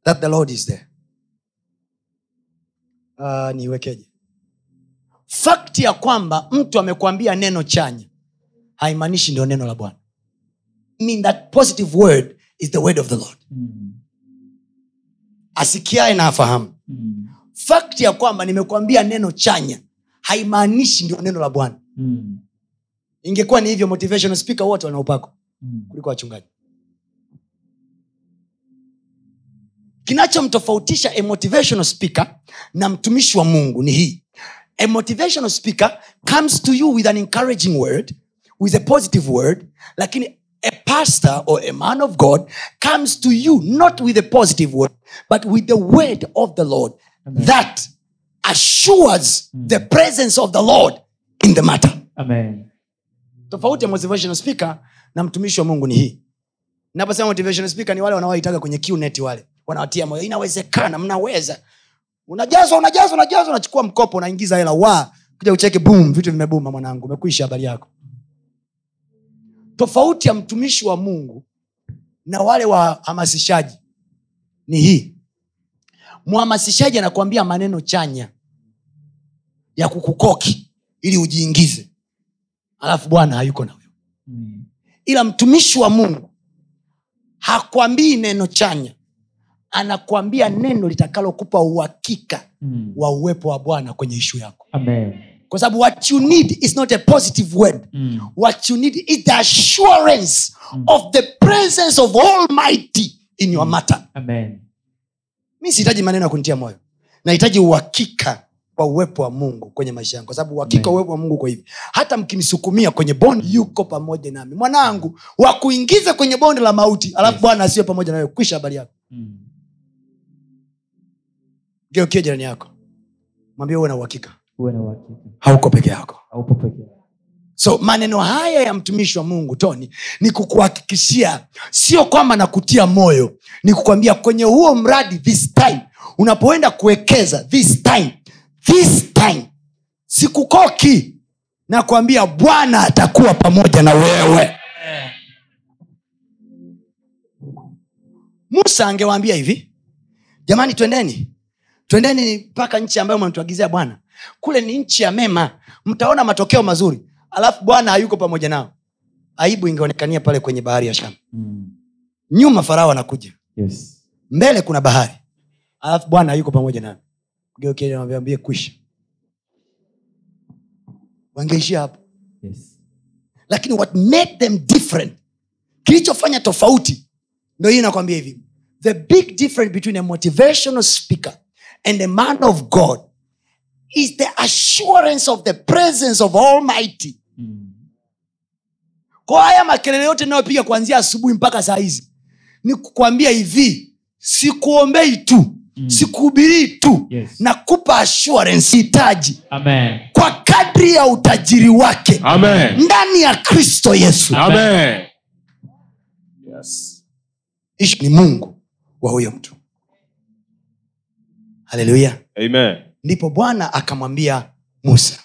that the lord is there uh, niiwekeje fakti ya kwamba mtu amekuambia neno chanya haimaanishi ndio neno la bwana mean that positive word is the word of the lord
Mm.
asikiae na afahamu
Mm.
fakti ya kwamba nimekuambia neno chanya haimaanishi ndio neno la bwana
Mm.
ingekuwa ni hivyo motivational speaker wote wanaopako
Mm.
kuliko wachungaji kinachomtofautisha a motivational speaker na mtumishi wa mungu ni hii a motivational speaker comes to you with an encouraging word with a positive word lakini a pastor or a man of god comes to you not with a positive word but with the word of the lord that assures the presence of the lord in the matter
Amen.
tofauti ya motivational speaker na mtumishi wa mungu ni hii naposema motivational speaker ni wale wanaowaitaga kwenye qnet wale wanawatia moyo inawezekana mnaweza unajazwa unajazwa unajazwa unachukua mkopo unaingiza hela wa kuja ucheke bum vitu vimebuma mwanangu umekuisha habari yako tofauti ya mtumishi wa mungu na wale wahamasishaji ni hii mhamasishaji anakuambia maneno chanya ya kukukoki ili ujiingize alafu bwana hayuko na wewe
Mm.
ila mtumishi wa mungu hakwambii neno chanya anakwambia neno litakalokupa uhakika
Mm.
wa uwepo wa bwana kwenye ishu yako
Amen.
kwa sababu what you need is not a positive word
Mm.
what you need is the assurance of the presence of almighty in your matter
Amen.
mi sihitaji maneno ya kunitia moyo nahitaji uhakika wa uwepo wa mungu kwenye maisha yangu kwa sababu uhakika wa uwepo wa mungu uko hivi hata mkimsukumia kwenye bondi yuko pamoja nami mwanangu wakuingize kwenye bonde la mauti alafu bwana asiwe pamoja nawe kwisha habari yako
Mm.
geukio jirani yako mwambie uwe na uhakika
Uwe na uhakika.
hauko peke yako
Haupo peke yako.
so maneno haya ya mtumishi wa mungu tony ni kukuhakikishia sio kwamba nakutia moyo ni kukwambia kwenye huo mradi this time unapoenda kuwekeza this time this time sikukoki na kuambia bwana atakuwa pamoja na wewe musa angewaambia hivi jamani twendeni twendeni mpaka nchi ambayo mnatuagizia bwana kule ni nchi ya mema mtaona matokeo mazuri alafu bwana hayuko pamoja nao aibu ingeonekania pale kwenye bahari ya sham
Mm.
nyuma farao anakuja
Yes.
mbele kuna bahari alafu bwana hayuko pamoja nao geukiambie kwisha wangeishia hapo
Yes.
lakini what made them different kilichofanya tofauti ndo hii nakwambia hivi the big difference between a motivational speaker and a man of god is the assurance of the presence of almighty
Mm.
kwa haya makelele yote inayopiga kuanzia asubuhi mpaka saa hizi ni kukwambia hivi sikuombei tu mm. sikuhubirii tu
Yes.
nakupa assurance hitaji
Amen.
kwa kadri ya utajiri wake
Amen.
ndani ya kristo yesu
Amen. Yes.
ishi ni mungu wa huyo mtu haleluya
Amen.
ndipo bwana akamwambia musa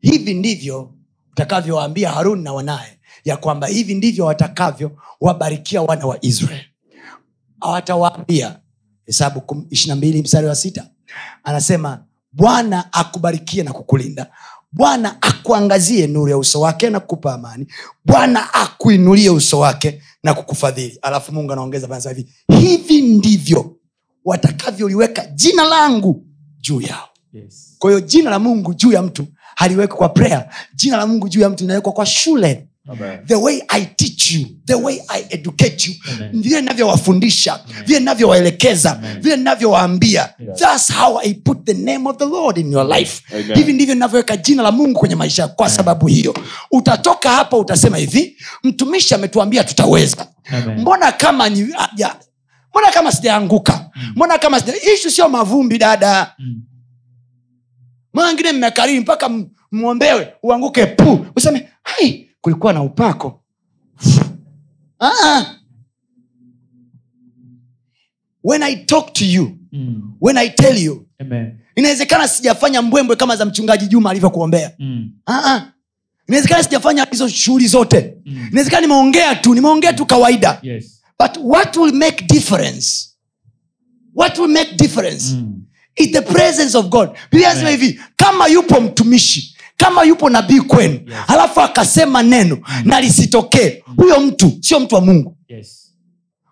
hivi ndivyo utakavyowaambia haruni na wanaye ya kwamba hivi ndivyo watakavyo wabarikia wana wa israel awatawaambia hesabu kum- 22 mstari wa sita anasema bwana akubarikie na kukulinda bwana akuangazie nuru ya uso wake na kukupa amani bwana akuinulie uso wake na kukufadhili alafu mungu anaongeza pale anasema hivi hivi ndivyo watakavyoliweka jina langu juu yao
Yes.
kwa hiyo jina la mungu juu ya mtu haliwekwi kwa prayer jina la mungu juu ya mtu inawekwa kwa shule
Amen.
the way i teach you the way i educate you
Amen.
vile navyowafundisha vile navyowaelekeza vile navyowaambia
Yes.
thats how i put the name of the lord in your life
Amen.
hivi ndivyo navyoweka jina la mungu kwenye maisha yako kwa sababu hiyo utatoka hapa utasema hivi mtumishi ametuambia tutaweza
Amen.
mbona kama ni ah, ya, mbona kama sijaanguka mbona kama sija ishu sio mavumbi dada
Mm.
mara ngine mmekariri mpaka m- mwombewe uanguke pu useme hai kulikuwa na upako Ah, ah. when i talk to you
Mm.
when i tell you
Amen.
inawezekana sijafanya mbwembwe kama za mchungaji juma alivyokuombea
Mm.
Ah, ah. inawezekana sijafanya hizo shughuli zote
Mm.
inawezekana nimeongea tu nimeongea tu kawaida
Yes.
but what will make difference what will make difference mm.
Mm.
is the presence of god biblia inasema hivi kama yupo mtumishi kama yupo nabii kwenu yes. alafu akasema neno mm. na lisitokee huyo mtu sio mtu wa mungu
Yes.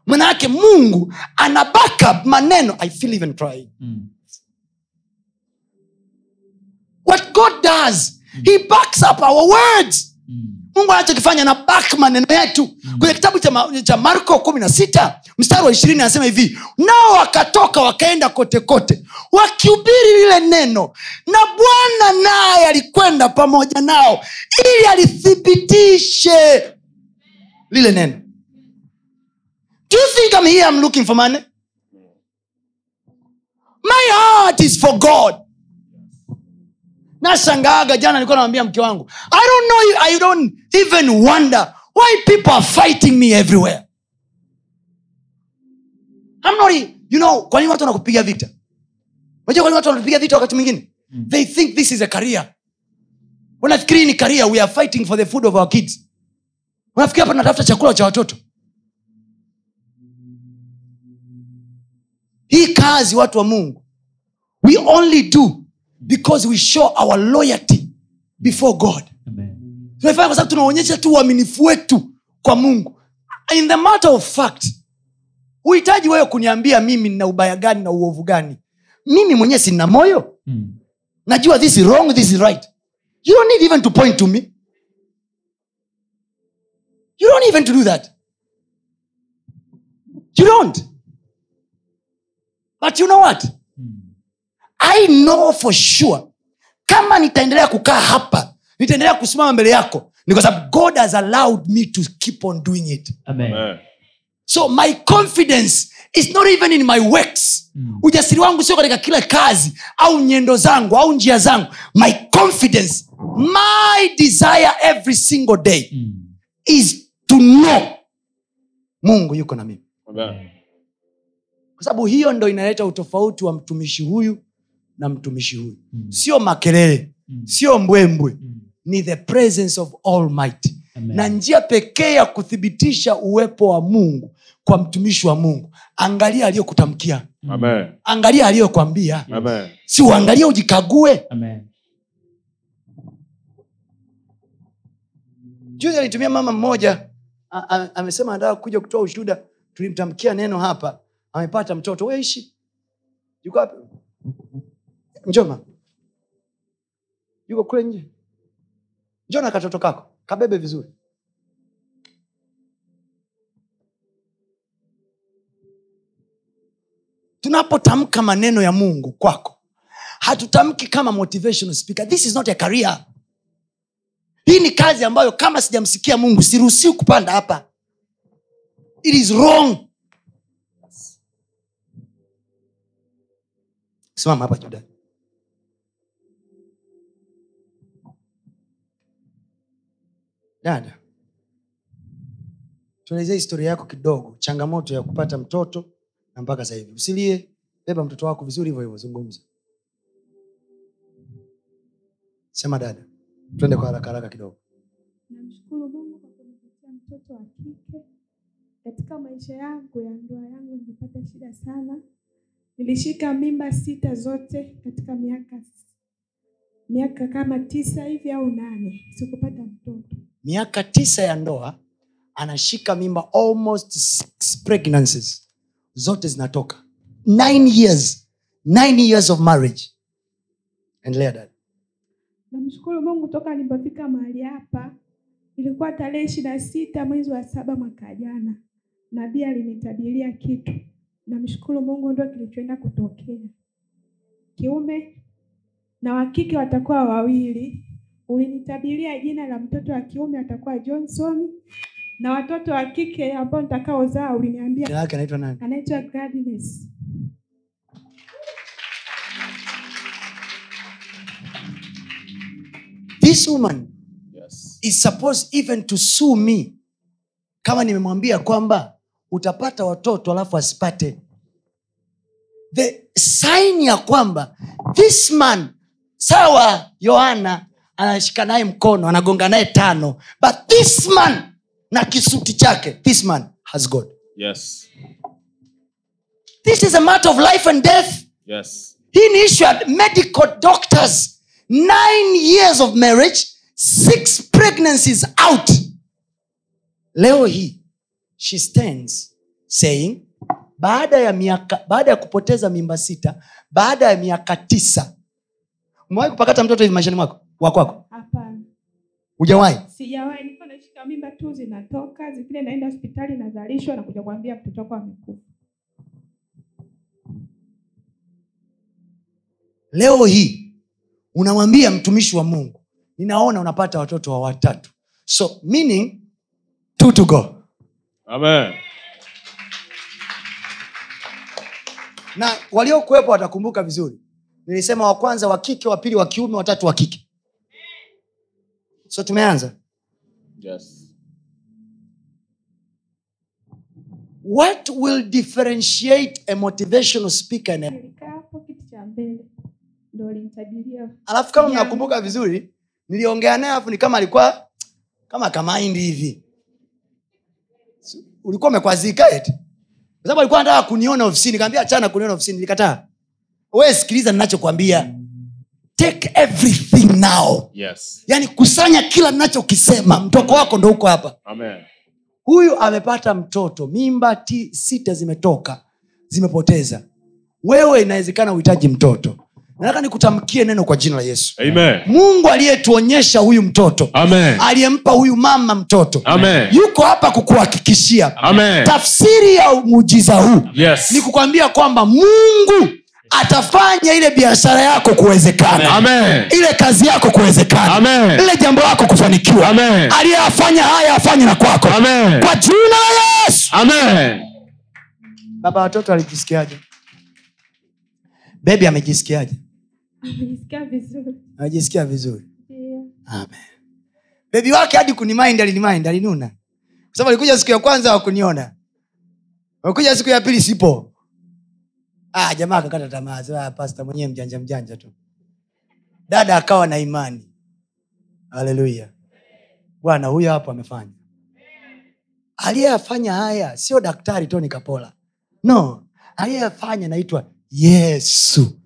manaake mungu ana backup maneno i feel even crying
Mm.
what god does he backs up our words
Mm.
mungu anachokifanya na back maneno yetu kwenye kitabu cha, Ma- cha marko kumi na sita mstari wa ishirini anasema hivi nao wakatoka wakaenda kote kote wakihubiri lile neno na bwana naye alikwenda pamoja nao ili alithibitishe lile neno do you think I'm here, I'm looking for money my heart is for god nashangaaga jana nilikuwa namwambia mke wangu i don't know you- i don't even wonder why people are fighting me everywhere I'm not, e-, you know kwa nini watu wanakupiga vita unajua kwa nini watu wanapiga vita wakati mwingine they think this is a career wanafikiri hii ni career we are fighting for the food of our kids wanafikiri hapa tunatafuta chakula cha watoto hii kazi watu wa mungu we only do because we show our loyalty before god
Amen.
tunaifanya kwa sababu tunaonyesha tu uaminifu wetu kwa mungu in the matter of fact huhitaji wewe kuniambia mimi nina ubaya gani na uovu gani mimi mwenyewe sina moyo
Mm.
najua this is wrong this is right you don't need even to point to me you don't even to do that you don't but you know what
Mm.
i know for sure kama nitaendelea kukaa hapa nitaendelea kusimama mbele yako ni kwa sababu god has allowed me to keep on doing it
Amen.
Amen.
so my confidence is not even in my works
Mm.
ujasiri wangu sio katika kila kazi au nyendo zangu au njia zangu my confidence my desire every single day
Mm.
is to know mungu yuko na mimi
Amen.
kwa sababu hiyo ndo inaleta utofauti wa mtumishi huyu na mtumishi huyu
Mm.
sio makelele
Mm.
sio mbwembwe
Mm.
ni the presence of almighty
Amen.
na njia pekee ya kuthibitisha uwepo wa mungu kwa mtumishi wa mungu angalia aliyokutamkia
Amen.
angalia aliyokwambia
Amen.
si uangalie ujikague
Amen.
juzi alitumia mama mmoja a- a- amesema anataka kuja kutoa ushuda tulimtamkia neno hapa amepata mtoto weishi yuko wapi njoma yuko kule nje njona katoto kako kabebe vizuri tunapotamka maneno ya mungu kwako hatutamki kama motivational speaker this is not a career hii ni kazi ambayo kama sijamsikia mungu siruhusiwi kupanda hapa it is wrong simama hapa juda dada tuelezee historia yako kidogo changamoto ya kupata mtoto na mpaka sasa hivi usilie beba mtoto wako vizuri hivyo hivyo zungumza sema dada twende kwa haraka haraka kidogo
namshukuru mungu kwa kunipatia mtoto wa kike katika maisha yangu ya ndoa yangu nilipata shida sana nilishika mimba sita zote katika miaka miaka kama tisa hivi au nane sikupata mtoto
miaka tisa ya ndoa anashika mimba almost six pregnancies zote zinatoka nine years nine years of marriage endelea dada
namshukuru mungu toka nilipofika mahali hapa ilikuwa tarehe ishiri na sita mwezi wa saba mwaka jana nabii alinitabiria kitu namshukuru mungu ndio kilichoenda kutokea kiume na wakike watakuwa wawili ulinitabiria jina la mtoto wa kiume atakuwa johnson na watoto wa kike ambao nitakaozaa uliniambia
jina lake anaitwa nani
anaitwa Gladness.
this woman
Yes.
is supposed even to sue me kama nimemwambia kwamba utapata watoto alafu asipate the sign ya kwamba this man sawa yohana anashika naye mkono anagonga naye tano but this man na kisuti chake this man has god
Yes.
this is a matter of life and death
Yes.
hii ni issue ya medical doctors nine years of marriage six pregnancies out leo hii she stands saying baada ya miaka baada ya kupoteza mimba sita baada ya miaka tisa umewahi kupakata mtoto hivi maishani mwako wakwako
hapana
hujawahi
sijawahi nilikuwa nashika mimba tu zinatoka zingine naenda hospitali nazalishwa na kuja kuambia mtoto wako amekufa
leo hii unamwambia mtumishi wa mungu ninaona unapata watoto wa watatu so meaning two to go
Amen.
na waliokuwepo watakumbuka vizuri nilisema wa kwanza wa kike wa pili wa kiume watatu wa kike so tumeanza
Yes.
what will differentiate a motivational speaker and a...
nilikaa hapo kiti cha mbele ndo ulinitabiria
alafu kama mnakumbuka vizuri niliongea naye alafu ni kama alikuwa kama kamaindi hivi Si- ulikuwa umekwazika eti kwa sababu alikuwa anataka kuniona ofisini kaambia achana kuniona ofisini nilikataa wewe sikiliza ninachokwambia take everything now
Yes.
yaani kusanya kila nachokisema mtoko wako ndo huko hapa
Amen.
huyu amepata mtoto mimba ti, sita zimetoka zimepoteza wewe inawezekana uhitaji mtoto nataka nikutamkie neno kwa jina la yesu
Amen.
mungu aliyetuonyesha huyu mtoto
Amen.
aliyempa huyu mama mtoto
Amen.
yuko hapa kukuhakikishia
Amen.
tafsiri ya muujiza huu
Yes.
ni kukwambia kwamba mungu atafanya ile biashara yako kuwezekana
Amen.
ile kazi yako kuwezekana
Amen.
lile jambo lako kufanikiwa
Amen.
aliyeyafanya haya afanye na kwako
Amen.
kwa jina la yesu
Amen.
baba watoto alijisikiaje bebi amejisikiaje
nilisikia vizuri
amejisikia vizuri
Ndio.
Amen. bebi wake hadi kunimind alinimind alinuna kwa sababu alikuja siku ya kwanza wakuniona alikuja siku ya pili sipo ah, jamaa akakata tamaa sema, "Ah, pasta mwenyewe mjanja mjanja tu dada akawa na imani haleluya bwana huyo hapo amefanya aliyeyafanya haya sio daktari toni kapola no aliyeyafanya naitwa yesu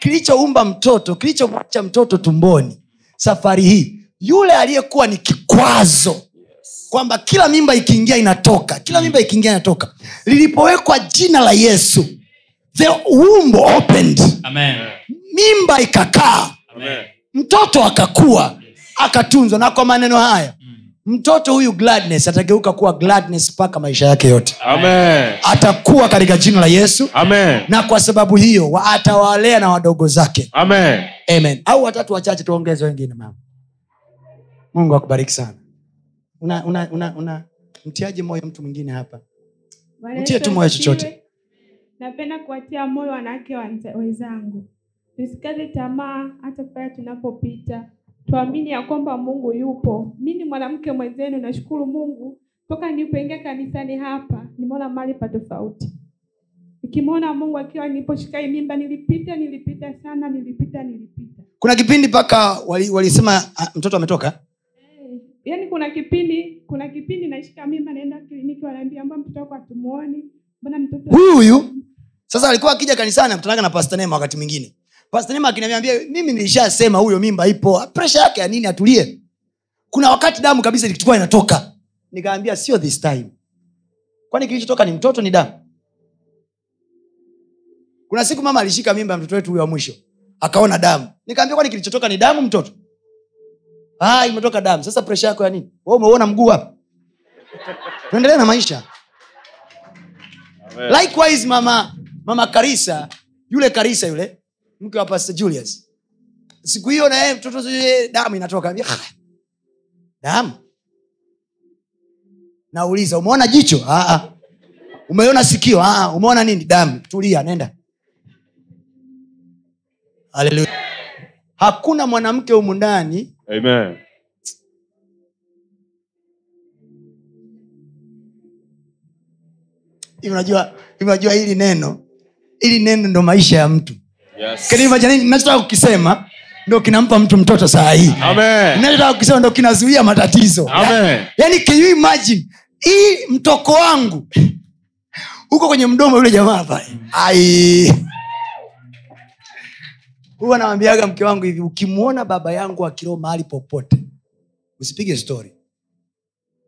kilichoumba mtoto kilichomwacha mtoto tumboni safari hii yule aliyekuwa ni kikwazo kwamba kila mimba ikiingia inatoka kila mimba ikiingia inatoka lilipowekwa jina la yesu the womb opened
Amen.
mimba ikakaa
Amen.
mtoto akakua akatunzwa na kwa maneno haya mtoto huyu gladness atageuka kuwa gladness mpaka maisha yake yote
Amen.
atakuwa katika jina la yesu
Amen.
na kwa sababu hiyo wa- atawalea na wadogo zake
Amen.
amen au watatu wachache tuongeze wengine mama mungu akubariki sana una, una, una, una mtiaje moyo mtu mwingine hapa
Bwana
Mtie
Yesu
tu moyo
asifiwe.
chochote.
napenda kuwatia moyo wanawake wanza- wenzangu tusikate tamaa hata pale tunapopita tuamini ya kwamba mungu yupo mi ni mwanamke mwenzenu nashukuru mungu toka nilipoingia kanisani hapa nimeona mali pa tofauti nikimwona mungu akiwa niliposhika hii mimba nilipita nilipita sana nilipita nilipita
kuna kipindi mpaka walisema wali walisema, ah, mtoto ametoka
yaani kuna kipindi kuna kipindi nashika mimba naenda kliniki wanaambia mbona mtoto wako hatumuoni mbona mtoto
huyu huyu sasa alikuwa akija kanisani akutanaga na pastanema wakati mwingine pastanema akiniambia mimi nilishasema huyo mimba ipo presha yake ya nini atulie kuna wakati damu kabisa ilikuwa inatoka nikaambia sio this time kwani kilichotoka ni mtoto ni damu kuna siku mama alishika mimba ya mtoto wetu huyo wa mwisho akaona damu nikaambia kwani kilichotoka ni damu mtoto ah, imetoka damu sasa presha yako ya nini Wewe umeuona mguu hapa tuendelee na maisha
Amen.
likewise mama mama karisa yule karisa yule mke wa pastor julius siku hiyo naye mtoto yeye damu inatoka Ambia, "Ah, damu nauliza umeona jicho "Ah, ah." umeona sikio "Ah, ah." umeona nini damu tulia nenda Hallelujah. hakuna mwanamke humu ndani
Amen.
hivi unajua hivi unajua hili neno hili neno ndo maisha ya mtu
Yes.
Lakini imagine nini nachotaka kukisema ndo kinampa mtu mtoto saa hii
Amen.
nachotaka kukisema ndo kinazuia matatizo
Amen.
yani can you imagine hii mtoko wangu huko kwenye mdomo yule jamaa pale ai huwa nawambiaga mke wangu hivi ukimwona baba yangu akiroho mahali popote usipige story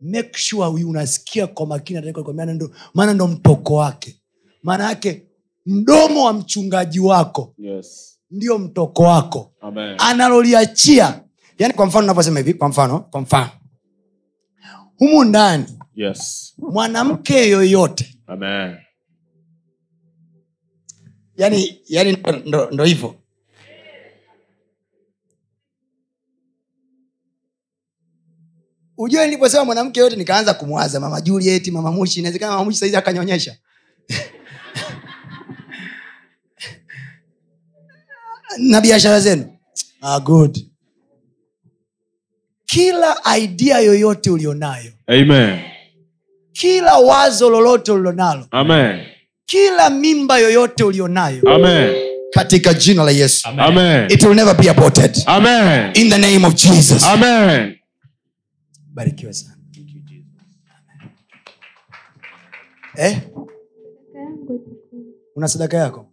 make sure huyu unasikia kwa makini anataka kukwambia, maana ndo- maana ndo mtoko wake maana yake mdomo wa mchungaji wako
Yes.
ndio mtoko wako
Amen.
analoliachia yani kwa mfano navyosema hivi kwa mfano kwa mfano humu ndani
Yes.
mwanamke yoyote
Amen.
yani yani ndo- ndo- ndo hivyo ujue niliposema mwanamke yoyote nikaanza kumwaza mama juliet mama mushi inawezekana mama mushi saizi akanyonyesha na biashara zenu ah, good kila idea yoyote ulionayo
Amen.
kila wazo lolote ulilonalo
Amen.
kila mimba yoyote ulionayo
Amen.
katika jina la yesu
Amen.
it will never be aborted
Amen.
in the name of jesus
Amen.
barikiwe sana eh?
Kaka yangu ipo kule.
una sadaka yako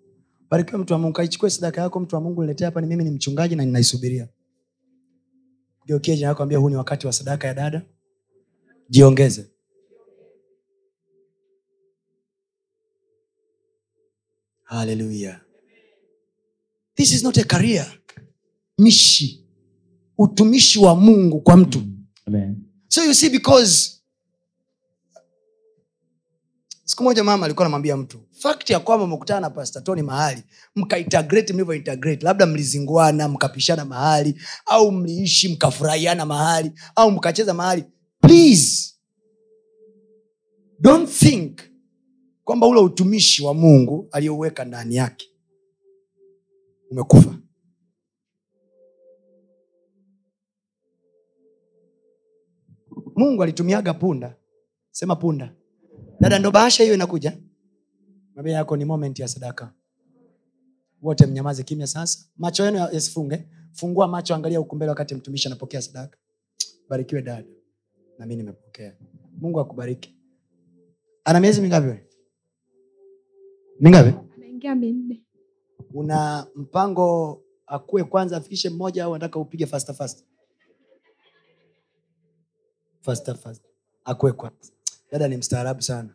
barikiwe mtu wa mungu kaichukue sadaka yako mtu wa mungu niletea hapa ni mimi ni mchungaji na ninaisubiria geukie jina lako ambia huu ni wakati wa sadaka ya dada jiongeze haleluya this is not a career mishi utumishi wa mungu kwa mtu
Hmm. Amen.
so you see because siku moja mama alikuwa anamwambia mtu fakti ya kwamba umekutana na pasta tony mahali mkaintegrate mlivyointegrate labda mlizinguana mkapishana mahali au mliishi mkafurahiana mahali au mkacheza mahali please don't think kwamba ule utumishi wa mungu aliyouweka ndani yake umekufa mungu alitumiaga punda sema punda dada ndo bahasha hiyo inakuja mabia yako ni moment ya sadaka wote mnyamaze kimya sasa macho yenu yasifunge fungua macho angalia huku mbele wakati mtumishi anapokea sadaka barikiwe dada na mi nimepokea mungu akubariki ana miezi mingapi wewe? mingapi
anaingia minne
una mpango akue kwanza afikishe mmoja au nataka upige fasta fasta fasta fasta akue kwanza dada ni mstaarabu sana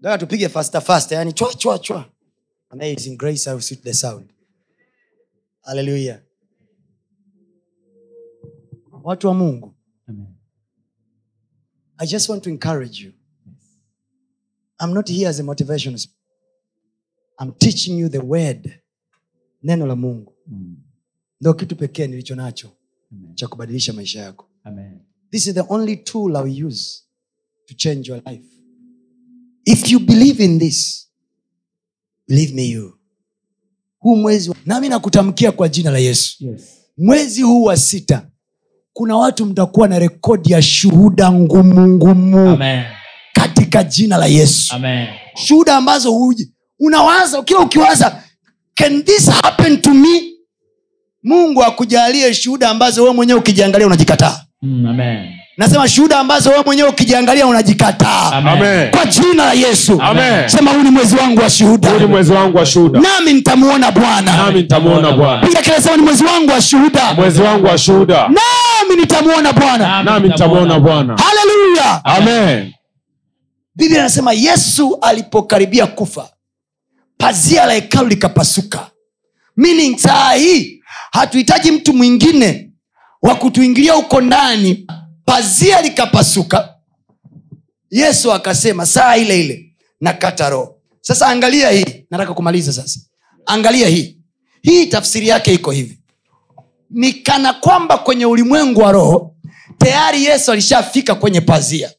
dada tupige fasta fasta yani chwa chwa chwa amazing grace I will suit the sound haleluya watu wa mungu
Amen.
i just want to encourage you i'm not here as a motivation speaker. I'm teaching you the word neno la mungu
Mm.
ndo kitu pekee nilicho nacho
Amen.
cha kubadilisha maisha yako
Amen.
this is the only tool I will use to change your life if you believe in this believe me you huu mwezi wa- nami nakutamkia kwa jina la yesu
Yes.
mwezi huu wa sita kuna watu mtakuwa na rekodi ya shuhuda ngumu ngumu
Amen.
katika jina la yesu
Amen.
shuhuda ambazo huji unawaza kila ukiwaza can this happen to me mungu akujalie shuhuda ambazo wewe mwenyewe ukijiangalia unajikataa
Mm, Amen.
nasema shuhuda ambazo wewe mwenyewe ukijiangalia unajikataa
Amen.
kwa jina la yesu
Amen.
sema huu ni mwezi wangu wa
Huu ni
shuhuda
mwezi wangu wa shuhuda,
nami nitamuona bwana
nami nitamuona Bwana.
piga kelele sema ni mwezi wangu wa shuhuda
Mwezi wangu wa shuhuda,
nami nitamuona bwana
nami nitamuona Bwana.
haleluya
Amen.
biblia anasema yesu alipokaribia kufa pazia la hekalu likapasuka meaning saa hii hatuhitaji mtu mwingine wa kutuingilia huko ndani pazia likapasuka yesu akasema saa ile ile na kata roho sasa angalia hii nataka kumaliza sasa angalia hii hii tafsiri yake iko hivi ni kana kwamba kwenye ulimwengu wa roho tayari yesu alishafika kwenye pazia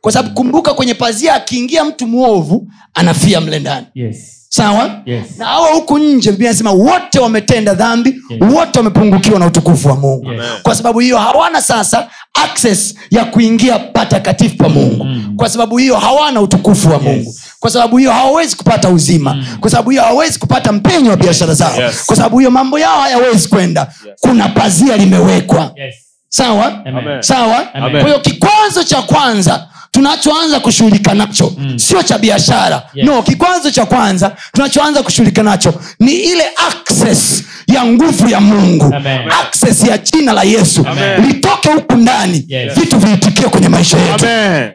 kwa sababu kumbuka kwenye pazia akiingia mtu mwovu anafia mle ndani
yes
sawa
yes
na hawa huku nje biblia inasema wote wametenda dhambi
Yes.
wote wamepungukiwa na utukufu wa mungu
Yes.
kwa sababu hiyo hawana sasa access ya kuingia patakatifu pa mungu
Mm.
kwa sababu hiyo hawana utukufu wa mungu kwa sababu hiyo hawawezi kupata uzima
Mm.
kwa sababu hiyo hawawezi kupata mpenyo wa biashara zao
Yes.
kwa sababu hiyo mambo yao hayawezi kwenda kuna pazia limewekwa
yes
sawa
amen
Amen.
sawa
Amen.
kwa hiyo kikwazo cha kwanza tunachoanza kushughulika nacho mm. sio cha biashara
Yes.
no kikwazo cha kwanza tunachoanza kushughulika nacho ni ile access ya nguvu ya mungu
Amen.
access ya jina la yesu
Amen.
litoke huku ndani
Yes.
vitu viitikie kwenye maisha yetu
Amen.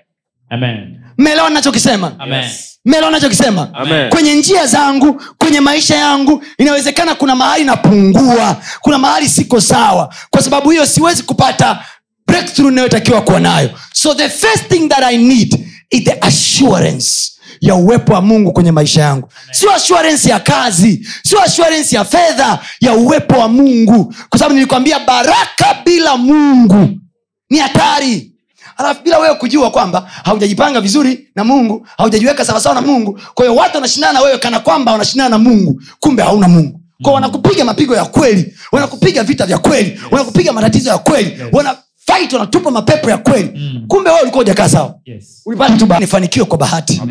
amen
mmeelewa nachokisema
amen
mmeelewa nachokisema
Amen.
kwenye njia zangu kwenye maisha yangu inawezekana kuna mahali napungua kuna mahali siko sawa kwa sababu hiyo siwezi kupata breakthrough inayotakiwa kuwa nayo so the first thing that i need is the assurance ya uwepo wa mungu kwenye maisha yangu sio assurance ya kazi sio assurance ya fedha ya uwepo wa mungu kwa sababu nilikwambia baraka bila mungu ni hatari alafu bila wewe kujua kwamba haujajipanga vizuri na mungu haujajiweka sawasawa na mungu kwa hiyo watu wanashindana na wewe kana kwamba wanashindana na mungu kumbe hauna mungu kwao wanakupiga mapigo ya kweli wanakupiga vita vya kweli wanakupiga matatizo ya kweli wana fight wanatupa mapepo ya kweli kumbe wewe ulikuwa hujakaa sawa
yes
ulipata tu ba- nifanikiwe kwa bahati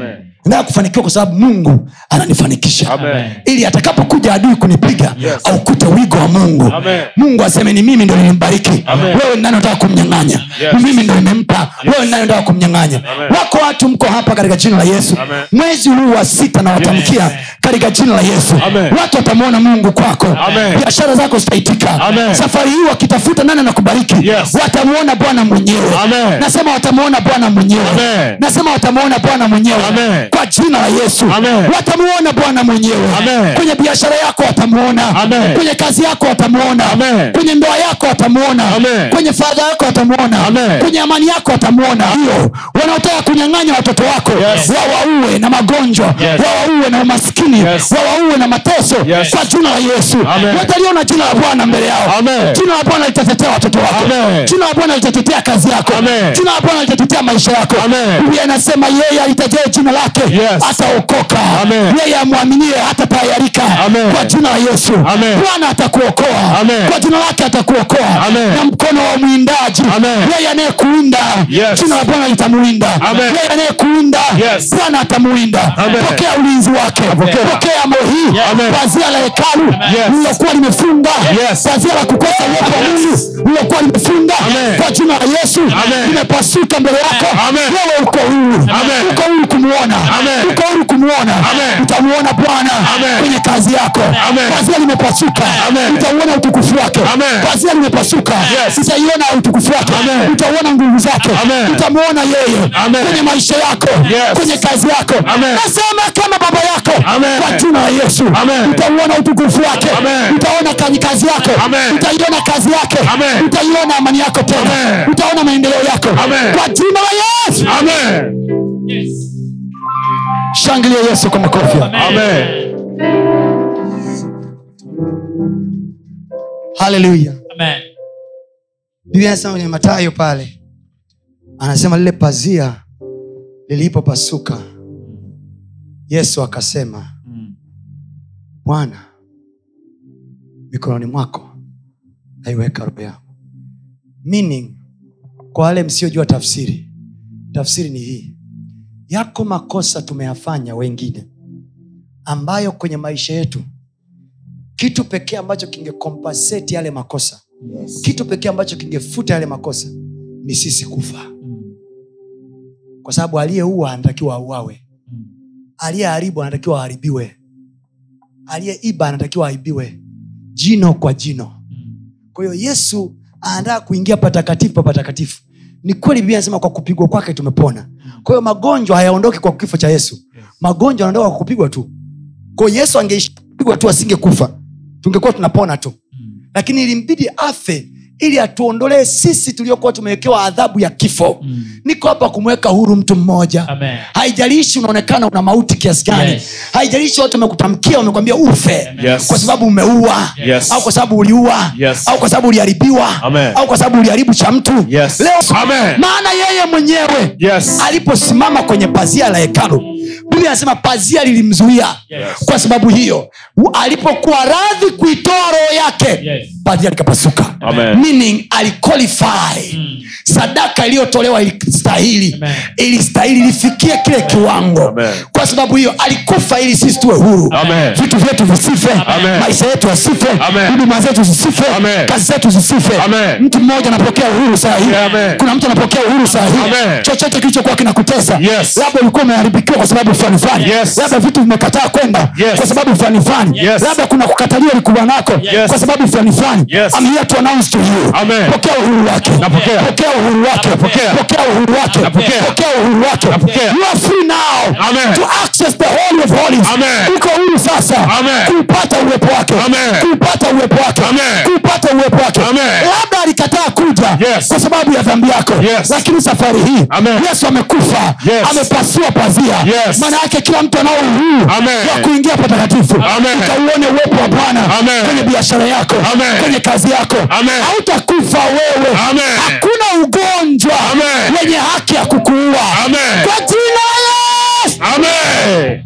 na kufanikiwa kwa sababu mungu ananifanikisha
Amen.
ili atakapokuja adui kunipiga
Yes.
aukute wigo wa mungu
Amen.
mungu aseme ni mimi ndo nilimbariki
Amen.
wewe nani unataka kumnyang'anya
Yes.
ni mimi ndo nimempa wewe nani unataka kumnyang'anya
Amen.
wako watu mko hapa katika jina la yesu
Amen.
mwezi huu wa sita nawatamkia katika jina la yesu
Amen.
watu watamwona mungu kwako
Amen.
biashara zako zitaitika
Amen.
safari hii wakitafuta nani anakubariki
Yes.
watamwona bwana mwenyewe
Amen.
nasema watamwona bwana mwenyewe
Amen.
nasema watamwona bwana mwenyewe
Amen.
kwa jina la yesu
Amen.
watamuona bwana mwenyewe
Amen.
kwenye biashara yako watamuona
Amen.
kwenye kazi yako watamuona
Amen.
kwenye ndoa yako watamuona
Amen.
kwenye fadha yako watamuona
Amen.
kwenye amani yako watamuona hiyo wanaotaka kunyang'anya watoto wako
Yes.
wawauwe na magonjwa
Yes.
wawauwe na umaskini
Yes.
wawauwe na mateso
Yes.
kwa jina la yesu
Amen.
wataliona jina la bwana mbele yao
Amen.
jina la bwana litatetea watoto wako
Amen.
jina la bwana litatetea kazi yako
Amen.
jina la bwana litatetea maisha yako
Amen.
biblia inasema yeye alitajia jina lake
Yes.
ataokoka
Amen.
yeye amwaminie hatatayarika
Amen.
kwa jina la yesu
Amen.
bwana atakuokoa
Amen.
kwa jina lake atakuokoa
Amen.
na mkono wa mwindaji
Amen.
yeye anayekuinda
Yes.
jina la bwana litamwinda
Amen.
yeye anayekuinda
Yes.
bwana atamuinda
Amen.
pokea ulinzi wake
Pokea.
pokea mohi
Amen.
pazia la hekalu
Yes.
lilokuwa limefunga
Yes.
pazia la kukosa uwepo wa mungu lilokuwa limefunga
Amen.
kwa jina la yesu
Amen.
limepasuka mbele yako
Amen.
wewe uko huru
Amen.
uko huru kumwona
Amen.
uko huru kumwona
Amen.
utamuona bwana
Amen.
kwenye kazi yako
Amen.
pazia limepasuka
Amen.
utauona utukufu wake
Amen.
pazia limepasuka
Yes.
utaiona utukufu wake
Amen.
utauona nguvu zake
Amen.
utamwona yeye
Amen.
kwenye maisha yako
Yes.
kwenye kazi yako
Amen.
nasema kama baba yako
Amen.
kwa jina la yesu
Amen.
utauona utukufu wake
Amen.
utaona kazi kazi yako
Amen.
utaiona kazi yake
Amen.
utaiona amani yako tena
Amen.
utaona maendeleo yako
Amen.
kwa jina la yesu
Amen.
shangilia yesu kwa makofi
Amen.
haleluya
amen
biblia anasema kwenye matayo pale anasema lile pazia lilipopasuka yesu akasema bwana mikononi mwako naiweka roho yangu meaning kwa wale msiojua tafsiri tafsiri ni hii yako makosa tumeyafanya wengine ambayo kwenye maisha yetu kitu pekee ambacho kingekompaseti yale makosa kitu pekee ambacho kingefuta yale makosa ni sisi kufa kwa sababu aliyeua anatakiwa auawe aliyeharibu anatakiwa aharibiwe aliyeiba anatakiwa aibiwe jino kwa jino kwa hiyo yesu anataka kuingia patakatifu pa patakatifu ni kweli biblia anasema kwa kupigwa kwake tumepona kwa hiyo magonjwa hayaondoki kwa kifo cha yesu magonjwa yanaondoka kwa kupigwa tu kwa hiyo yesu angeishapigwa tu asingekufa tungekuwa tunapona tu lakini ilimbidi afe ili atuondolee sisi tuliokuwa tumewekewa adhabu ya kifo
Mm.
niko hapa kumweka huru mtu mmoja
Amen.
haijalishi unaonekana una mauti kiasi gani
Yes.
haijalishi watu wamekutamkia wamekwambia ufe
Yes.
kwa sababu umeua
Yes.
au kwa sababu uliua
Yes.
au kwa sababu uliharibiwa
Amen.
au kwa sababu uliharibu cha mtu
Yes.
leo
Amen.
maana yeye mwenyewe
Yes.
aliposimama kwenye pazia la hekalu biblia anasema pazia lilimzuia
Yes.
kwa sababu hiyo u- alipokuwa radhi kuitoa roho yake
Yes.
pazia likapasuka
Amen.
meaning aliqualify
Mm.
sadaka iliyotolewa ilistahili
Amen.
ilistahili ilifikie kile kiwango
Amen.
kwa sababu hiyo alikufa ili sisi tuwe huru
Amen.
vitu vyetu visife
Amen.
maisha yetu yasife
Amen.
huduma zetu zisife
Amen.
kazi zetu zisife
Amen.
mtu mmoja anapokea uhuru saa hii
Amen.
kuna mtu anapokea uhuru saa hii
Amen.
chochote kilichokuwa kinakutesa
Yes.
labda ulikuwa umeharibikiwa kwa sababu fulani fulani
Yes.
labda vitu vimekataa kwenda
Yes.
kwa sababu fulani fulani
Yes.
labda kuna kukataliwa likubwa nako
Yes.
kwa sababu fulani fulani
Yes.
I'm here to announce to you
Amen.
pokea uhuru wake
Napokea.
pokea uhuru wake
Napokea.
pokea uhuru wake
Napokea.
pokea uhuru wake
Napokea.
you are free now
Amen.
to access the holy of holies
Amen.
uko huru sasa
Amen.
kuupata uwepo wake
Amen.
kuupata uwepo wake
Amen.
kuupata uwepo wake
Amen.
labda alikataa kuja
Yes.
kwa sababu ya dhambi yako
Yes.
lakini safari hii
Amen.
yesu amekufa
Yes.
amepasua pazia
Yes.
maana yake kila mtu anao uhuru
Amen.
wa kuingia patakatifu
Amen.
ukauone uwepo wa bwana
Amen.
kwenye biashara yako
Amen.
kwenye kazi yako
Amen.
hautakufa wewe
Amen.
hakuna ugonjwa
Amen.
wenye haki ya kukuua
Amen.
kwa jina la yesu
Amen.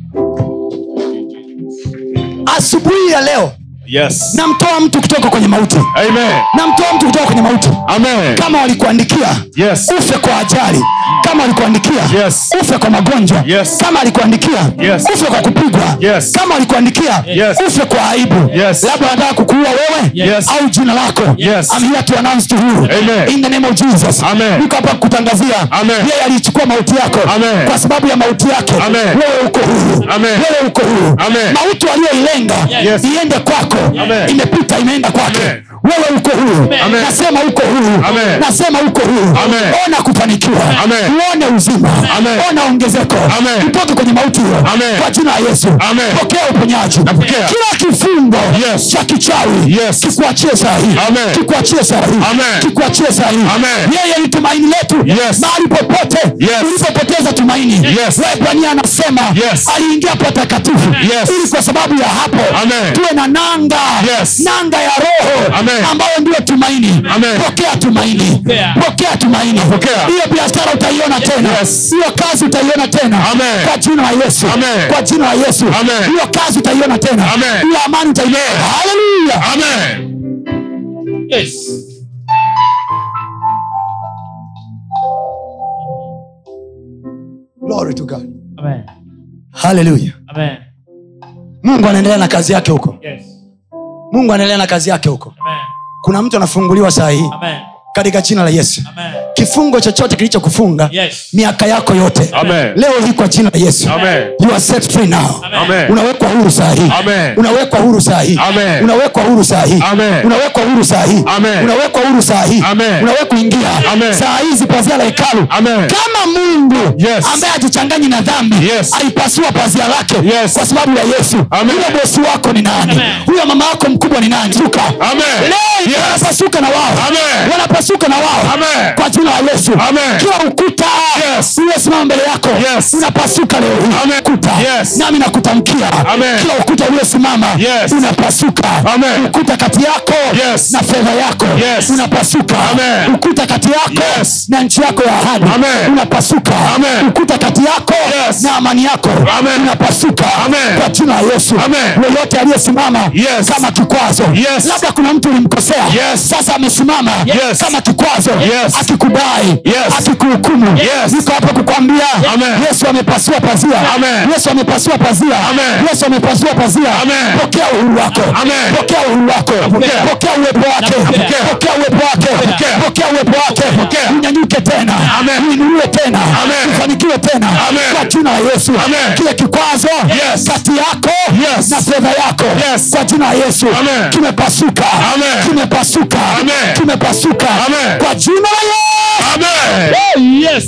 asubuhi ya leo
Yes.
namtoa mtu kutoka kwenye mauti
Amen.
namtoa mtu kutoka kwenye mauti
Amen.
kama walikuandikia
Yes.
ufe kwa ajali kama walikuandikia
Yes.
ufe kwa magonjwa
Yes.
kama walikuandikia
Yes.
ufe kwa kupigwa
Yes.
kama walikuandikia
Yes.
ufe kwa aibu
Yes.
labda wanataka kukuua wewe
Yes.
au jina lako
Yes.
I'm here to announce to you
Amen.
in the name of Jesus
Amen.
niko hapa kukutangazia
Amen.
yeye alichukua mauti yako
Amen.
kwa sababu ya mauti yake
Amen.
wewe uko huru
Amen.
wewe uko huru
Amen.
mauti aliyoilenga
Yes.
iende kwako
Amen.
imepita imeenda kwake
Amen.
wewe uko huru
Amen.
nasema uko huru
Amen.
nasema uko huru
Amen.
ona kufanikiwa
Amen.
uone uzima
Amen.
ona ongezeko
Amen.
utoke kwenye mauti hiyo
Amen.
kwa jina la yesu
Amen.
pokea uponyaji
Napokea.
kila kifungo
Yes.
cha kichawi
Yes.
kikuachie sahihi
Amen.
kikuachie sahihi
Amen.
kikuachie sahihi
Amen.
yeye ni tumaini letu
Yes.
mahali popote
Yes.
ulipopoteza tumaini
Yes.
webrania anasema
Yes.
aliingia patakatifu
Yes.
ili kwa sababu ya hapo
Amen.
tuwe na nanga
Yes.
nanga ya roho
Amen.
ambayo ndiyo tumaini
Amen.
pokea tumaini
Pokea.
pokea tumaini
Pokea.
hiyo biashara utaiona tena
Yes.
hiyo kazi utaiona tena
Amen.
kwa jina la yesu
Amen.
kwa jina la yesu
Amen.
hiyo kazi utaiona tena
Amen.
hiyo amani utaiona haleluya
Amen.
Yes.
glory to god
Amen.
haleluya
Amen.
mungu anaendelea na kazi yake huko
Yes.
mungu anaendelea na kazi yake huko
Amen.
kuna mtu anafunguliwa saa hii
Amen.
katika jina la yesu
Amen.
kifungo chochote kilichokufunga
Yes.
miaka yako yote
Amen.
leo hii kwa jina la yesu
Amen.
you are set free now
Amen.
unawekwa huru saa hii
Amen.
unawekwa huru saa hii
Amen.
unawekwa huru saa hii
Amen.
unawekwa huru saa hii
Amen.
unawekwa huru saa hii
Amen.
unawekwa ingia
Amen.
saa hizi pazia la hekalu
Amen.
kama mungu
Yes.
ambaye hajichanganyi na dhambi
Yes.
alipasua pazia lake
Yes.
kwa sababu ya yesu
Amen.
huyo bosi wako ni nani
Amen.
huyo mama wako mkubwa ni nani Suka.
Amen.
leo
Yes.
wanapasuka na wao
Amen.
wanapasuka na wao
Amen.
kwa jina la yesu
Amen.
kila ukuta
Yes.
uliosimama mbele yako
Yes.
unapasuka leo hii
Amen.
Kuta.
Yes.
nami nakutamkia
Amen.
kila ukuta uliosimama
Yes.
unapasuka
Amen.
ukuta kati yako
Yes.
na fedha yako
Yes.
unapasuka
Amen.
ukuta kati yako
Yes.
na nchi yako ya ahadi
Amen.
unapasuka
Amen.
ukuta kati yako
Yes.
na amani yako
Amen.
unapasuka
Amen.
kwa jina la yesu
Amen.
yoyote aliyesimama
Yes.
kama kikwazo
Yes.
labda kuna mtu ulimkosea
Yes.
sasa amesimama
Yes.
kama kikwazo
Yes.
akikudai
Yes.
akikuhukumu
Yes.
niko hapa kukwambia
Amen.
yesu amepasua pazia
Amen.
yesu amepasua pazia
Amen.
yesu amepasua pazia
Amen.
pokea uhuru wako
Amen.
pokea uhuru wako
Napokea.
pokea uwepo wake
Napokea.
pokea uwepo wake
Napokea.
pokea uwepo wake
Napokea.
unyanyuke tena
Amen.
uinuliwe tena
Amen.
ufanikiwe tena
Amen.
kwa jina la yesu
Amen.
kile kikwazo
Yes.
kati yako
Yes.
na fedha yako
Yes.
kwa jina la yesu
Amen.
kimepasuka
Amen.
kimepasuka
Amen.
kimepasuka
Amen.
kwa jina la yesu
Amen.
Yes.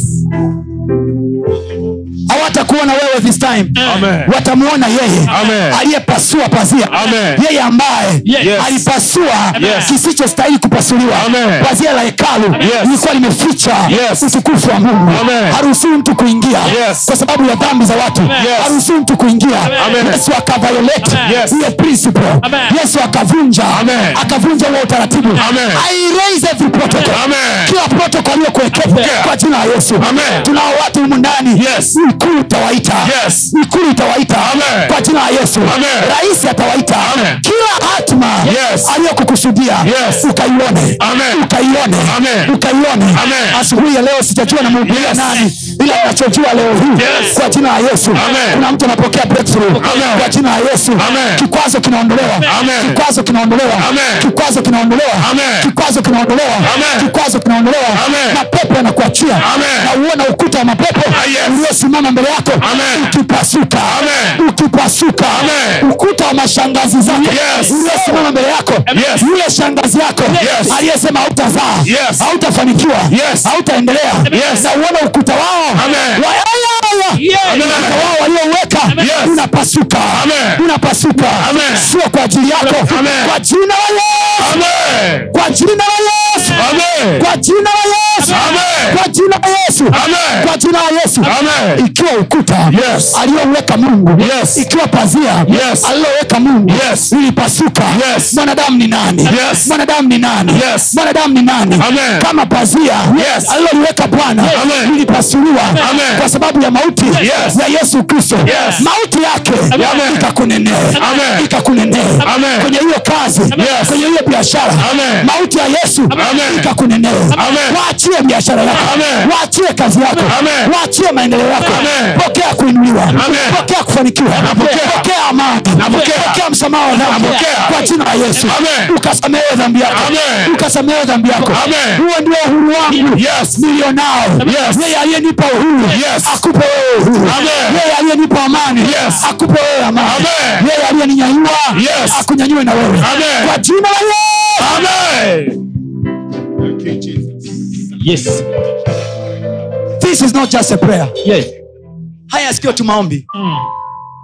hawatakuona wewe of his time
Amen.
watamwona yeye
Amen.
aliyepasua pazia
Amen.
yeye ambaye
Yes.
alipasua
Yes.
kisichostahili kupasuliwa
Amen.
pazia la hekalu
Yes.
lilikuwa limeficha
Yes.
utukufu wa mungu
Amen.
haruhusiwi mtu kuingia
Yes.
kwa sababu ya dhambi za watu haruhusiwi mtu kuingia
Amen.
yesu akaviolate
Yes.
hiyo principle
Amen.
yesu akavunja
Amen.
akavunja huo utaratibu
Amen.
I erase every protocol
Amen.
kila protokol aliyokuwekewa
Yeah.
kwa jina la yesu
Amen.
tunao watu humu ndani
Yes.
ikulu itawaita
Yes.
ikulu itawaita
Amen.
kwa jina la yesu
Amen.
rais atawaita
Amen.
kila hatma
Yes.
aliyokukusudia
Yes.
ukaione
Amen.
ukaione
Amen.
ukaione
Amen.
asubuhi ya leo sijajua na mhubiri
Yes.
nani ila nachojua leo hii
Yes.
kwa jina la yesu
Amen.
kuna mtu anapokea breakthrough
Amen.
kwa jina la yesu
Amen.
kikwazo kinaondolewa
Amen.
kikwazo kinaondolewa
Amen.
kikwazo kinaondolewa
Amen.
kikwazo kinaondolewa
Amen.
kikwazo kinaondolewa
Amen.
mapepo yanakuachia
Amen.
na uona ukuta wa mapepo
Ah, yes.
uliosimama mbele yako
Amen.
ukipasuka
Amen.
ukipasuka
Amen.
ukuta wa mashangazi zako
Yes.
uliosimama mbele yako
Yes.
yule shangazi yako
Yes.
aliyesema hautazaa
Yes.
hautafanikiwa
Yes.
hautaendelea
Yes.
na uona ukuta wao
Amen.
wa- Aya, aya.
Yes. Amen.
ukuta wao waliouweka
Yes.
unapasuka
Amen.
unapasuka
Amen.
sio kwa ajili yako
Amen.
kwa jina la yesu
Amen.
kwa jina la yesu
Amen.
kwa jina la yesu
Amen.
kwa jina la yesu
Amen.
kwa jina la yesu
Amen.
ikiwa ukuta
Yes.
aliyoweka mungu
Yes.
ikiwa pazia
Yes.
aliloweka mungu
Yes.
ilipasuka
Yes.
mwanadamu ni nani
Yes.
mwanadamu ni nani
Yes.
mwanadamu ni nani
Amen.
kama pazia
Yes.
aliloliweka bwana
Amen.
lilipasuliwa
Amen.
kwa sababu ya mauti
Yes.
ya yesu kristo
Yes.
mauti yake
Amen.
ikakunenee
Amen.
ikakunenee
Amen.
kwenye hiyo kazi
Yes.
kwenye hiyo biashara
Amen.
mauti ya yesu
Amen.
ikakunenea
Amen.
waachie biashara yako
Amen.
waachie kazi yako
Amen.
waachie maendeleo yako
Amen.
pokea kuinuliwa
Amen.
pokea kufanikiwa pokea amani pokea msamaha wa dhambi
Napokea.
kwa jina la yesu
Amen.
ukasamehewe dhambi yako
Amen.
ukasamehewe dhambi yako
Amen.
huo ndio uhuru wangu
Yes.
nilio nao
Yes.
yeye aliyenipa uhuru
Yes.
akupe wewe uhuru
Amen.
yeye aliyenipa amani
Yes.
akupe wewe amani
Amen.
yeye aliyeninyanyua
Yes.
akunyanyue na wewe
Amen.
kwa jina la yesu
Amen.
Yes.
this is not just a prayer
Yes.
haya siyo tu maombi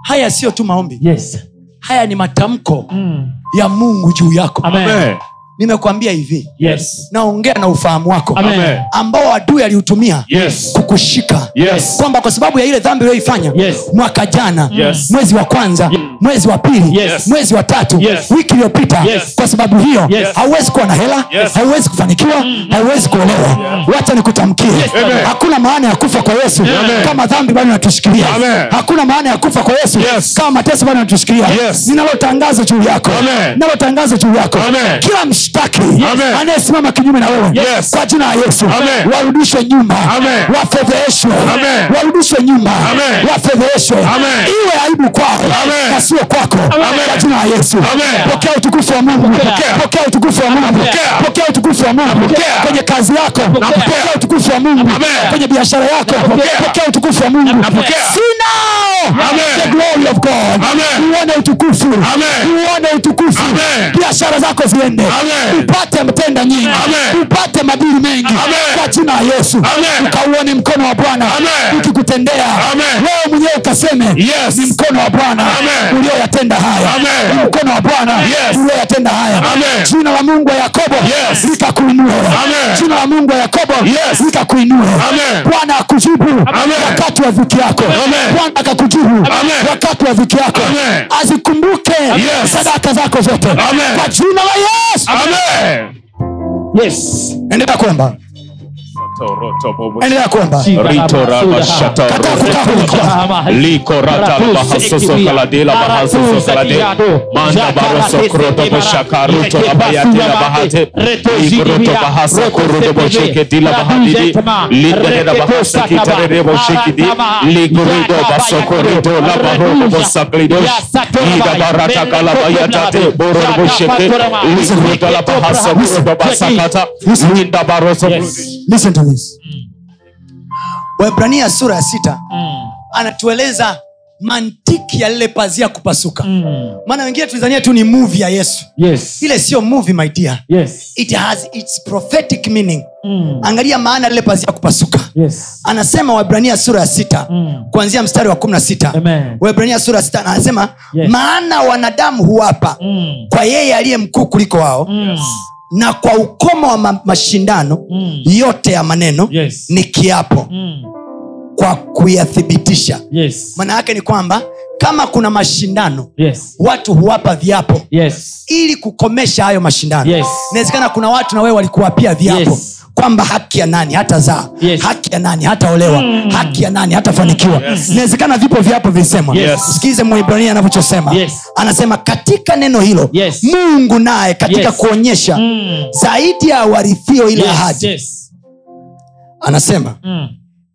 haya siyo tu maombi
Yes.
haya ni matamko
Mm.
ya mungu juu yako
Amen.
Amen.
nimekuambia hivi
Yes.
naongea na ufahamu wako
Amen.
Amen.
ambao adui aliutumia
Yes.
kukushika
Yes.
kwamba kwa sababu ya ile dhambi uliyoifanya
Yes.
mwaka jana
Yes.
mwezi wa kwanza mwezi wa pili
Yes.
mwezi wa tatu
Yes.
wiki iliyopita
Yes.
kwa sababu hiyo
Yes.
hauwezi kuwa na hela
Yes. Mm-hmm.
hauwezi kufanikiwa hauwezi kuolewa wacha nikutamkie
Amen.
hakuna maana ya kufa kwa yesu
Amen.
kama dhambi bado inatushikilia
Amen.
hakuna maana ya kufa kwa yesu
Yes.
kama mateso bado inatushikilia
Yes.
ninalotangazo juu yako
Amen.
ninalotangazo juu yako
Amen.
kila mshtaki
Amen.
anayesimama kinyume na wewe
Yes.
kwa jina la yesu
Amen.
warudishwe nyumba
Amen.
wafedheshwe
Amen.
warudishwe nyumba
Amen.
wafedheshwe
Amen.
iwe aibu kwao
Amen.
na sio kwako kwa jina la yesu
Amen.
pokea utukufu wa mungu pokea utukufu wa mungu
Pokea.
pokea utukufu wa mungu
Napokea.
kwenye kazi yako
Napokea.
pokea utukufu wa mungu
Amen.
kwenye biashara yako
Napokea.
pokea utukufu wa mungu
Napokea.
See now
Amen.
the glory of God.
Amen.
uone utukufu
Amen.
uone utukufu
Amen.
biashara zako ziende
Amen.
upate mtenda nyingi
Amen.
upate madili mengi
Amen.
kwa jina la yesu
Amen.
ukauone mkono wa bwana
Amen.
ukikutendea
Amen.
wewe mwenyewe ukaseme
Yes.
ni mkono wa bwana
Amen.
ulioyatenda haya
Amen.
ni mkono wa bwana
Yes.
ulioyatenda haya
Amen.
jina la mungu wa yakobo
Yes.
likakuinua
Amen.
jina la mungu wa yakobo
Yes.
likakuinua
Amen.
bwana akujibu wakati wa dhiki yako
Amen.
bwana akakujibu
Amen.
wakati wa dhiki yako
Amen.
azikumbuke
Yes.
sadaka zako zote
Amen.
kwa jina la yesu
Amen.
Yes.
endelea kuomba endelea kuomba
Rito raba shata
Kataa
rote.
kutaka kulikwa.
Liko rata la bahasoso kaladela bahasoso kalade. Manda baroso kroto boshaka ruto la bayate la bahate. Liko roto bahasa kurudo bosheke dila bahadidi. Liko reda bahasa kitarere bosheki di. Liko rudo baso korudo la barodo bosaklido. Ida barata kalabayate boron bosheke. Liko rudo la bahasa kurudo basakata. Linda baroso
listen to this
Mm.
waibrania sura ya sita anatueleza
mantiki ya lile pazia kupasuka maana wengine tulizania tu ni muvi ya yesu
Mm. yes
ile sio muvi my dear
yes
it has its prophetic meaning
Mm.
angalia maana ya lile pazia kupasuka
yes
anasema waibrania sura ya sita
Mm.
kuanzia mstari wa kumi na sita
amen
waibrania sura ya sita na anasema
Yes.
maana wanadamu huwapa
Mm.
kwa yeye aliye mkuu kuliko wao
Mm.
na kwa ukomo wa ma- mashindano
Mm.
yote ya maneno
Yes.
ni kiapo
Mm.
kwa kuyathibitisha
yes
maana yake ni kwamba kama kuna mashindano
yes
watu huwapa viapo
yes
ili kukomesha hayo mashindano
Yes.
inawezekana kuna watu na wewe walikuwapia viapo
Yes.
kwamba haki ya nani hata zaa
Yes. Mm.
haki ya nani hata olewa haki ya nani hata fanikiwa inawezekana vipo viapo vilisemwa
Yes.
sikilize mwibrania anavyosema
Yes.
anasema katika neno hilo
Yes.
mungu naye katika
Yes.
kuonyesha
Mm.
zaidi ya warithio ile
yes
ahadi
yes
anasema
Mm.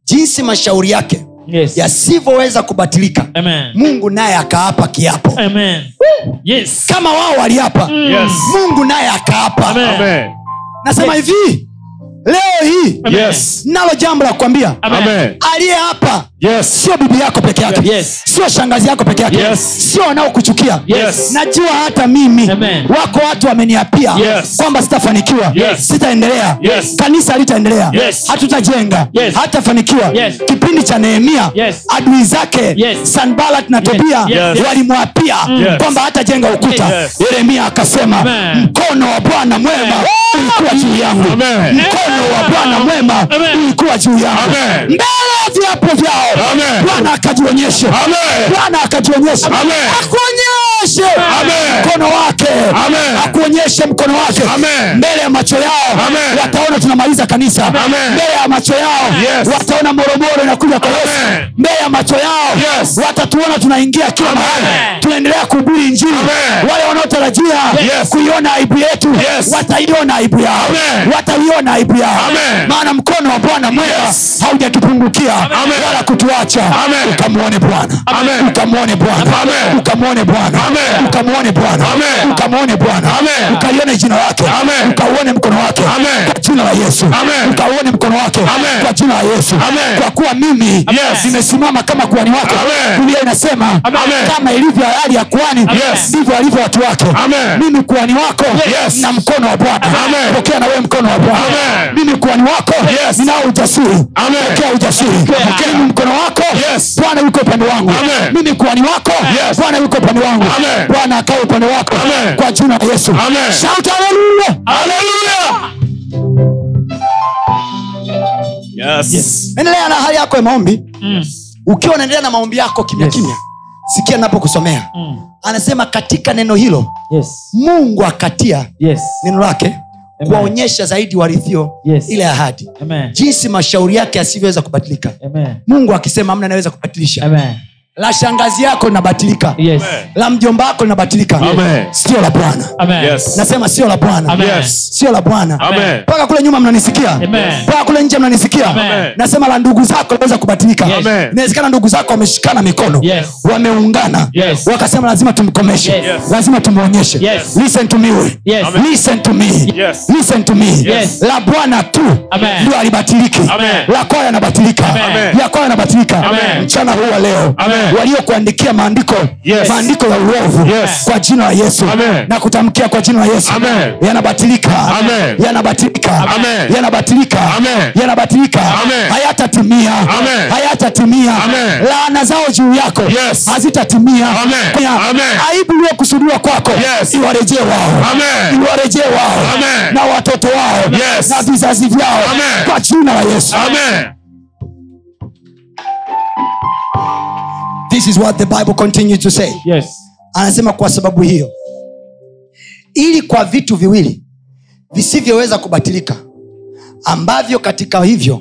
jinsi mashauri yake
yes
yasivyoweza kubatilika
amen
mungu naye akaapa kiapo
amen yes
kama wao waliapa
Yes.
mungu naye akaapa
Mm. Amen.
Amen.
nasema hivi leo hii
Amen.
Yes.
nalo jambo la kukwambia
Amen.
aliyeapa
Yes.
sio bibi yako peke yake
Yes.
sio shangazi yako peke yake
Yes.
sio wanaokuchukia
Yes.
najua hata mimi
Amen.
wako watu wameniapia
Yes.
kwamba sitafanikiwa
Yes.
sitaendelea
Yes.
kanisa halitaendelea
Yes.
hatutajenga
Yes.
hatafanikiwa
Yes.
kipindi cha nehemia
Yes.
adui zake
Yes.
sanbalat na tobia
Yes. Yes.
walimwapia
Yes.
kwamba hatajenga ukuta
Yes.
yeremia akasema
Amen.
mkono wa bwana mwema ulikuwa juu yangu
Amen.
mkono wa bwana mwema
Amen.
ulikuwa juu yangu
Amen.
mbele ya viapo vyao
Amen.
bwana akajionyesha
Amen.
bwana akajionyesha
Amen.
akuonyeshe
Amen.
mkono wake
Amen.
akuonyeshe mkono wake
Amen.
mbele ya macho yao
Amen.
wataona tunamaliza kanisa
Amen.
mbele ya macho yao
Yes.
wataona moromoro inakuja kwa yesu
Amen.
mbele ya macho yao
Yes.
watatuona tunaingia kila mahali tunaendelea kuhubiri injili
Amen.
wale wanaotarajia
Yes.
kuiona aibu yetu
Yes.
wataiona aibu yao
Amen.
wataiona aibu yao
Amen.
maana mkono wa bwana mwema haujatupungukia
Amen.
wala kutuacha
Amen.
ukamwone bwana
Amen.
ukamwone bwana
Amen.
ukamwone bwana
Amen.
ukamwone bwana
Amen.
ukamwone bwana
Amen.
ukalione jina lake
Amen.
ukauone mkono wake
Amen.
kwa jina la yesu
Amen.
ukauone mkono wake
Amen.
kwa jina la yesu
Amen.
kwa kuwa mimi
Yes.
nimesimama kama kuhani wako
Amen.
biblia inasema
Amen.
kama ilivyo hali ya kuhani
Yes.
ndivyo alivyo watu wake
Amen.
mimi kuhani wako
Yes.
na mkono wa bwana
Amen.
pokea na wewe mkono wa bwana
Amen.
mimi kuhani wako
Yes.
ninao ujasiri
Amen.
pokea ujasiri Pokea mimi mkono wako
Yes.
bwana yuko upande wangu
Amen.
mimi kuhani wako
Yes.
bwana yuko upande wangu
Amen.
bwana akae upande wako
Amen.
kwa jina la yesu
Amen.
Shout hallelujah.
Hallelujah. Yes. Yes.
endelea na hali yako ya maombi ukiwa unaendelea na maombi yako kimya
Yes.
kimya sikia napokusomea anasema katika neno hilo
Mm. yes
mungu akatia
yes
neno lake kuwaonyesha zaidi warithio
Yes.
ile ahadi
amen
jinsi mashauri yake yasivyoweza kubatilika
amen
mungu akisema amna anaweza kubatilisha
amen
la shangazi yako linabatilika
yes
la mjomba wako linabatilika
Amen.
sio la bwana
amen
Yes.
nasema sio la
Amen.
bwana
Yes.
sio la bwana
Amen.
mpaka kule nyuma mnanisikia
Amen.
mpaka kule nje mnanisikia
Amen.
nasema la ndugu zako linaweza kubatilika
Yes.
Amen.
inawezekana ndugu zako wameshikana mikono
Yes.
wameungana
Yes.
wakasema lazima tumkomeshe
Yes.
lazima tumwonyeshe
Yes.
listen to me we.
Yes.
listen to me
Yes.
listen to me
Yes.
la bwana tu
Amen.
ndio alibatiliki
Amen.
la kwao yanabatilika
Amen.
ya kwao yanabatilika
Amen.
mchana huu wa leo
Amen.
waliokuandikia maandiko
Yes.
maandiko ya uovu
Yes.
kwa jina la yesu
Amen.
na kutamkia kwa jina la yesu
Amen.
yanabatilika
Amen.
yanabatilika
Amen.
yanabatilika
Amen.
yanabatilika
Amen.
hayatatimia
Amen.
hayatatimia
Amen.
laana zao juu yako
Yes.
hazitatimia
Amen.
Ya-
Amen.
aibu iliyokusudiwa kwako
Yes.
iwarejee wao
Amen.
iwarejee wao
Amen.
na watoto wao
Yes.
na vizazi vyao
Amen.
kwa jina la yesu
Amen.
this is what the bible continues to say
yes
anasema kwa sababu hiyo ili kwa vitu viwili visivyoweza kubatilika ambavyo katika hivyo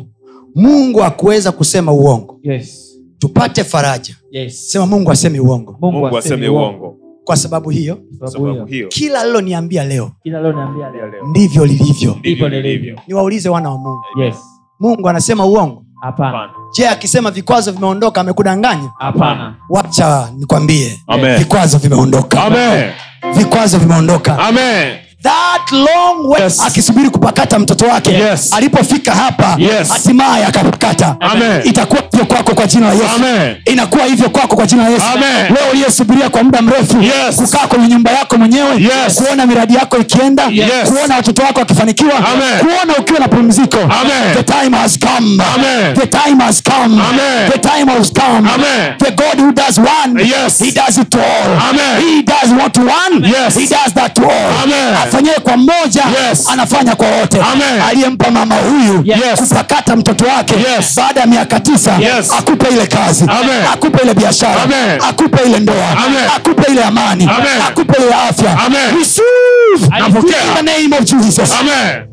mungu hakuweza kusema uongo
yes
tupate faraja
yes
sema mungu asemi uongo
Mungu aseme uongo.
kwa sababu hiyo
Kwa
sababu hiyo
Sababu hiyo
kila liloniambia leo
ila leo naambia leo
ndivyo lilivyo
ndivyo
Ndivyo
lilivyo.
lilivyo.
niwaulize wana wa mungu
yes
mungu anasema uongo
hapana
je akisema vikwazo vimeondoka amekudanganya
hapana
wacha nikwambie
Amen.
vikwazo vimeondoka
Amen.
vikwazo vimeondoka
Amen.
that long way
Yes.
akisubiri kupakata mtoto wake
Yes.
alipofika hapa
Yes.
hatimaye akapakata
Amen.
itakuwa hivyo kwako kwa jina la yesu
Amen.
inakuwa hivyo kwako kwa jina la yesu
Amen.
leo uliyesubiria kwa muda mrefu
Yes.
kukaa kwenye nyumba yako mwenyewe
Yes.
kuona miradi yako ikienda
Yes.
kuona watoto wako wakifanikiwa
Amen.
kuona ukiwa na pumziko
Amen.
the time has come
Amen.
the time has come
Amen.
the time has come
Amen.
the god who does one
Yes.
he does it all
Amen.
he does what one
Yes.
he does that all
Amen.
afanyaye kwa mmoja
Yes.
anafanya kwa wote
Amen.
aliyempa mama huyu
Yes.
kupakata mtoto wake
Yes.
baada ya miaka tisa
Yes.
akupe ile kazi
Amen.
akupe ile biashara
Amen.
akupe ile ndoa
Amen.
akupe ile amani
Amen.
akupe ile afya
Amen.
Receive
Napokea.
in the name of Jesus.
Amen.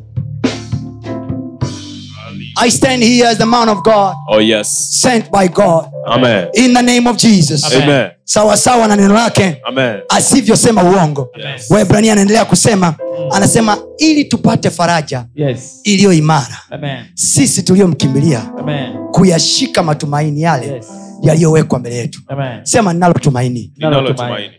I stand here as the man of God
Oh, yes.
sent by God
Amen.
in the name of Jesus
Amen.
sawasawa na neno lake
Amen.
asivyosema uongo
Yes.
waibrania anaendelea kusema anasema ili tupate faraja
Yes.
iliyo imara
Amen.
sisi tuliyomkimbilia
Amen.
kuyashika matumaini yale
Yes.
yaliyowekwa mbele yetu
Amen.
sema ninalo tumaini
Ninalo tumaini.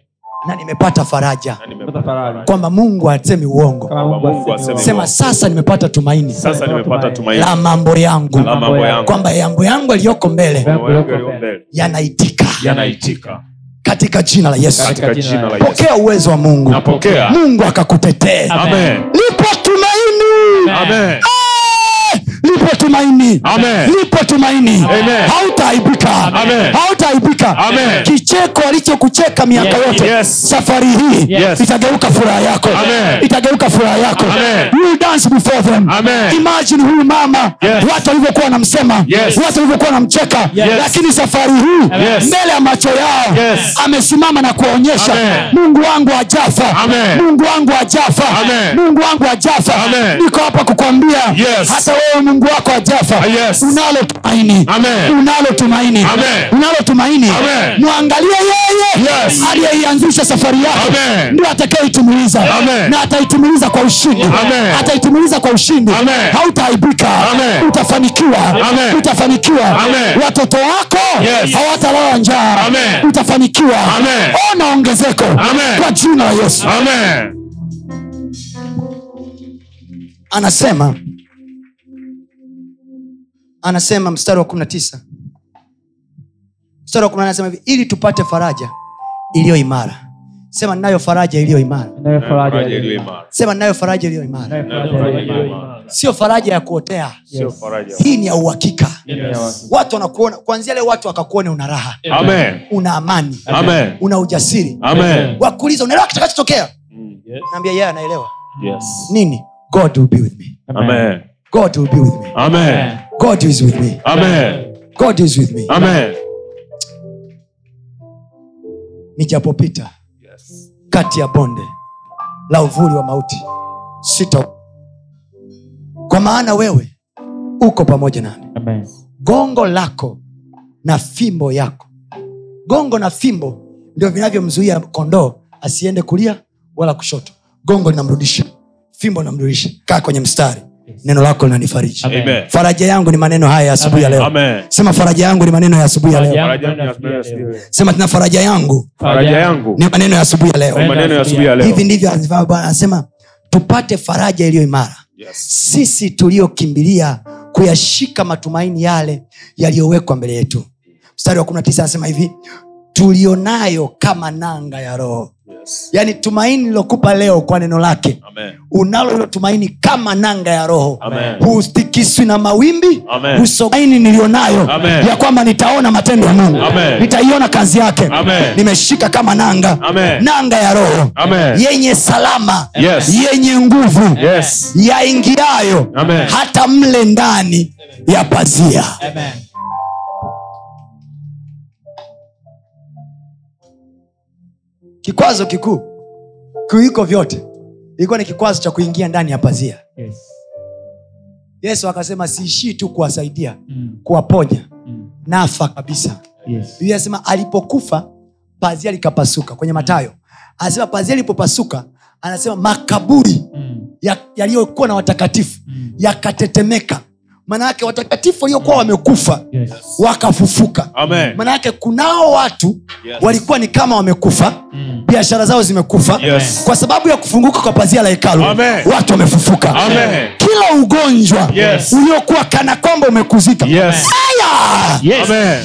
na nimepata faraja
Na
Pata
nimepata
faraja.
kwamba mungu hasemi uongo
Kama
Mungu
Mungu
aseme
aseme
uongo.
sema sasa nimepata tumaini
Sasa nimepata tumaini
la mambo
la
yangu
mambo yangu.
kwamba yambo yangu yaliyoko mbele
Mambo yangu yaliyo mbele
yanaitika
yanaitika
katika jina la yesu
katika jina la Yesu.
pokea uwezo wa mungu
Napokea.
mungu akakutetee
Amen.
lipo tumaini
Amen.
Eh, lipo tumaini
Amen.
lipo tumaini
Amen.
hautaaibika
Amen.
hautaaibika
Amen.
kicheko alichokucheka miaka
Yes.
yote
Yes.
safari hii
Yes.
itageuka furaha yako
Amen.
itageuka furaha yako
Amen.
You will dance before them
Amen.
imagine huyu mama
Yes.
watu walivyokuwa wanamsema
Yes.
watu walivyokuwa wanamcheka
Yes.
lakini safari hii
Yes.
mbele ya macho yao
Yes.
amesimama na kuwaonyesha
Amen.
mungu wangu ajafa
Amen.
mungu wangu ajafa
Amen.
mungu wangu ajafa
Amen.
niko hapa kukwambia
Yes.
hata wewe mungu wako ajafa
Ah, Yes.
unalo tumaini
Amen.
unalo tumaini
Amen.
unalo tumaini
Amen.
mwangalie yeye
Yes.
aliyeianzisha safari yako
Amen.
ndio atakayeitimiliza
Amen.
na ataitimiliza kwa ushindi
Amen.
ataitimiliza kwa ushindi
Amen.
hautaaibika
Amen.
utafanikiwa
Amen.
utafanikiwa
Amen.
watoto wako
Yes.
hawatalala njaa
Amen.
utafanikiwa
Amen.
ona ongezeko
Amen.
kwa jina la yesu
Amen.
anasema anasema mstari wa 19 mstari wa 18 anasema hivi ili tupate faraja iliyo imara sema ninayo faraja iliyo imara
Nayo faraja
Faraja iliyo
iliyo
imara.
sema ninayo faraja iliyo imara
Nayo faraja iliyo imara.
sio faraja ya kuotea
Sio
Yes.
faraja.
hii ni ya uhakika
Yes.
watu wanakuona kwanzia leo watu wakakuone una raha
Amen.
una amani
Amen.
una ujasiri
Amen.
wakuuliza unaelewa kitakachotokea
Mm.
naambia yeye anaelewa
Yes.
nini god will be with me
Amen.
god will be with me
Amen.
god is with me
Amen.
god is with me
Amen.
nijapopita
Yes.
kati ya bonde la uvuli wa mauti sita kwa maana wewe uko pamoja nami
Amen.
gongo lako na fimbo yako gongo na fimbo ndio vinavyomzuia kondoo asiende kulia wala kushoto gongo linamrudisha fimbo linamrudisha kaa kwenye mstari neno lako linanifariji
Amen.
faraja yangu ni maneno haya ya asubuhi ya leo
Amen.
sema faraja yangu ni maneno ya asubuhi ya leo
Faraja yangu
Faraja
inafikia
yangu inafikia
leo.
leo.
sema tena faraja yangu
Faraja yangu.
ni maneno ya asubuhi ya leo
Amen.
Maneno ya asubuhi ya leo.
hivi ndivyo anavyosema bwana anasema tupate faraja iliyo imara
Yes.
sisi tuliyokimbilia kuyashika matumaini yale yaliyowekwa mbele yetu mstari wa 19 anasema hivi tulionayo kama nanga ya roho
Yes.
yaani tumaini lilokupa leo kwa neno lake
Amen.
unalo hilo tumaini kama nanga ya roho
Amen.
hutikiswi na mawimbi
Amen.
husomaini nilionayo
Amen.
ya kwamba nitaona matendo ya mungu
Amen.
nitaiona kazi yake
Amen.
nimeshika kama nanga
Amen.
nanga ya roho
Amen.
yenye salama
Yes.
yenye nguvu
Yes.
yaingiayo
Amen.
hata mle ndani ya pazia
Amen.
kikwazo kikuu kuliko vyote ilikuwa ni kikwazo cha kuingia ndani ya pazia
Yes.
yesu akasema siishii tu kuwasaidia
Mm.
kuwaponya
Mm.
nafa kabisa
Yes.
biblia anasema alipokufa pazia likapasuka kwenye matayo anasema pazia lilipopasuka anasema makaburi
Mm.
ya- yaliyokuwa na watakatifu
Mm.
yakatetemeka maanayake watakatifu waliokuwa wamekufa
yes.
wakafufuka
Amen.
maanayake kunao watu
Yes.
walikuwa ni kama wamekufa
Mm.
biashara zao zimekufa
Yes.
kwa sababu ya kufunguka kwa pazia la hekalu
Amen.
watu wamefufuka
Amen.
kila ugonjwa
Yes.
uliokuwa kana kwamba umekuzika
Yes.
Aya!
Yes.
Amen.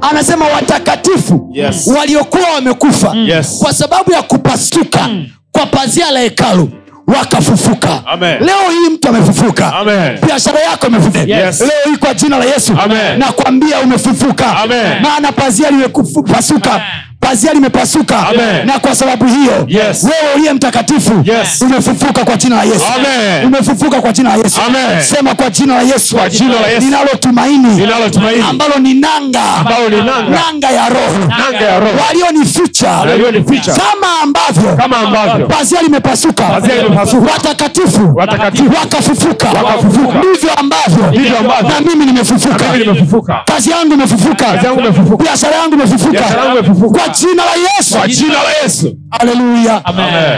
anasema watakatifu
Yes. Mm.
waliokuwa wamekufa
Yes. Mm.
kwa sababu ya kupasuka kwa pazia la hekalu wakafufuka
Amen.
leo hii mtu amefufuka
Amen.
biashara yako imefufuka
Yes.
leo hii kwa jina la yesu
Amen.
nakwambia umefufuka
Amen.
maana pazia limepasuka pazia limepasuka
Amen.
na kwa sababu hiyo
Yes.
wewe uliye mtakatifu
Yes.
umefufuka kwa jina la yesu
Amen.
umefufuka kwa jina la yesu
Amen.
sema kwa jina la yesu
Kwa jina la Yesu.
ninalo tumaini
Ninalo tumaini.
ambalo ni nanga
Ambalo ni nanga.
nanga ya roho
Nanga ya roho.
walionificha
Walionificha.
kama ambavyo
Kama ambavyo
pazia limepasuka
Pazia limepasuka.
watakatifu
Watakatifu.
wakafufuka
Wakafufuka.
ndivyo ambavyo
Ndivyo ambavyo.
na mimi nimefufuka
kama nimefufuka.
kazi yangu imefufuka
Kazi yangu imefufuka.
biashara yangu imefufuka
Biashara yangu imefufuka.
kwa jina la
Kwa
yesu
jina la Yesu.
haleluya
Amen.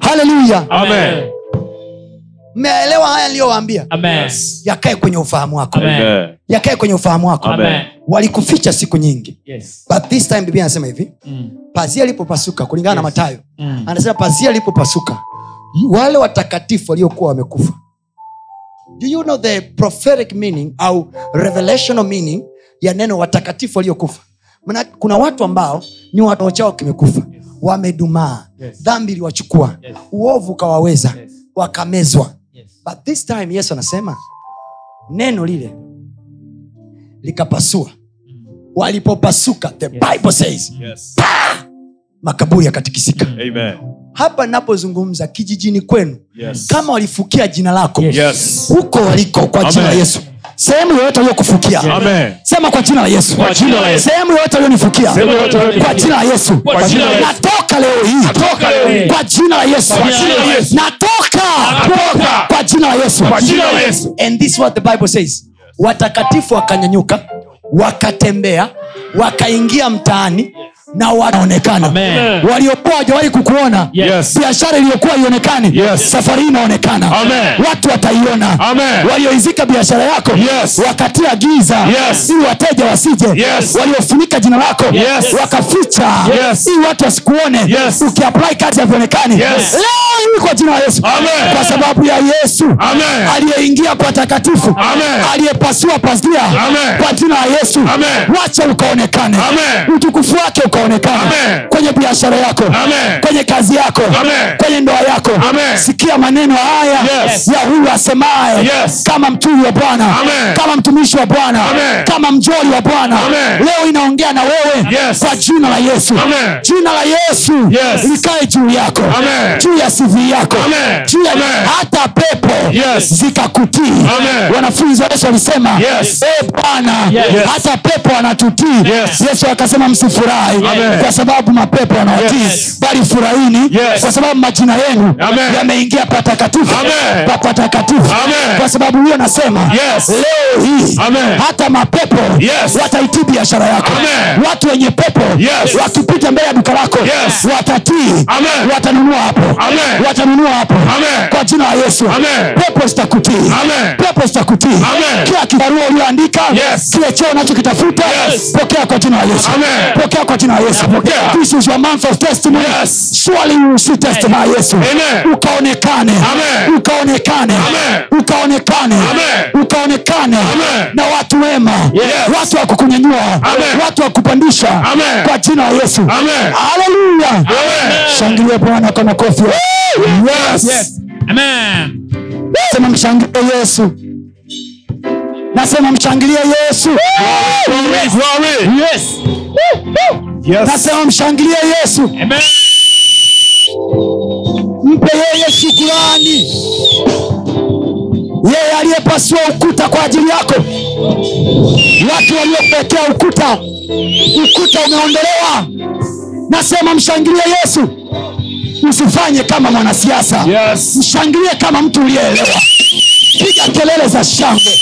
haleluya
Amen.
mmeelewa haya niliyowaambia
Amen.
yakae kwenye ufahamu wako
Amen.
Amen.
yakae kwenye ufahamu wako
Amen.
walikuficha siku nyingi
Yes.
but this time biblia anasema hivi
Mm.
pazia lilipopasuka kulingana na
Yes.
matayo
Mm.
anasema pazia lilipopasuka wale watakatifu waliokuwa wamekufa do you know the prophetic meaning au revelational meaning ya neno watakatifu waliokufa Maana kuna watu ambao ni watoto chao kimekufa wamedumaa
Yes.
dhambi iliwachukua
Yes.
uovu ukawaweza
Yes.
wakamezwa
Yes.
but this time yesu anasema neno lile likapasua walipopasuka the bible says
Yes.
makaburi yakatikisika
Amen.
hapa napozungumza kijijini kwenu
Yes.
kama walifukia jina lako
Yes.
Yes.
huko waliko kwa jina la
Amen.
yesu sehemu yoyote waliokufukia
Amen.
sema kwa jina la yesu
Kwa jina la Yesu.
sehemu yoyote walionifukia
Sehemu yoyote walionifukia.
kwa jina la yesu
Kwa jina la Yesu.
natoka leo hii
Natoka leo hii.
kwa jina la yesu
Kwa jina la Yesu.
natoka
Natoka.
kwa jina la yesu
Kwa jina la Yesu.
and this is what the bible says watakatifu wakanyanyuka wakatembea wakaingia mtaani na wanaonekana
Amen.
waliokuwa wajawahi kukuona
Yes.
biashara iliyokuwa ionekani
Yes.
safari hii inaonekana
Amen.
watu wataiona
Amen.
walioizika biashara yako
Yes.
wakatia giza
Yes.
ili wateja wasije
Yes.
waliofunika jina lako
Yes.
wakaficha
Yes.
ili watu wasikuone
Yes.
ukiapply kazi havionekani
Yes.
leo hii kwa jina la yesu
Amen.
kwa sababu ya yesu
Amen.
aliyeingia patakatifu
Amen.
aliyepasua pazia
Amen.
kwa jina la yesu
Amen.
wacha ukaonekane
Amen.
utukufu wake ukaonekane
Amen.
kwenye biashara yako
Amen.
kwenye kazi yako
Amen.
kwenye ndoa yako
Amen.
sikia maneno haya
Yes.
ya huyu asemaye
Yes.
kama mtumi wa bwana
Amen.
kama mtumishi wa bwana
Amen.
kama mjoli wa bwana
Amen.
leo inaongea na wewe
Yes.
kwa jina la yesu
Amen.
jina la yesu
Yes.
likae juu yako
Amen.
juu ya CV yako
Amen.
juu ya
Amen.
hata pepo
Yes.
zikakutii
Amen.
wanafunzi wa yesu walisema
Yes.
"Eh, bwana
Yes.
hata pepo anatutii
Yes.
yesu akasema msifurahi
Amen.
kwa sababu mapepo yanawatii
Yes.
bali furahini
Yes.
kwa sababu majina yenu
Amen.
yameingia patakatifu
Amen.
pa patakatifu
Amen.
kwa sababu hiyo nasema
Yes.
leo hii
Amen.
hata mapepo
Yes.
wataitii biashara yako
Amen.
watu wenye pepo
Yes.
wakipita mbele ya duka lako
Yes.
watatii
Amen.
watanunua hapo
Amen.
watanunua hapo
Amen.
kwa jina la yesu
Amen.
pepo zitakutii
Amen.
pepo zitakutii
Amen.
kila kibarua ulioandika
Yes.
kile cheo unachokitafuta
Yes.
pokea kwa jina la yesu
Amen.
pokea kwa jina la yesu
Napokea.
this is your month of testimony
Yes.
surely you will see testimony ya yesu
Amen.
ukaonekane
Amen.
ukaonekane
Amen.
ukaonekane
Amen.
ukaonekane
Amen.
na watu wema
Yes.
watu wa kukunyanyua
Amen.
watu wa kupandisha
Amen.
kwa jina la yesu
Amen.
haleluya
Amen.
shangilie bwana kwa makofi yes.
Yes.
Amen.
nasema mshangilie yesu nasema mshangilie yesu
Glory, glory.
Yes.
Yes.
nasema mshangilie yesu
Amen.
mpe yeye shukurani yeye aliyepasua ukuta kwa ajili yako watu waliokuwekea ukuta ukuta umeondolewa nasema mshangilie yesu usifanye kama mwanasiasa
Yes.
mshangilie kama mtu uliyeelewa piga kelele za shangwe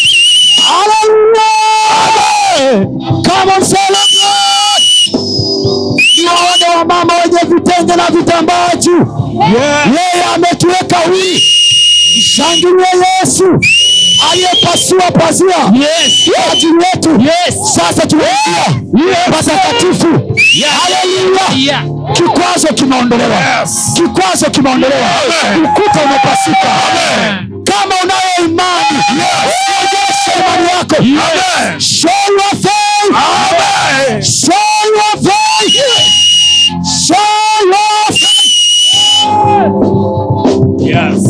Hallelujah! Come on, celebrate! niwaone wamama wenye vitenge na vitambaa juu
Yes.
yeye ametuweka wii mshangilie yesu aliyepasua pazia
Yes.
kwa ajili yetu
Yes.
sasa tumeingia patakatifu haleluya
Yeah.
kikwazo kimeondolewa
Yes.
kikwazo kimeondolewa
Amen.
ukuta umepasuka
Amen.
kama unayo imani onyesha imani yako
Yes.
show your faith
Amen.
Show your faith. Show your faith.
Yes.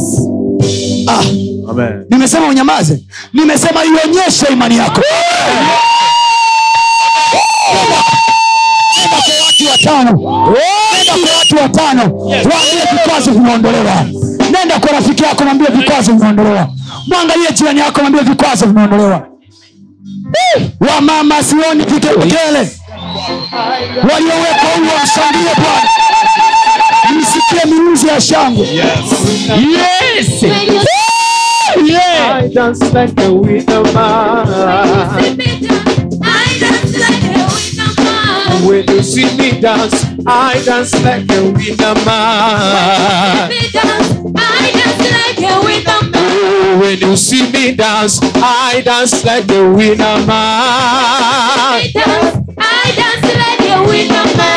Ah,
Amen.
nimesema unyamaze nimesema ionyeshe imani yako Nenda kwa watu watano nenda kwa watu watano waambie vikwazo vimeondolewa nenda kwa rafiki yako mwambie vikwazo vimeondolewa mwangalie jirani yako mwambie vikwazo vimeondolewa wamama sioni vigelegele waliowekwa huo wamshangilie bwana msikie miuzi ya shangwe
Yes. Yeah.
I dance like a winner man. When you see me dance, I dance like a winner man. Oh, When you see me dance, I dance like a winner man.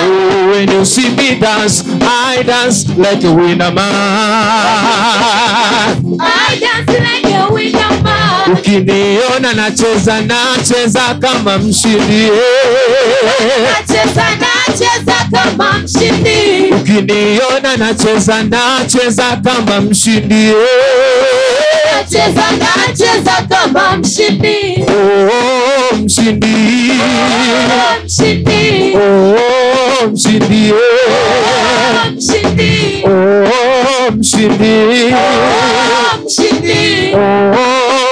Oh, When you see me dance, I dance like a winner man. Ukiniona nacheza nacheza kama mshindi. Ukiniona nacheza nacheza kama mshindi.
Nacheza nacheza kama mshindi,
Oh, mshindi.
mshindi,
Oh, mshindi.
Oh, mshindi,
Oh, mshindi.
Oh, mshindi,
Oh,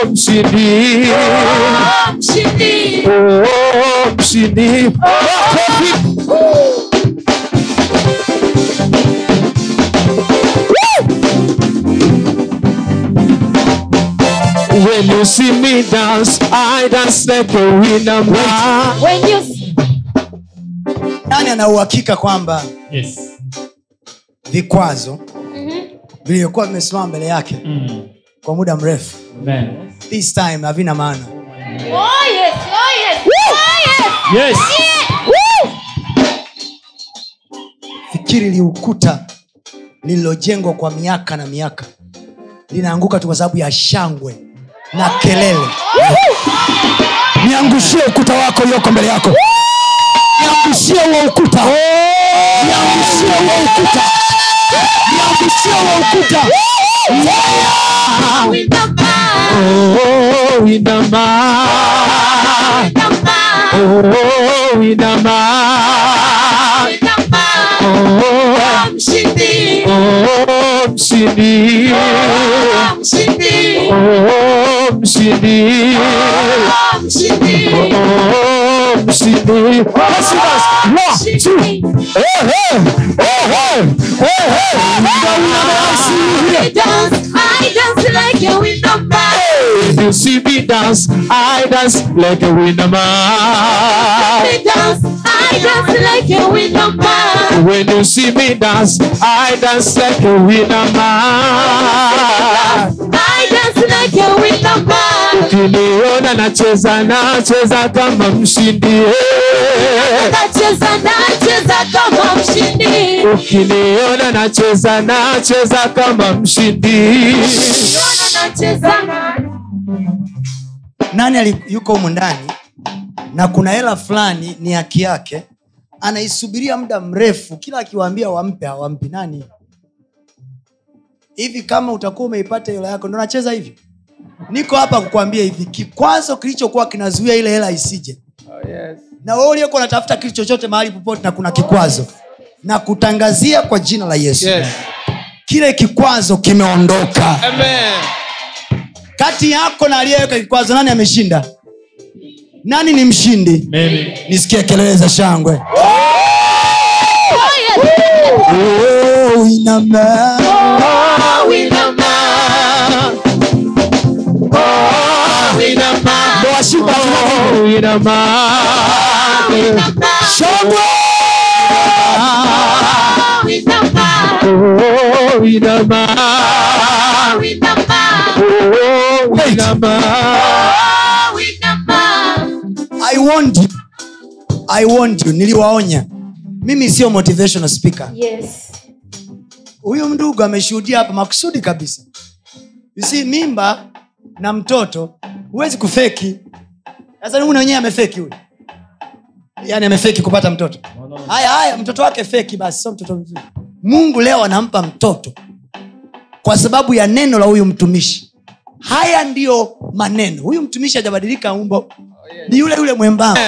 mshindi.
mshindi.
Oh, mshindi. When you see me dance, I dance like a winner man.
When you see
nani ana uhakika kwamba
yes.
vikwazo
Mm-hmm.
vilivyokuwa vimesimama mbele yake
mm.
kwa muda mrefu
Amen.
this time havina maana
Oh yes, oh yes, oh
Yes.
yes.
fikiri liukuta lililojengwa kwa miaka na miaka linaanguka tu kwa sababu ya shangwe na kelele
niangushie ukuta wako ulioko mbele yako niangushie huo ukuta niangushie huo ukuta niangushie huo ukuta
With the man,
Oh, winner man.
the man,
Oh, winner man.
with the man.
Oh,
Mshindi,
oh, mshindi.
mshindi,
Oh, mshindi.
mshindi,
Oh, mshindi. Let's dance. One,
mshindi. I dance, I dance like a winner man.
If you see me dance, I dance like a winner man.
I dance, I dance like a winner man.
When you see me dance, I dance like a winner man.
I dance like a winner man.
Ukiniona nacheza nacheza kama mshindi.
Nacheza nacheza kama mshindi.
Ukiniona nacheza nacheza kama mshindi.
Niona nacheza
nani ali- yuko humu ndani na kuna hela fulani ni haki yake anaisubiria muda mrefu kila akiwaambia wampe hawampi nani hivi kama utakuwa umeipata hela yako ndo nacheza hivi niko hapa kukwambia hivi kikwazo kilichokuwa kinazuia ile hela isije na wewe uliyekuwa unatafuta kitu chochote mahali popote na kuna kikwazo na kutangazia kwa jina la yesu kile kikwazo kimeondoka kati yako na aliyeweka kikwazo nani ameshinda nani ni mshindi
Mimi.
nisikie kelele za shangwe Oh, inama.
Winama.
washinda
Oh, winama.
shangwe
Oh, winama.
With the man,
tonight
Oh,
Oh, winner man.
i warned you i warned you niliwaonya mimi sio motivational speaker
Yes.
huyu ndugu ameshuhudia hapa makusudi kabisa you see mimba na mtoto huwezi kufeki sasa huyu na wenyewe amefeki huyu yaani amefeki kupata mtoto haya haya mtoto wake feki basi sio mtoto mzuri mungu leo anampa mtoto kwa sababu ya neno la huyu mtumishi haya ndiyo maneno huyu mtumishi hajabadilika umbo ni yule yule mwembamba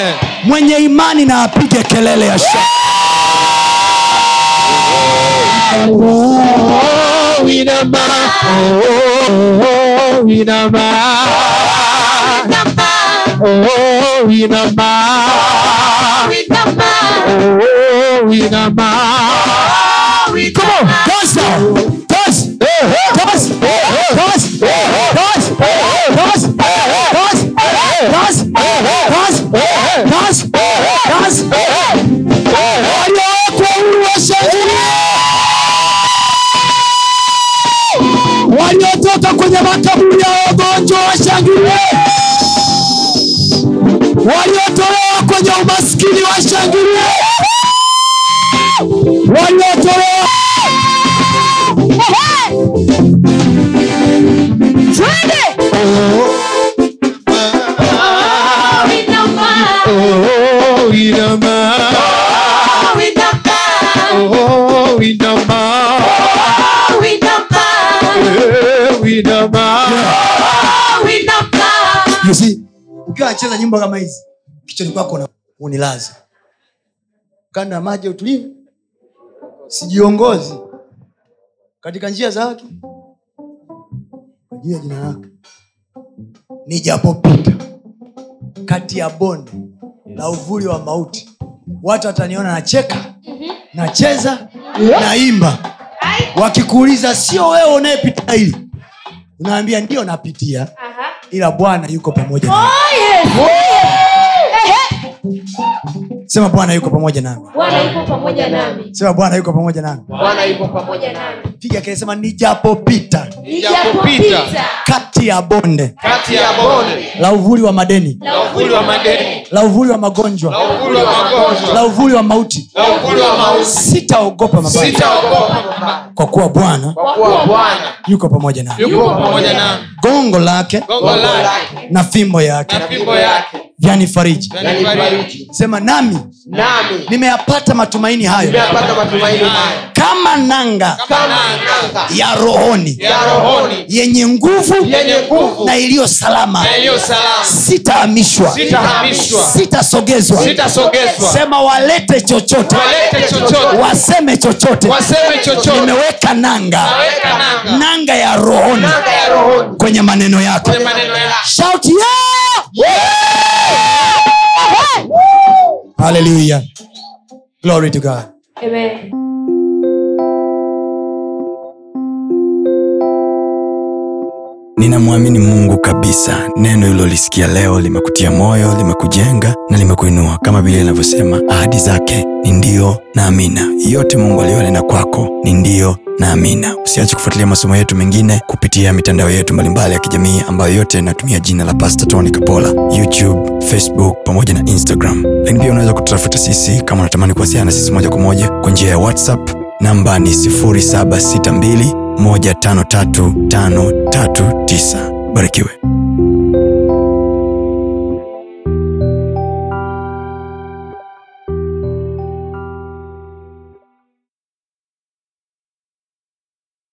mwenye imani na apige kelele ya shangwe.
Oh, in a man. Oh, in a man.
Winner man.
Oh, in a man.
Winner man.
Oh, in a man.
Oh, winner
Come on, dance now. Dance. Eh, eh, Dance. Eh, eh, Dance. Eh, eh, Dance. Eh, eh, Dance. Eh, eh, Dance. Eh, eh, Dance. Eh, eh, Dance. Eh, eh, Dance. Eh, eh, Dance. Eh, eh. Walioitwa huru washangilie. waliotoka kwenye makaburi ya wagonjwa washangilie waliotolewa kwenye umaskini washangilie waliotolewa
Oh, winner man.
Oh, inama.
Oh, winner man.
Oh, inama.
Oh, winner man.
Oh, inama.
Oh, winner man.
You see, ukiwa anacheza nyimbo kama hizi kichwani kwako una- unilaza kanda maji ya utulivu sijiongozi katika njia za haki kwa ajili ya jina lake nijapopita kati ya bonde la uvuli wa mauti watu wataniona nacheka
Mhm.
nacheza naimba wakikuuliza sio wewe unayepita hili unaambia ndio napitia ila bwana yuko pamoja nami. Oh.
Oh, yes. Ehe.
sema bwana yuko pamoja nami
Bwana yuko pamoja nami.
sema bwana yuko pamoja nami
Bwana yuko pamoja nami.
piga kelele sema nijapopita
Nijapopita
kati ya bonde
kati ya bonde
la uvuli wa madeni
la uvuli wa madeni
la uvuli wa magonjwa
la uvuli wa magonjwa
la uvuli wa mauti
la uvuli wa mausi
sitaogopa mabaya
sitaogopa mabaya
kwa kuwa bwana
kwa kuwa bwana
yuko pamoja nami
yuko pamoja nami
gongo lake
gongo lake
na fimbo yake
na fimbo yake
vyanifariji
nanifariji
sema nami
nami
nimeyapata matumaini hayo
nimepata matumaini haya
kama nanga
kama nanga
ya rohoni
ya rohoni
yenye nguvu
yenye nguvu
na iliyo salama
na iliyo salama
sitahamishwa
sitahamishwa
sitasogezwa
sitasogezwa
sema walete chochote
walete chochote
waseme chochote
waseme chochote
nimeweka nanga
naweka nanga
nanga ya rohoni
nanga ya rohoni
kwenye maneno yako
kwenye maneno yako
shauti haleluya glory to god
Amen.
ninamwamini mungu kabisa neno ililolisikia leo limekutia moyo limekujenga na limekuinua kama vile linavyosema ahadi zake ni ndiyo na amina yote mungu aliyonena kwako ni ndiyo na amina usiache kufuatilia masomo yetu mengine kupitia mitandao yetu mbalimbali ya kijamii ambayo yote inatumia jina la pasta tony kapola youtube facebook pamoja na instagram lakini pia unaweza kututafuta sisi kama unatamani kuwasiliana na sisi moja kwa moja kwa njia ya whatsapp namba ni 0762153539 barikiwe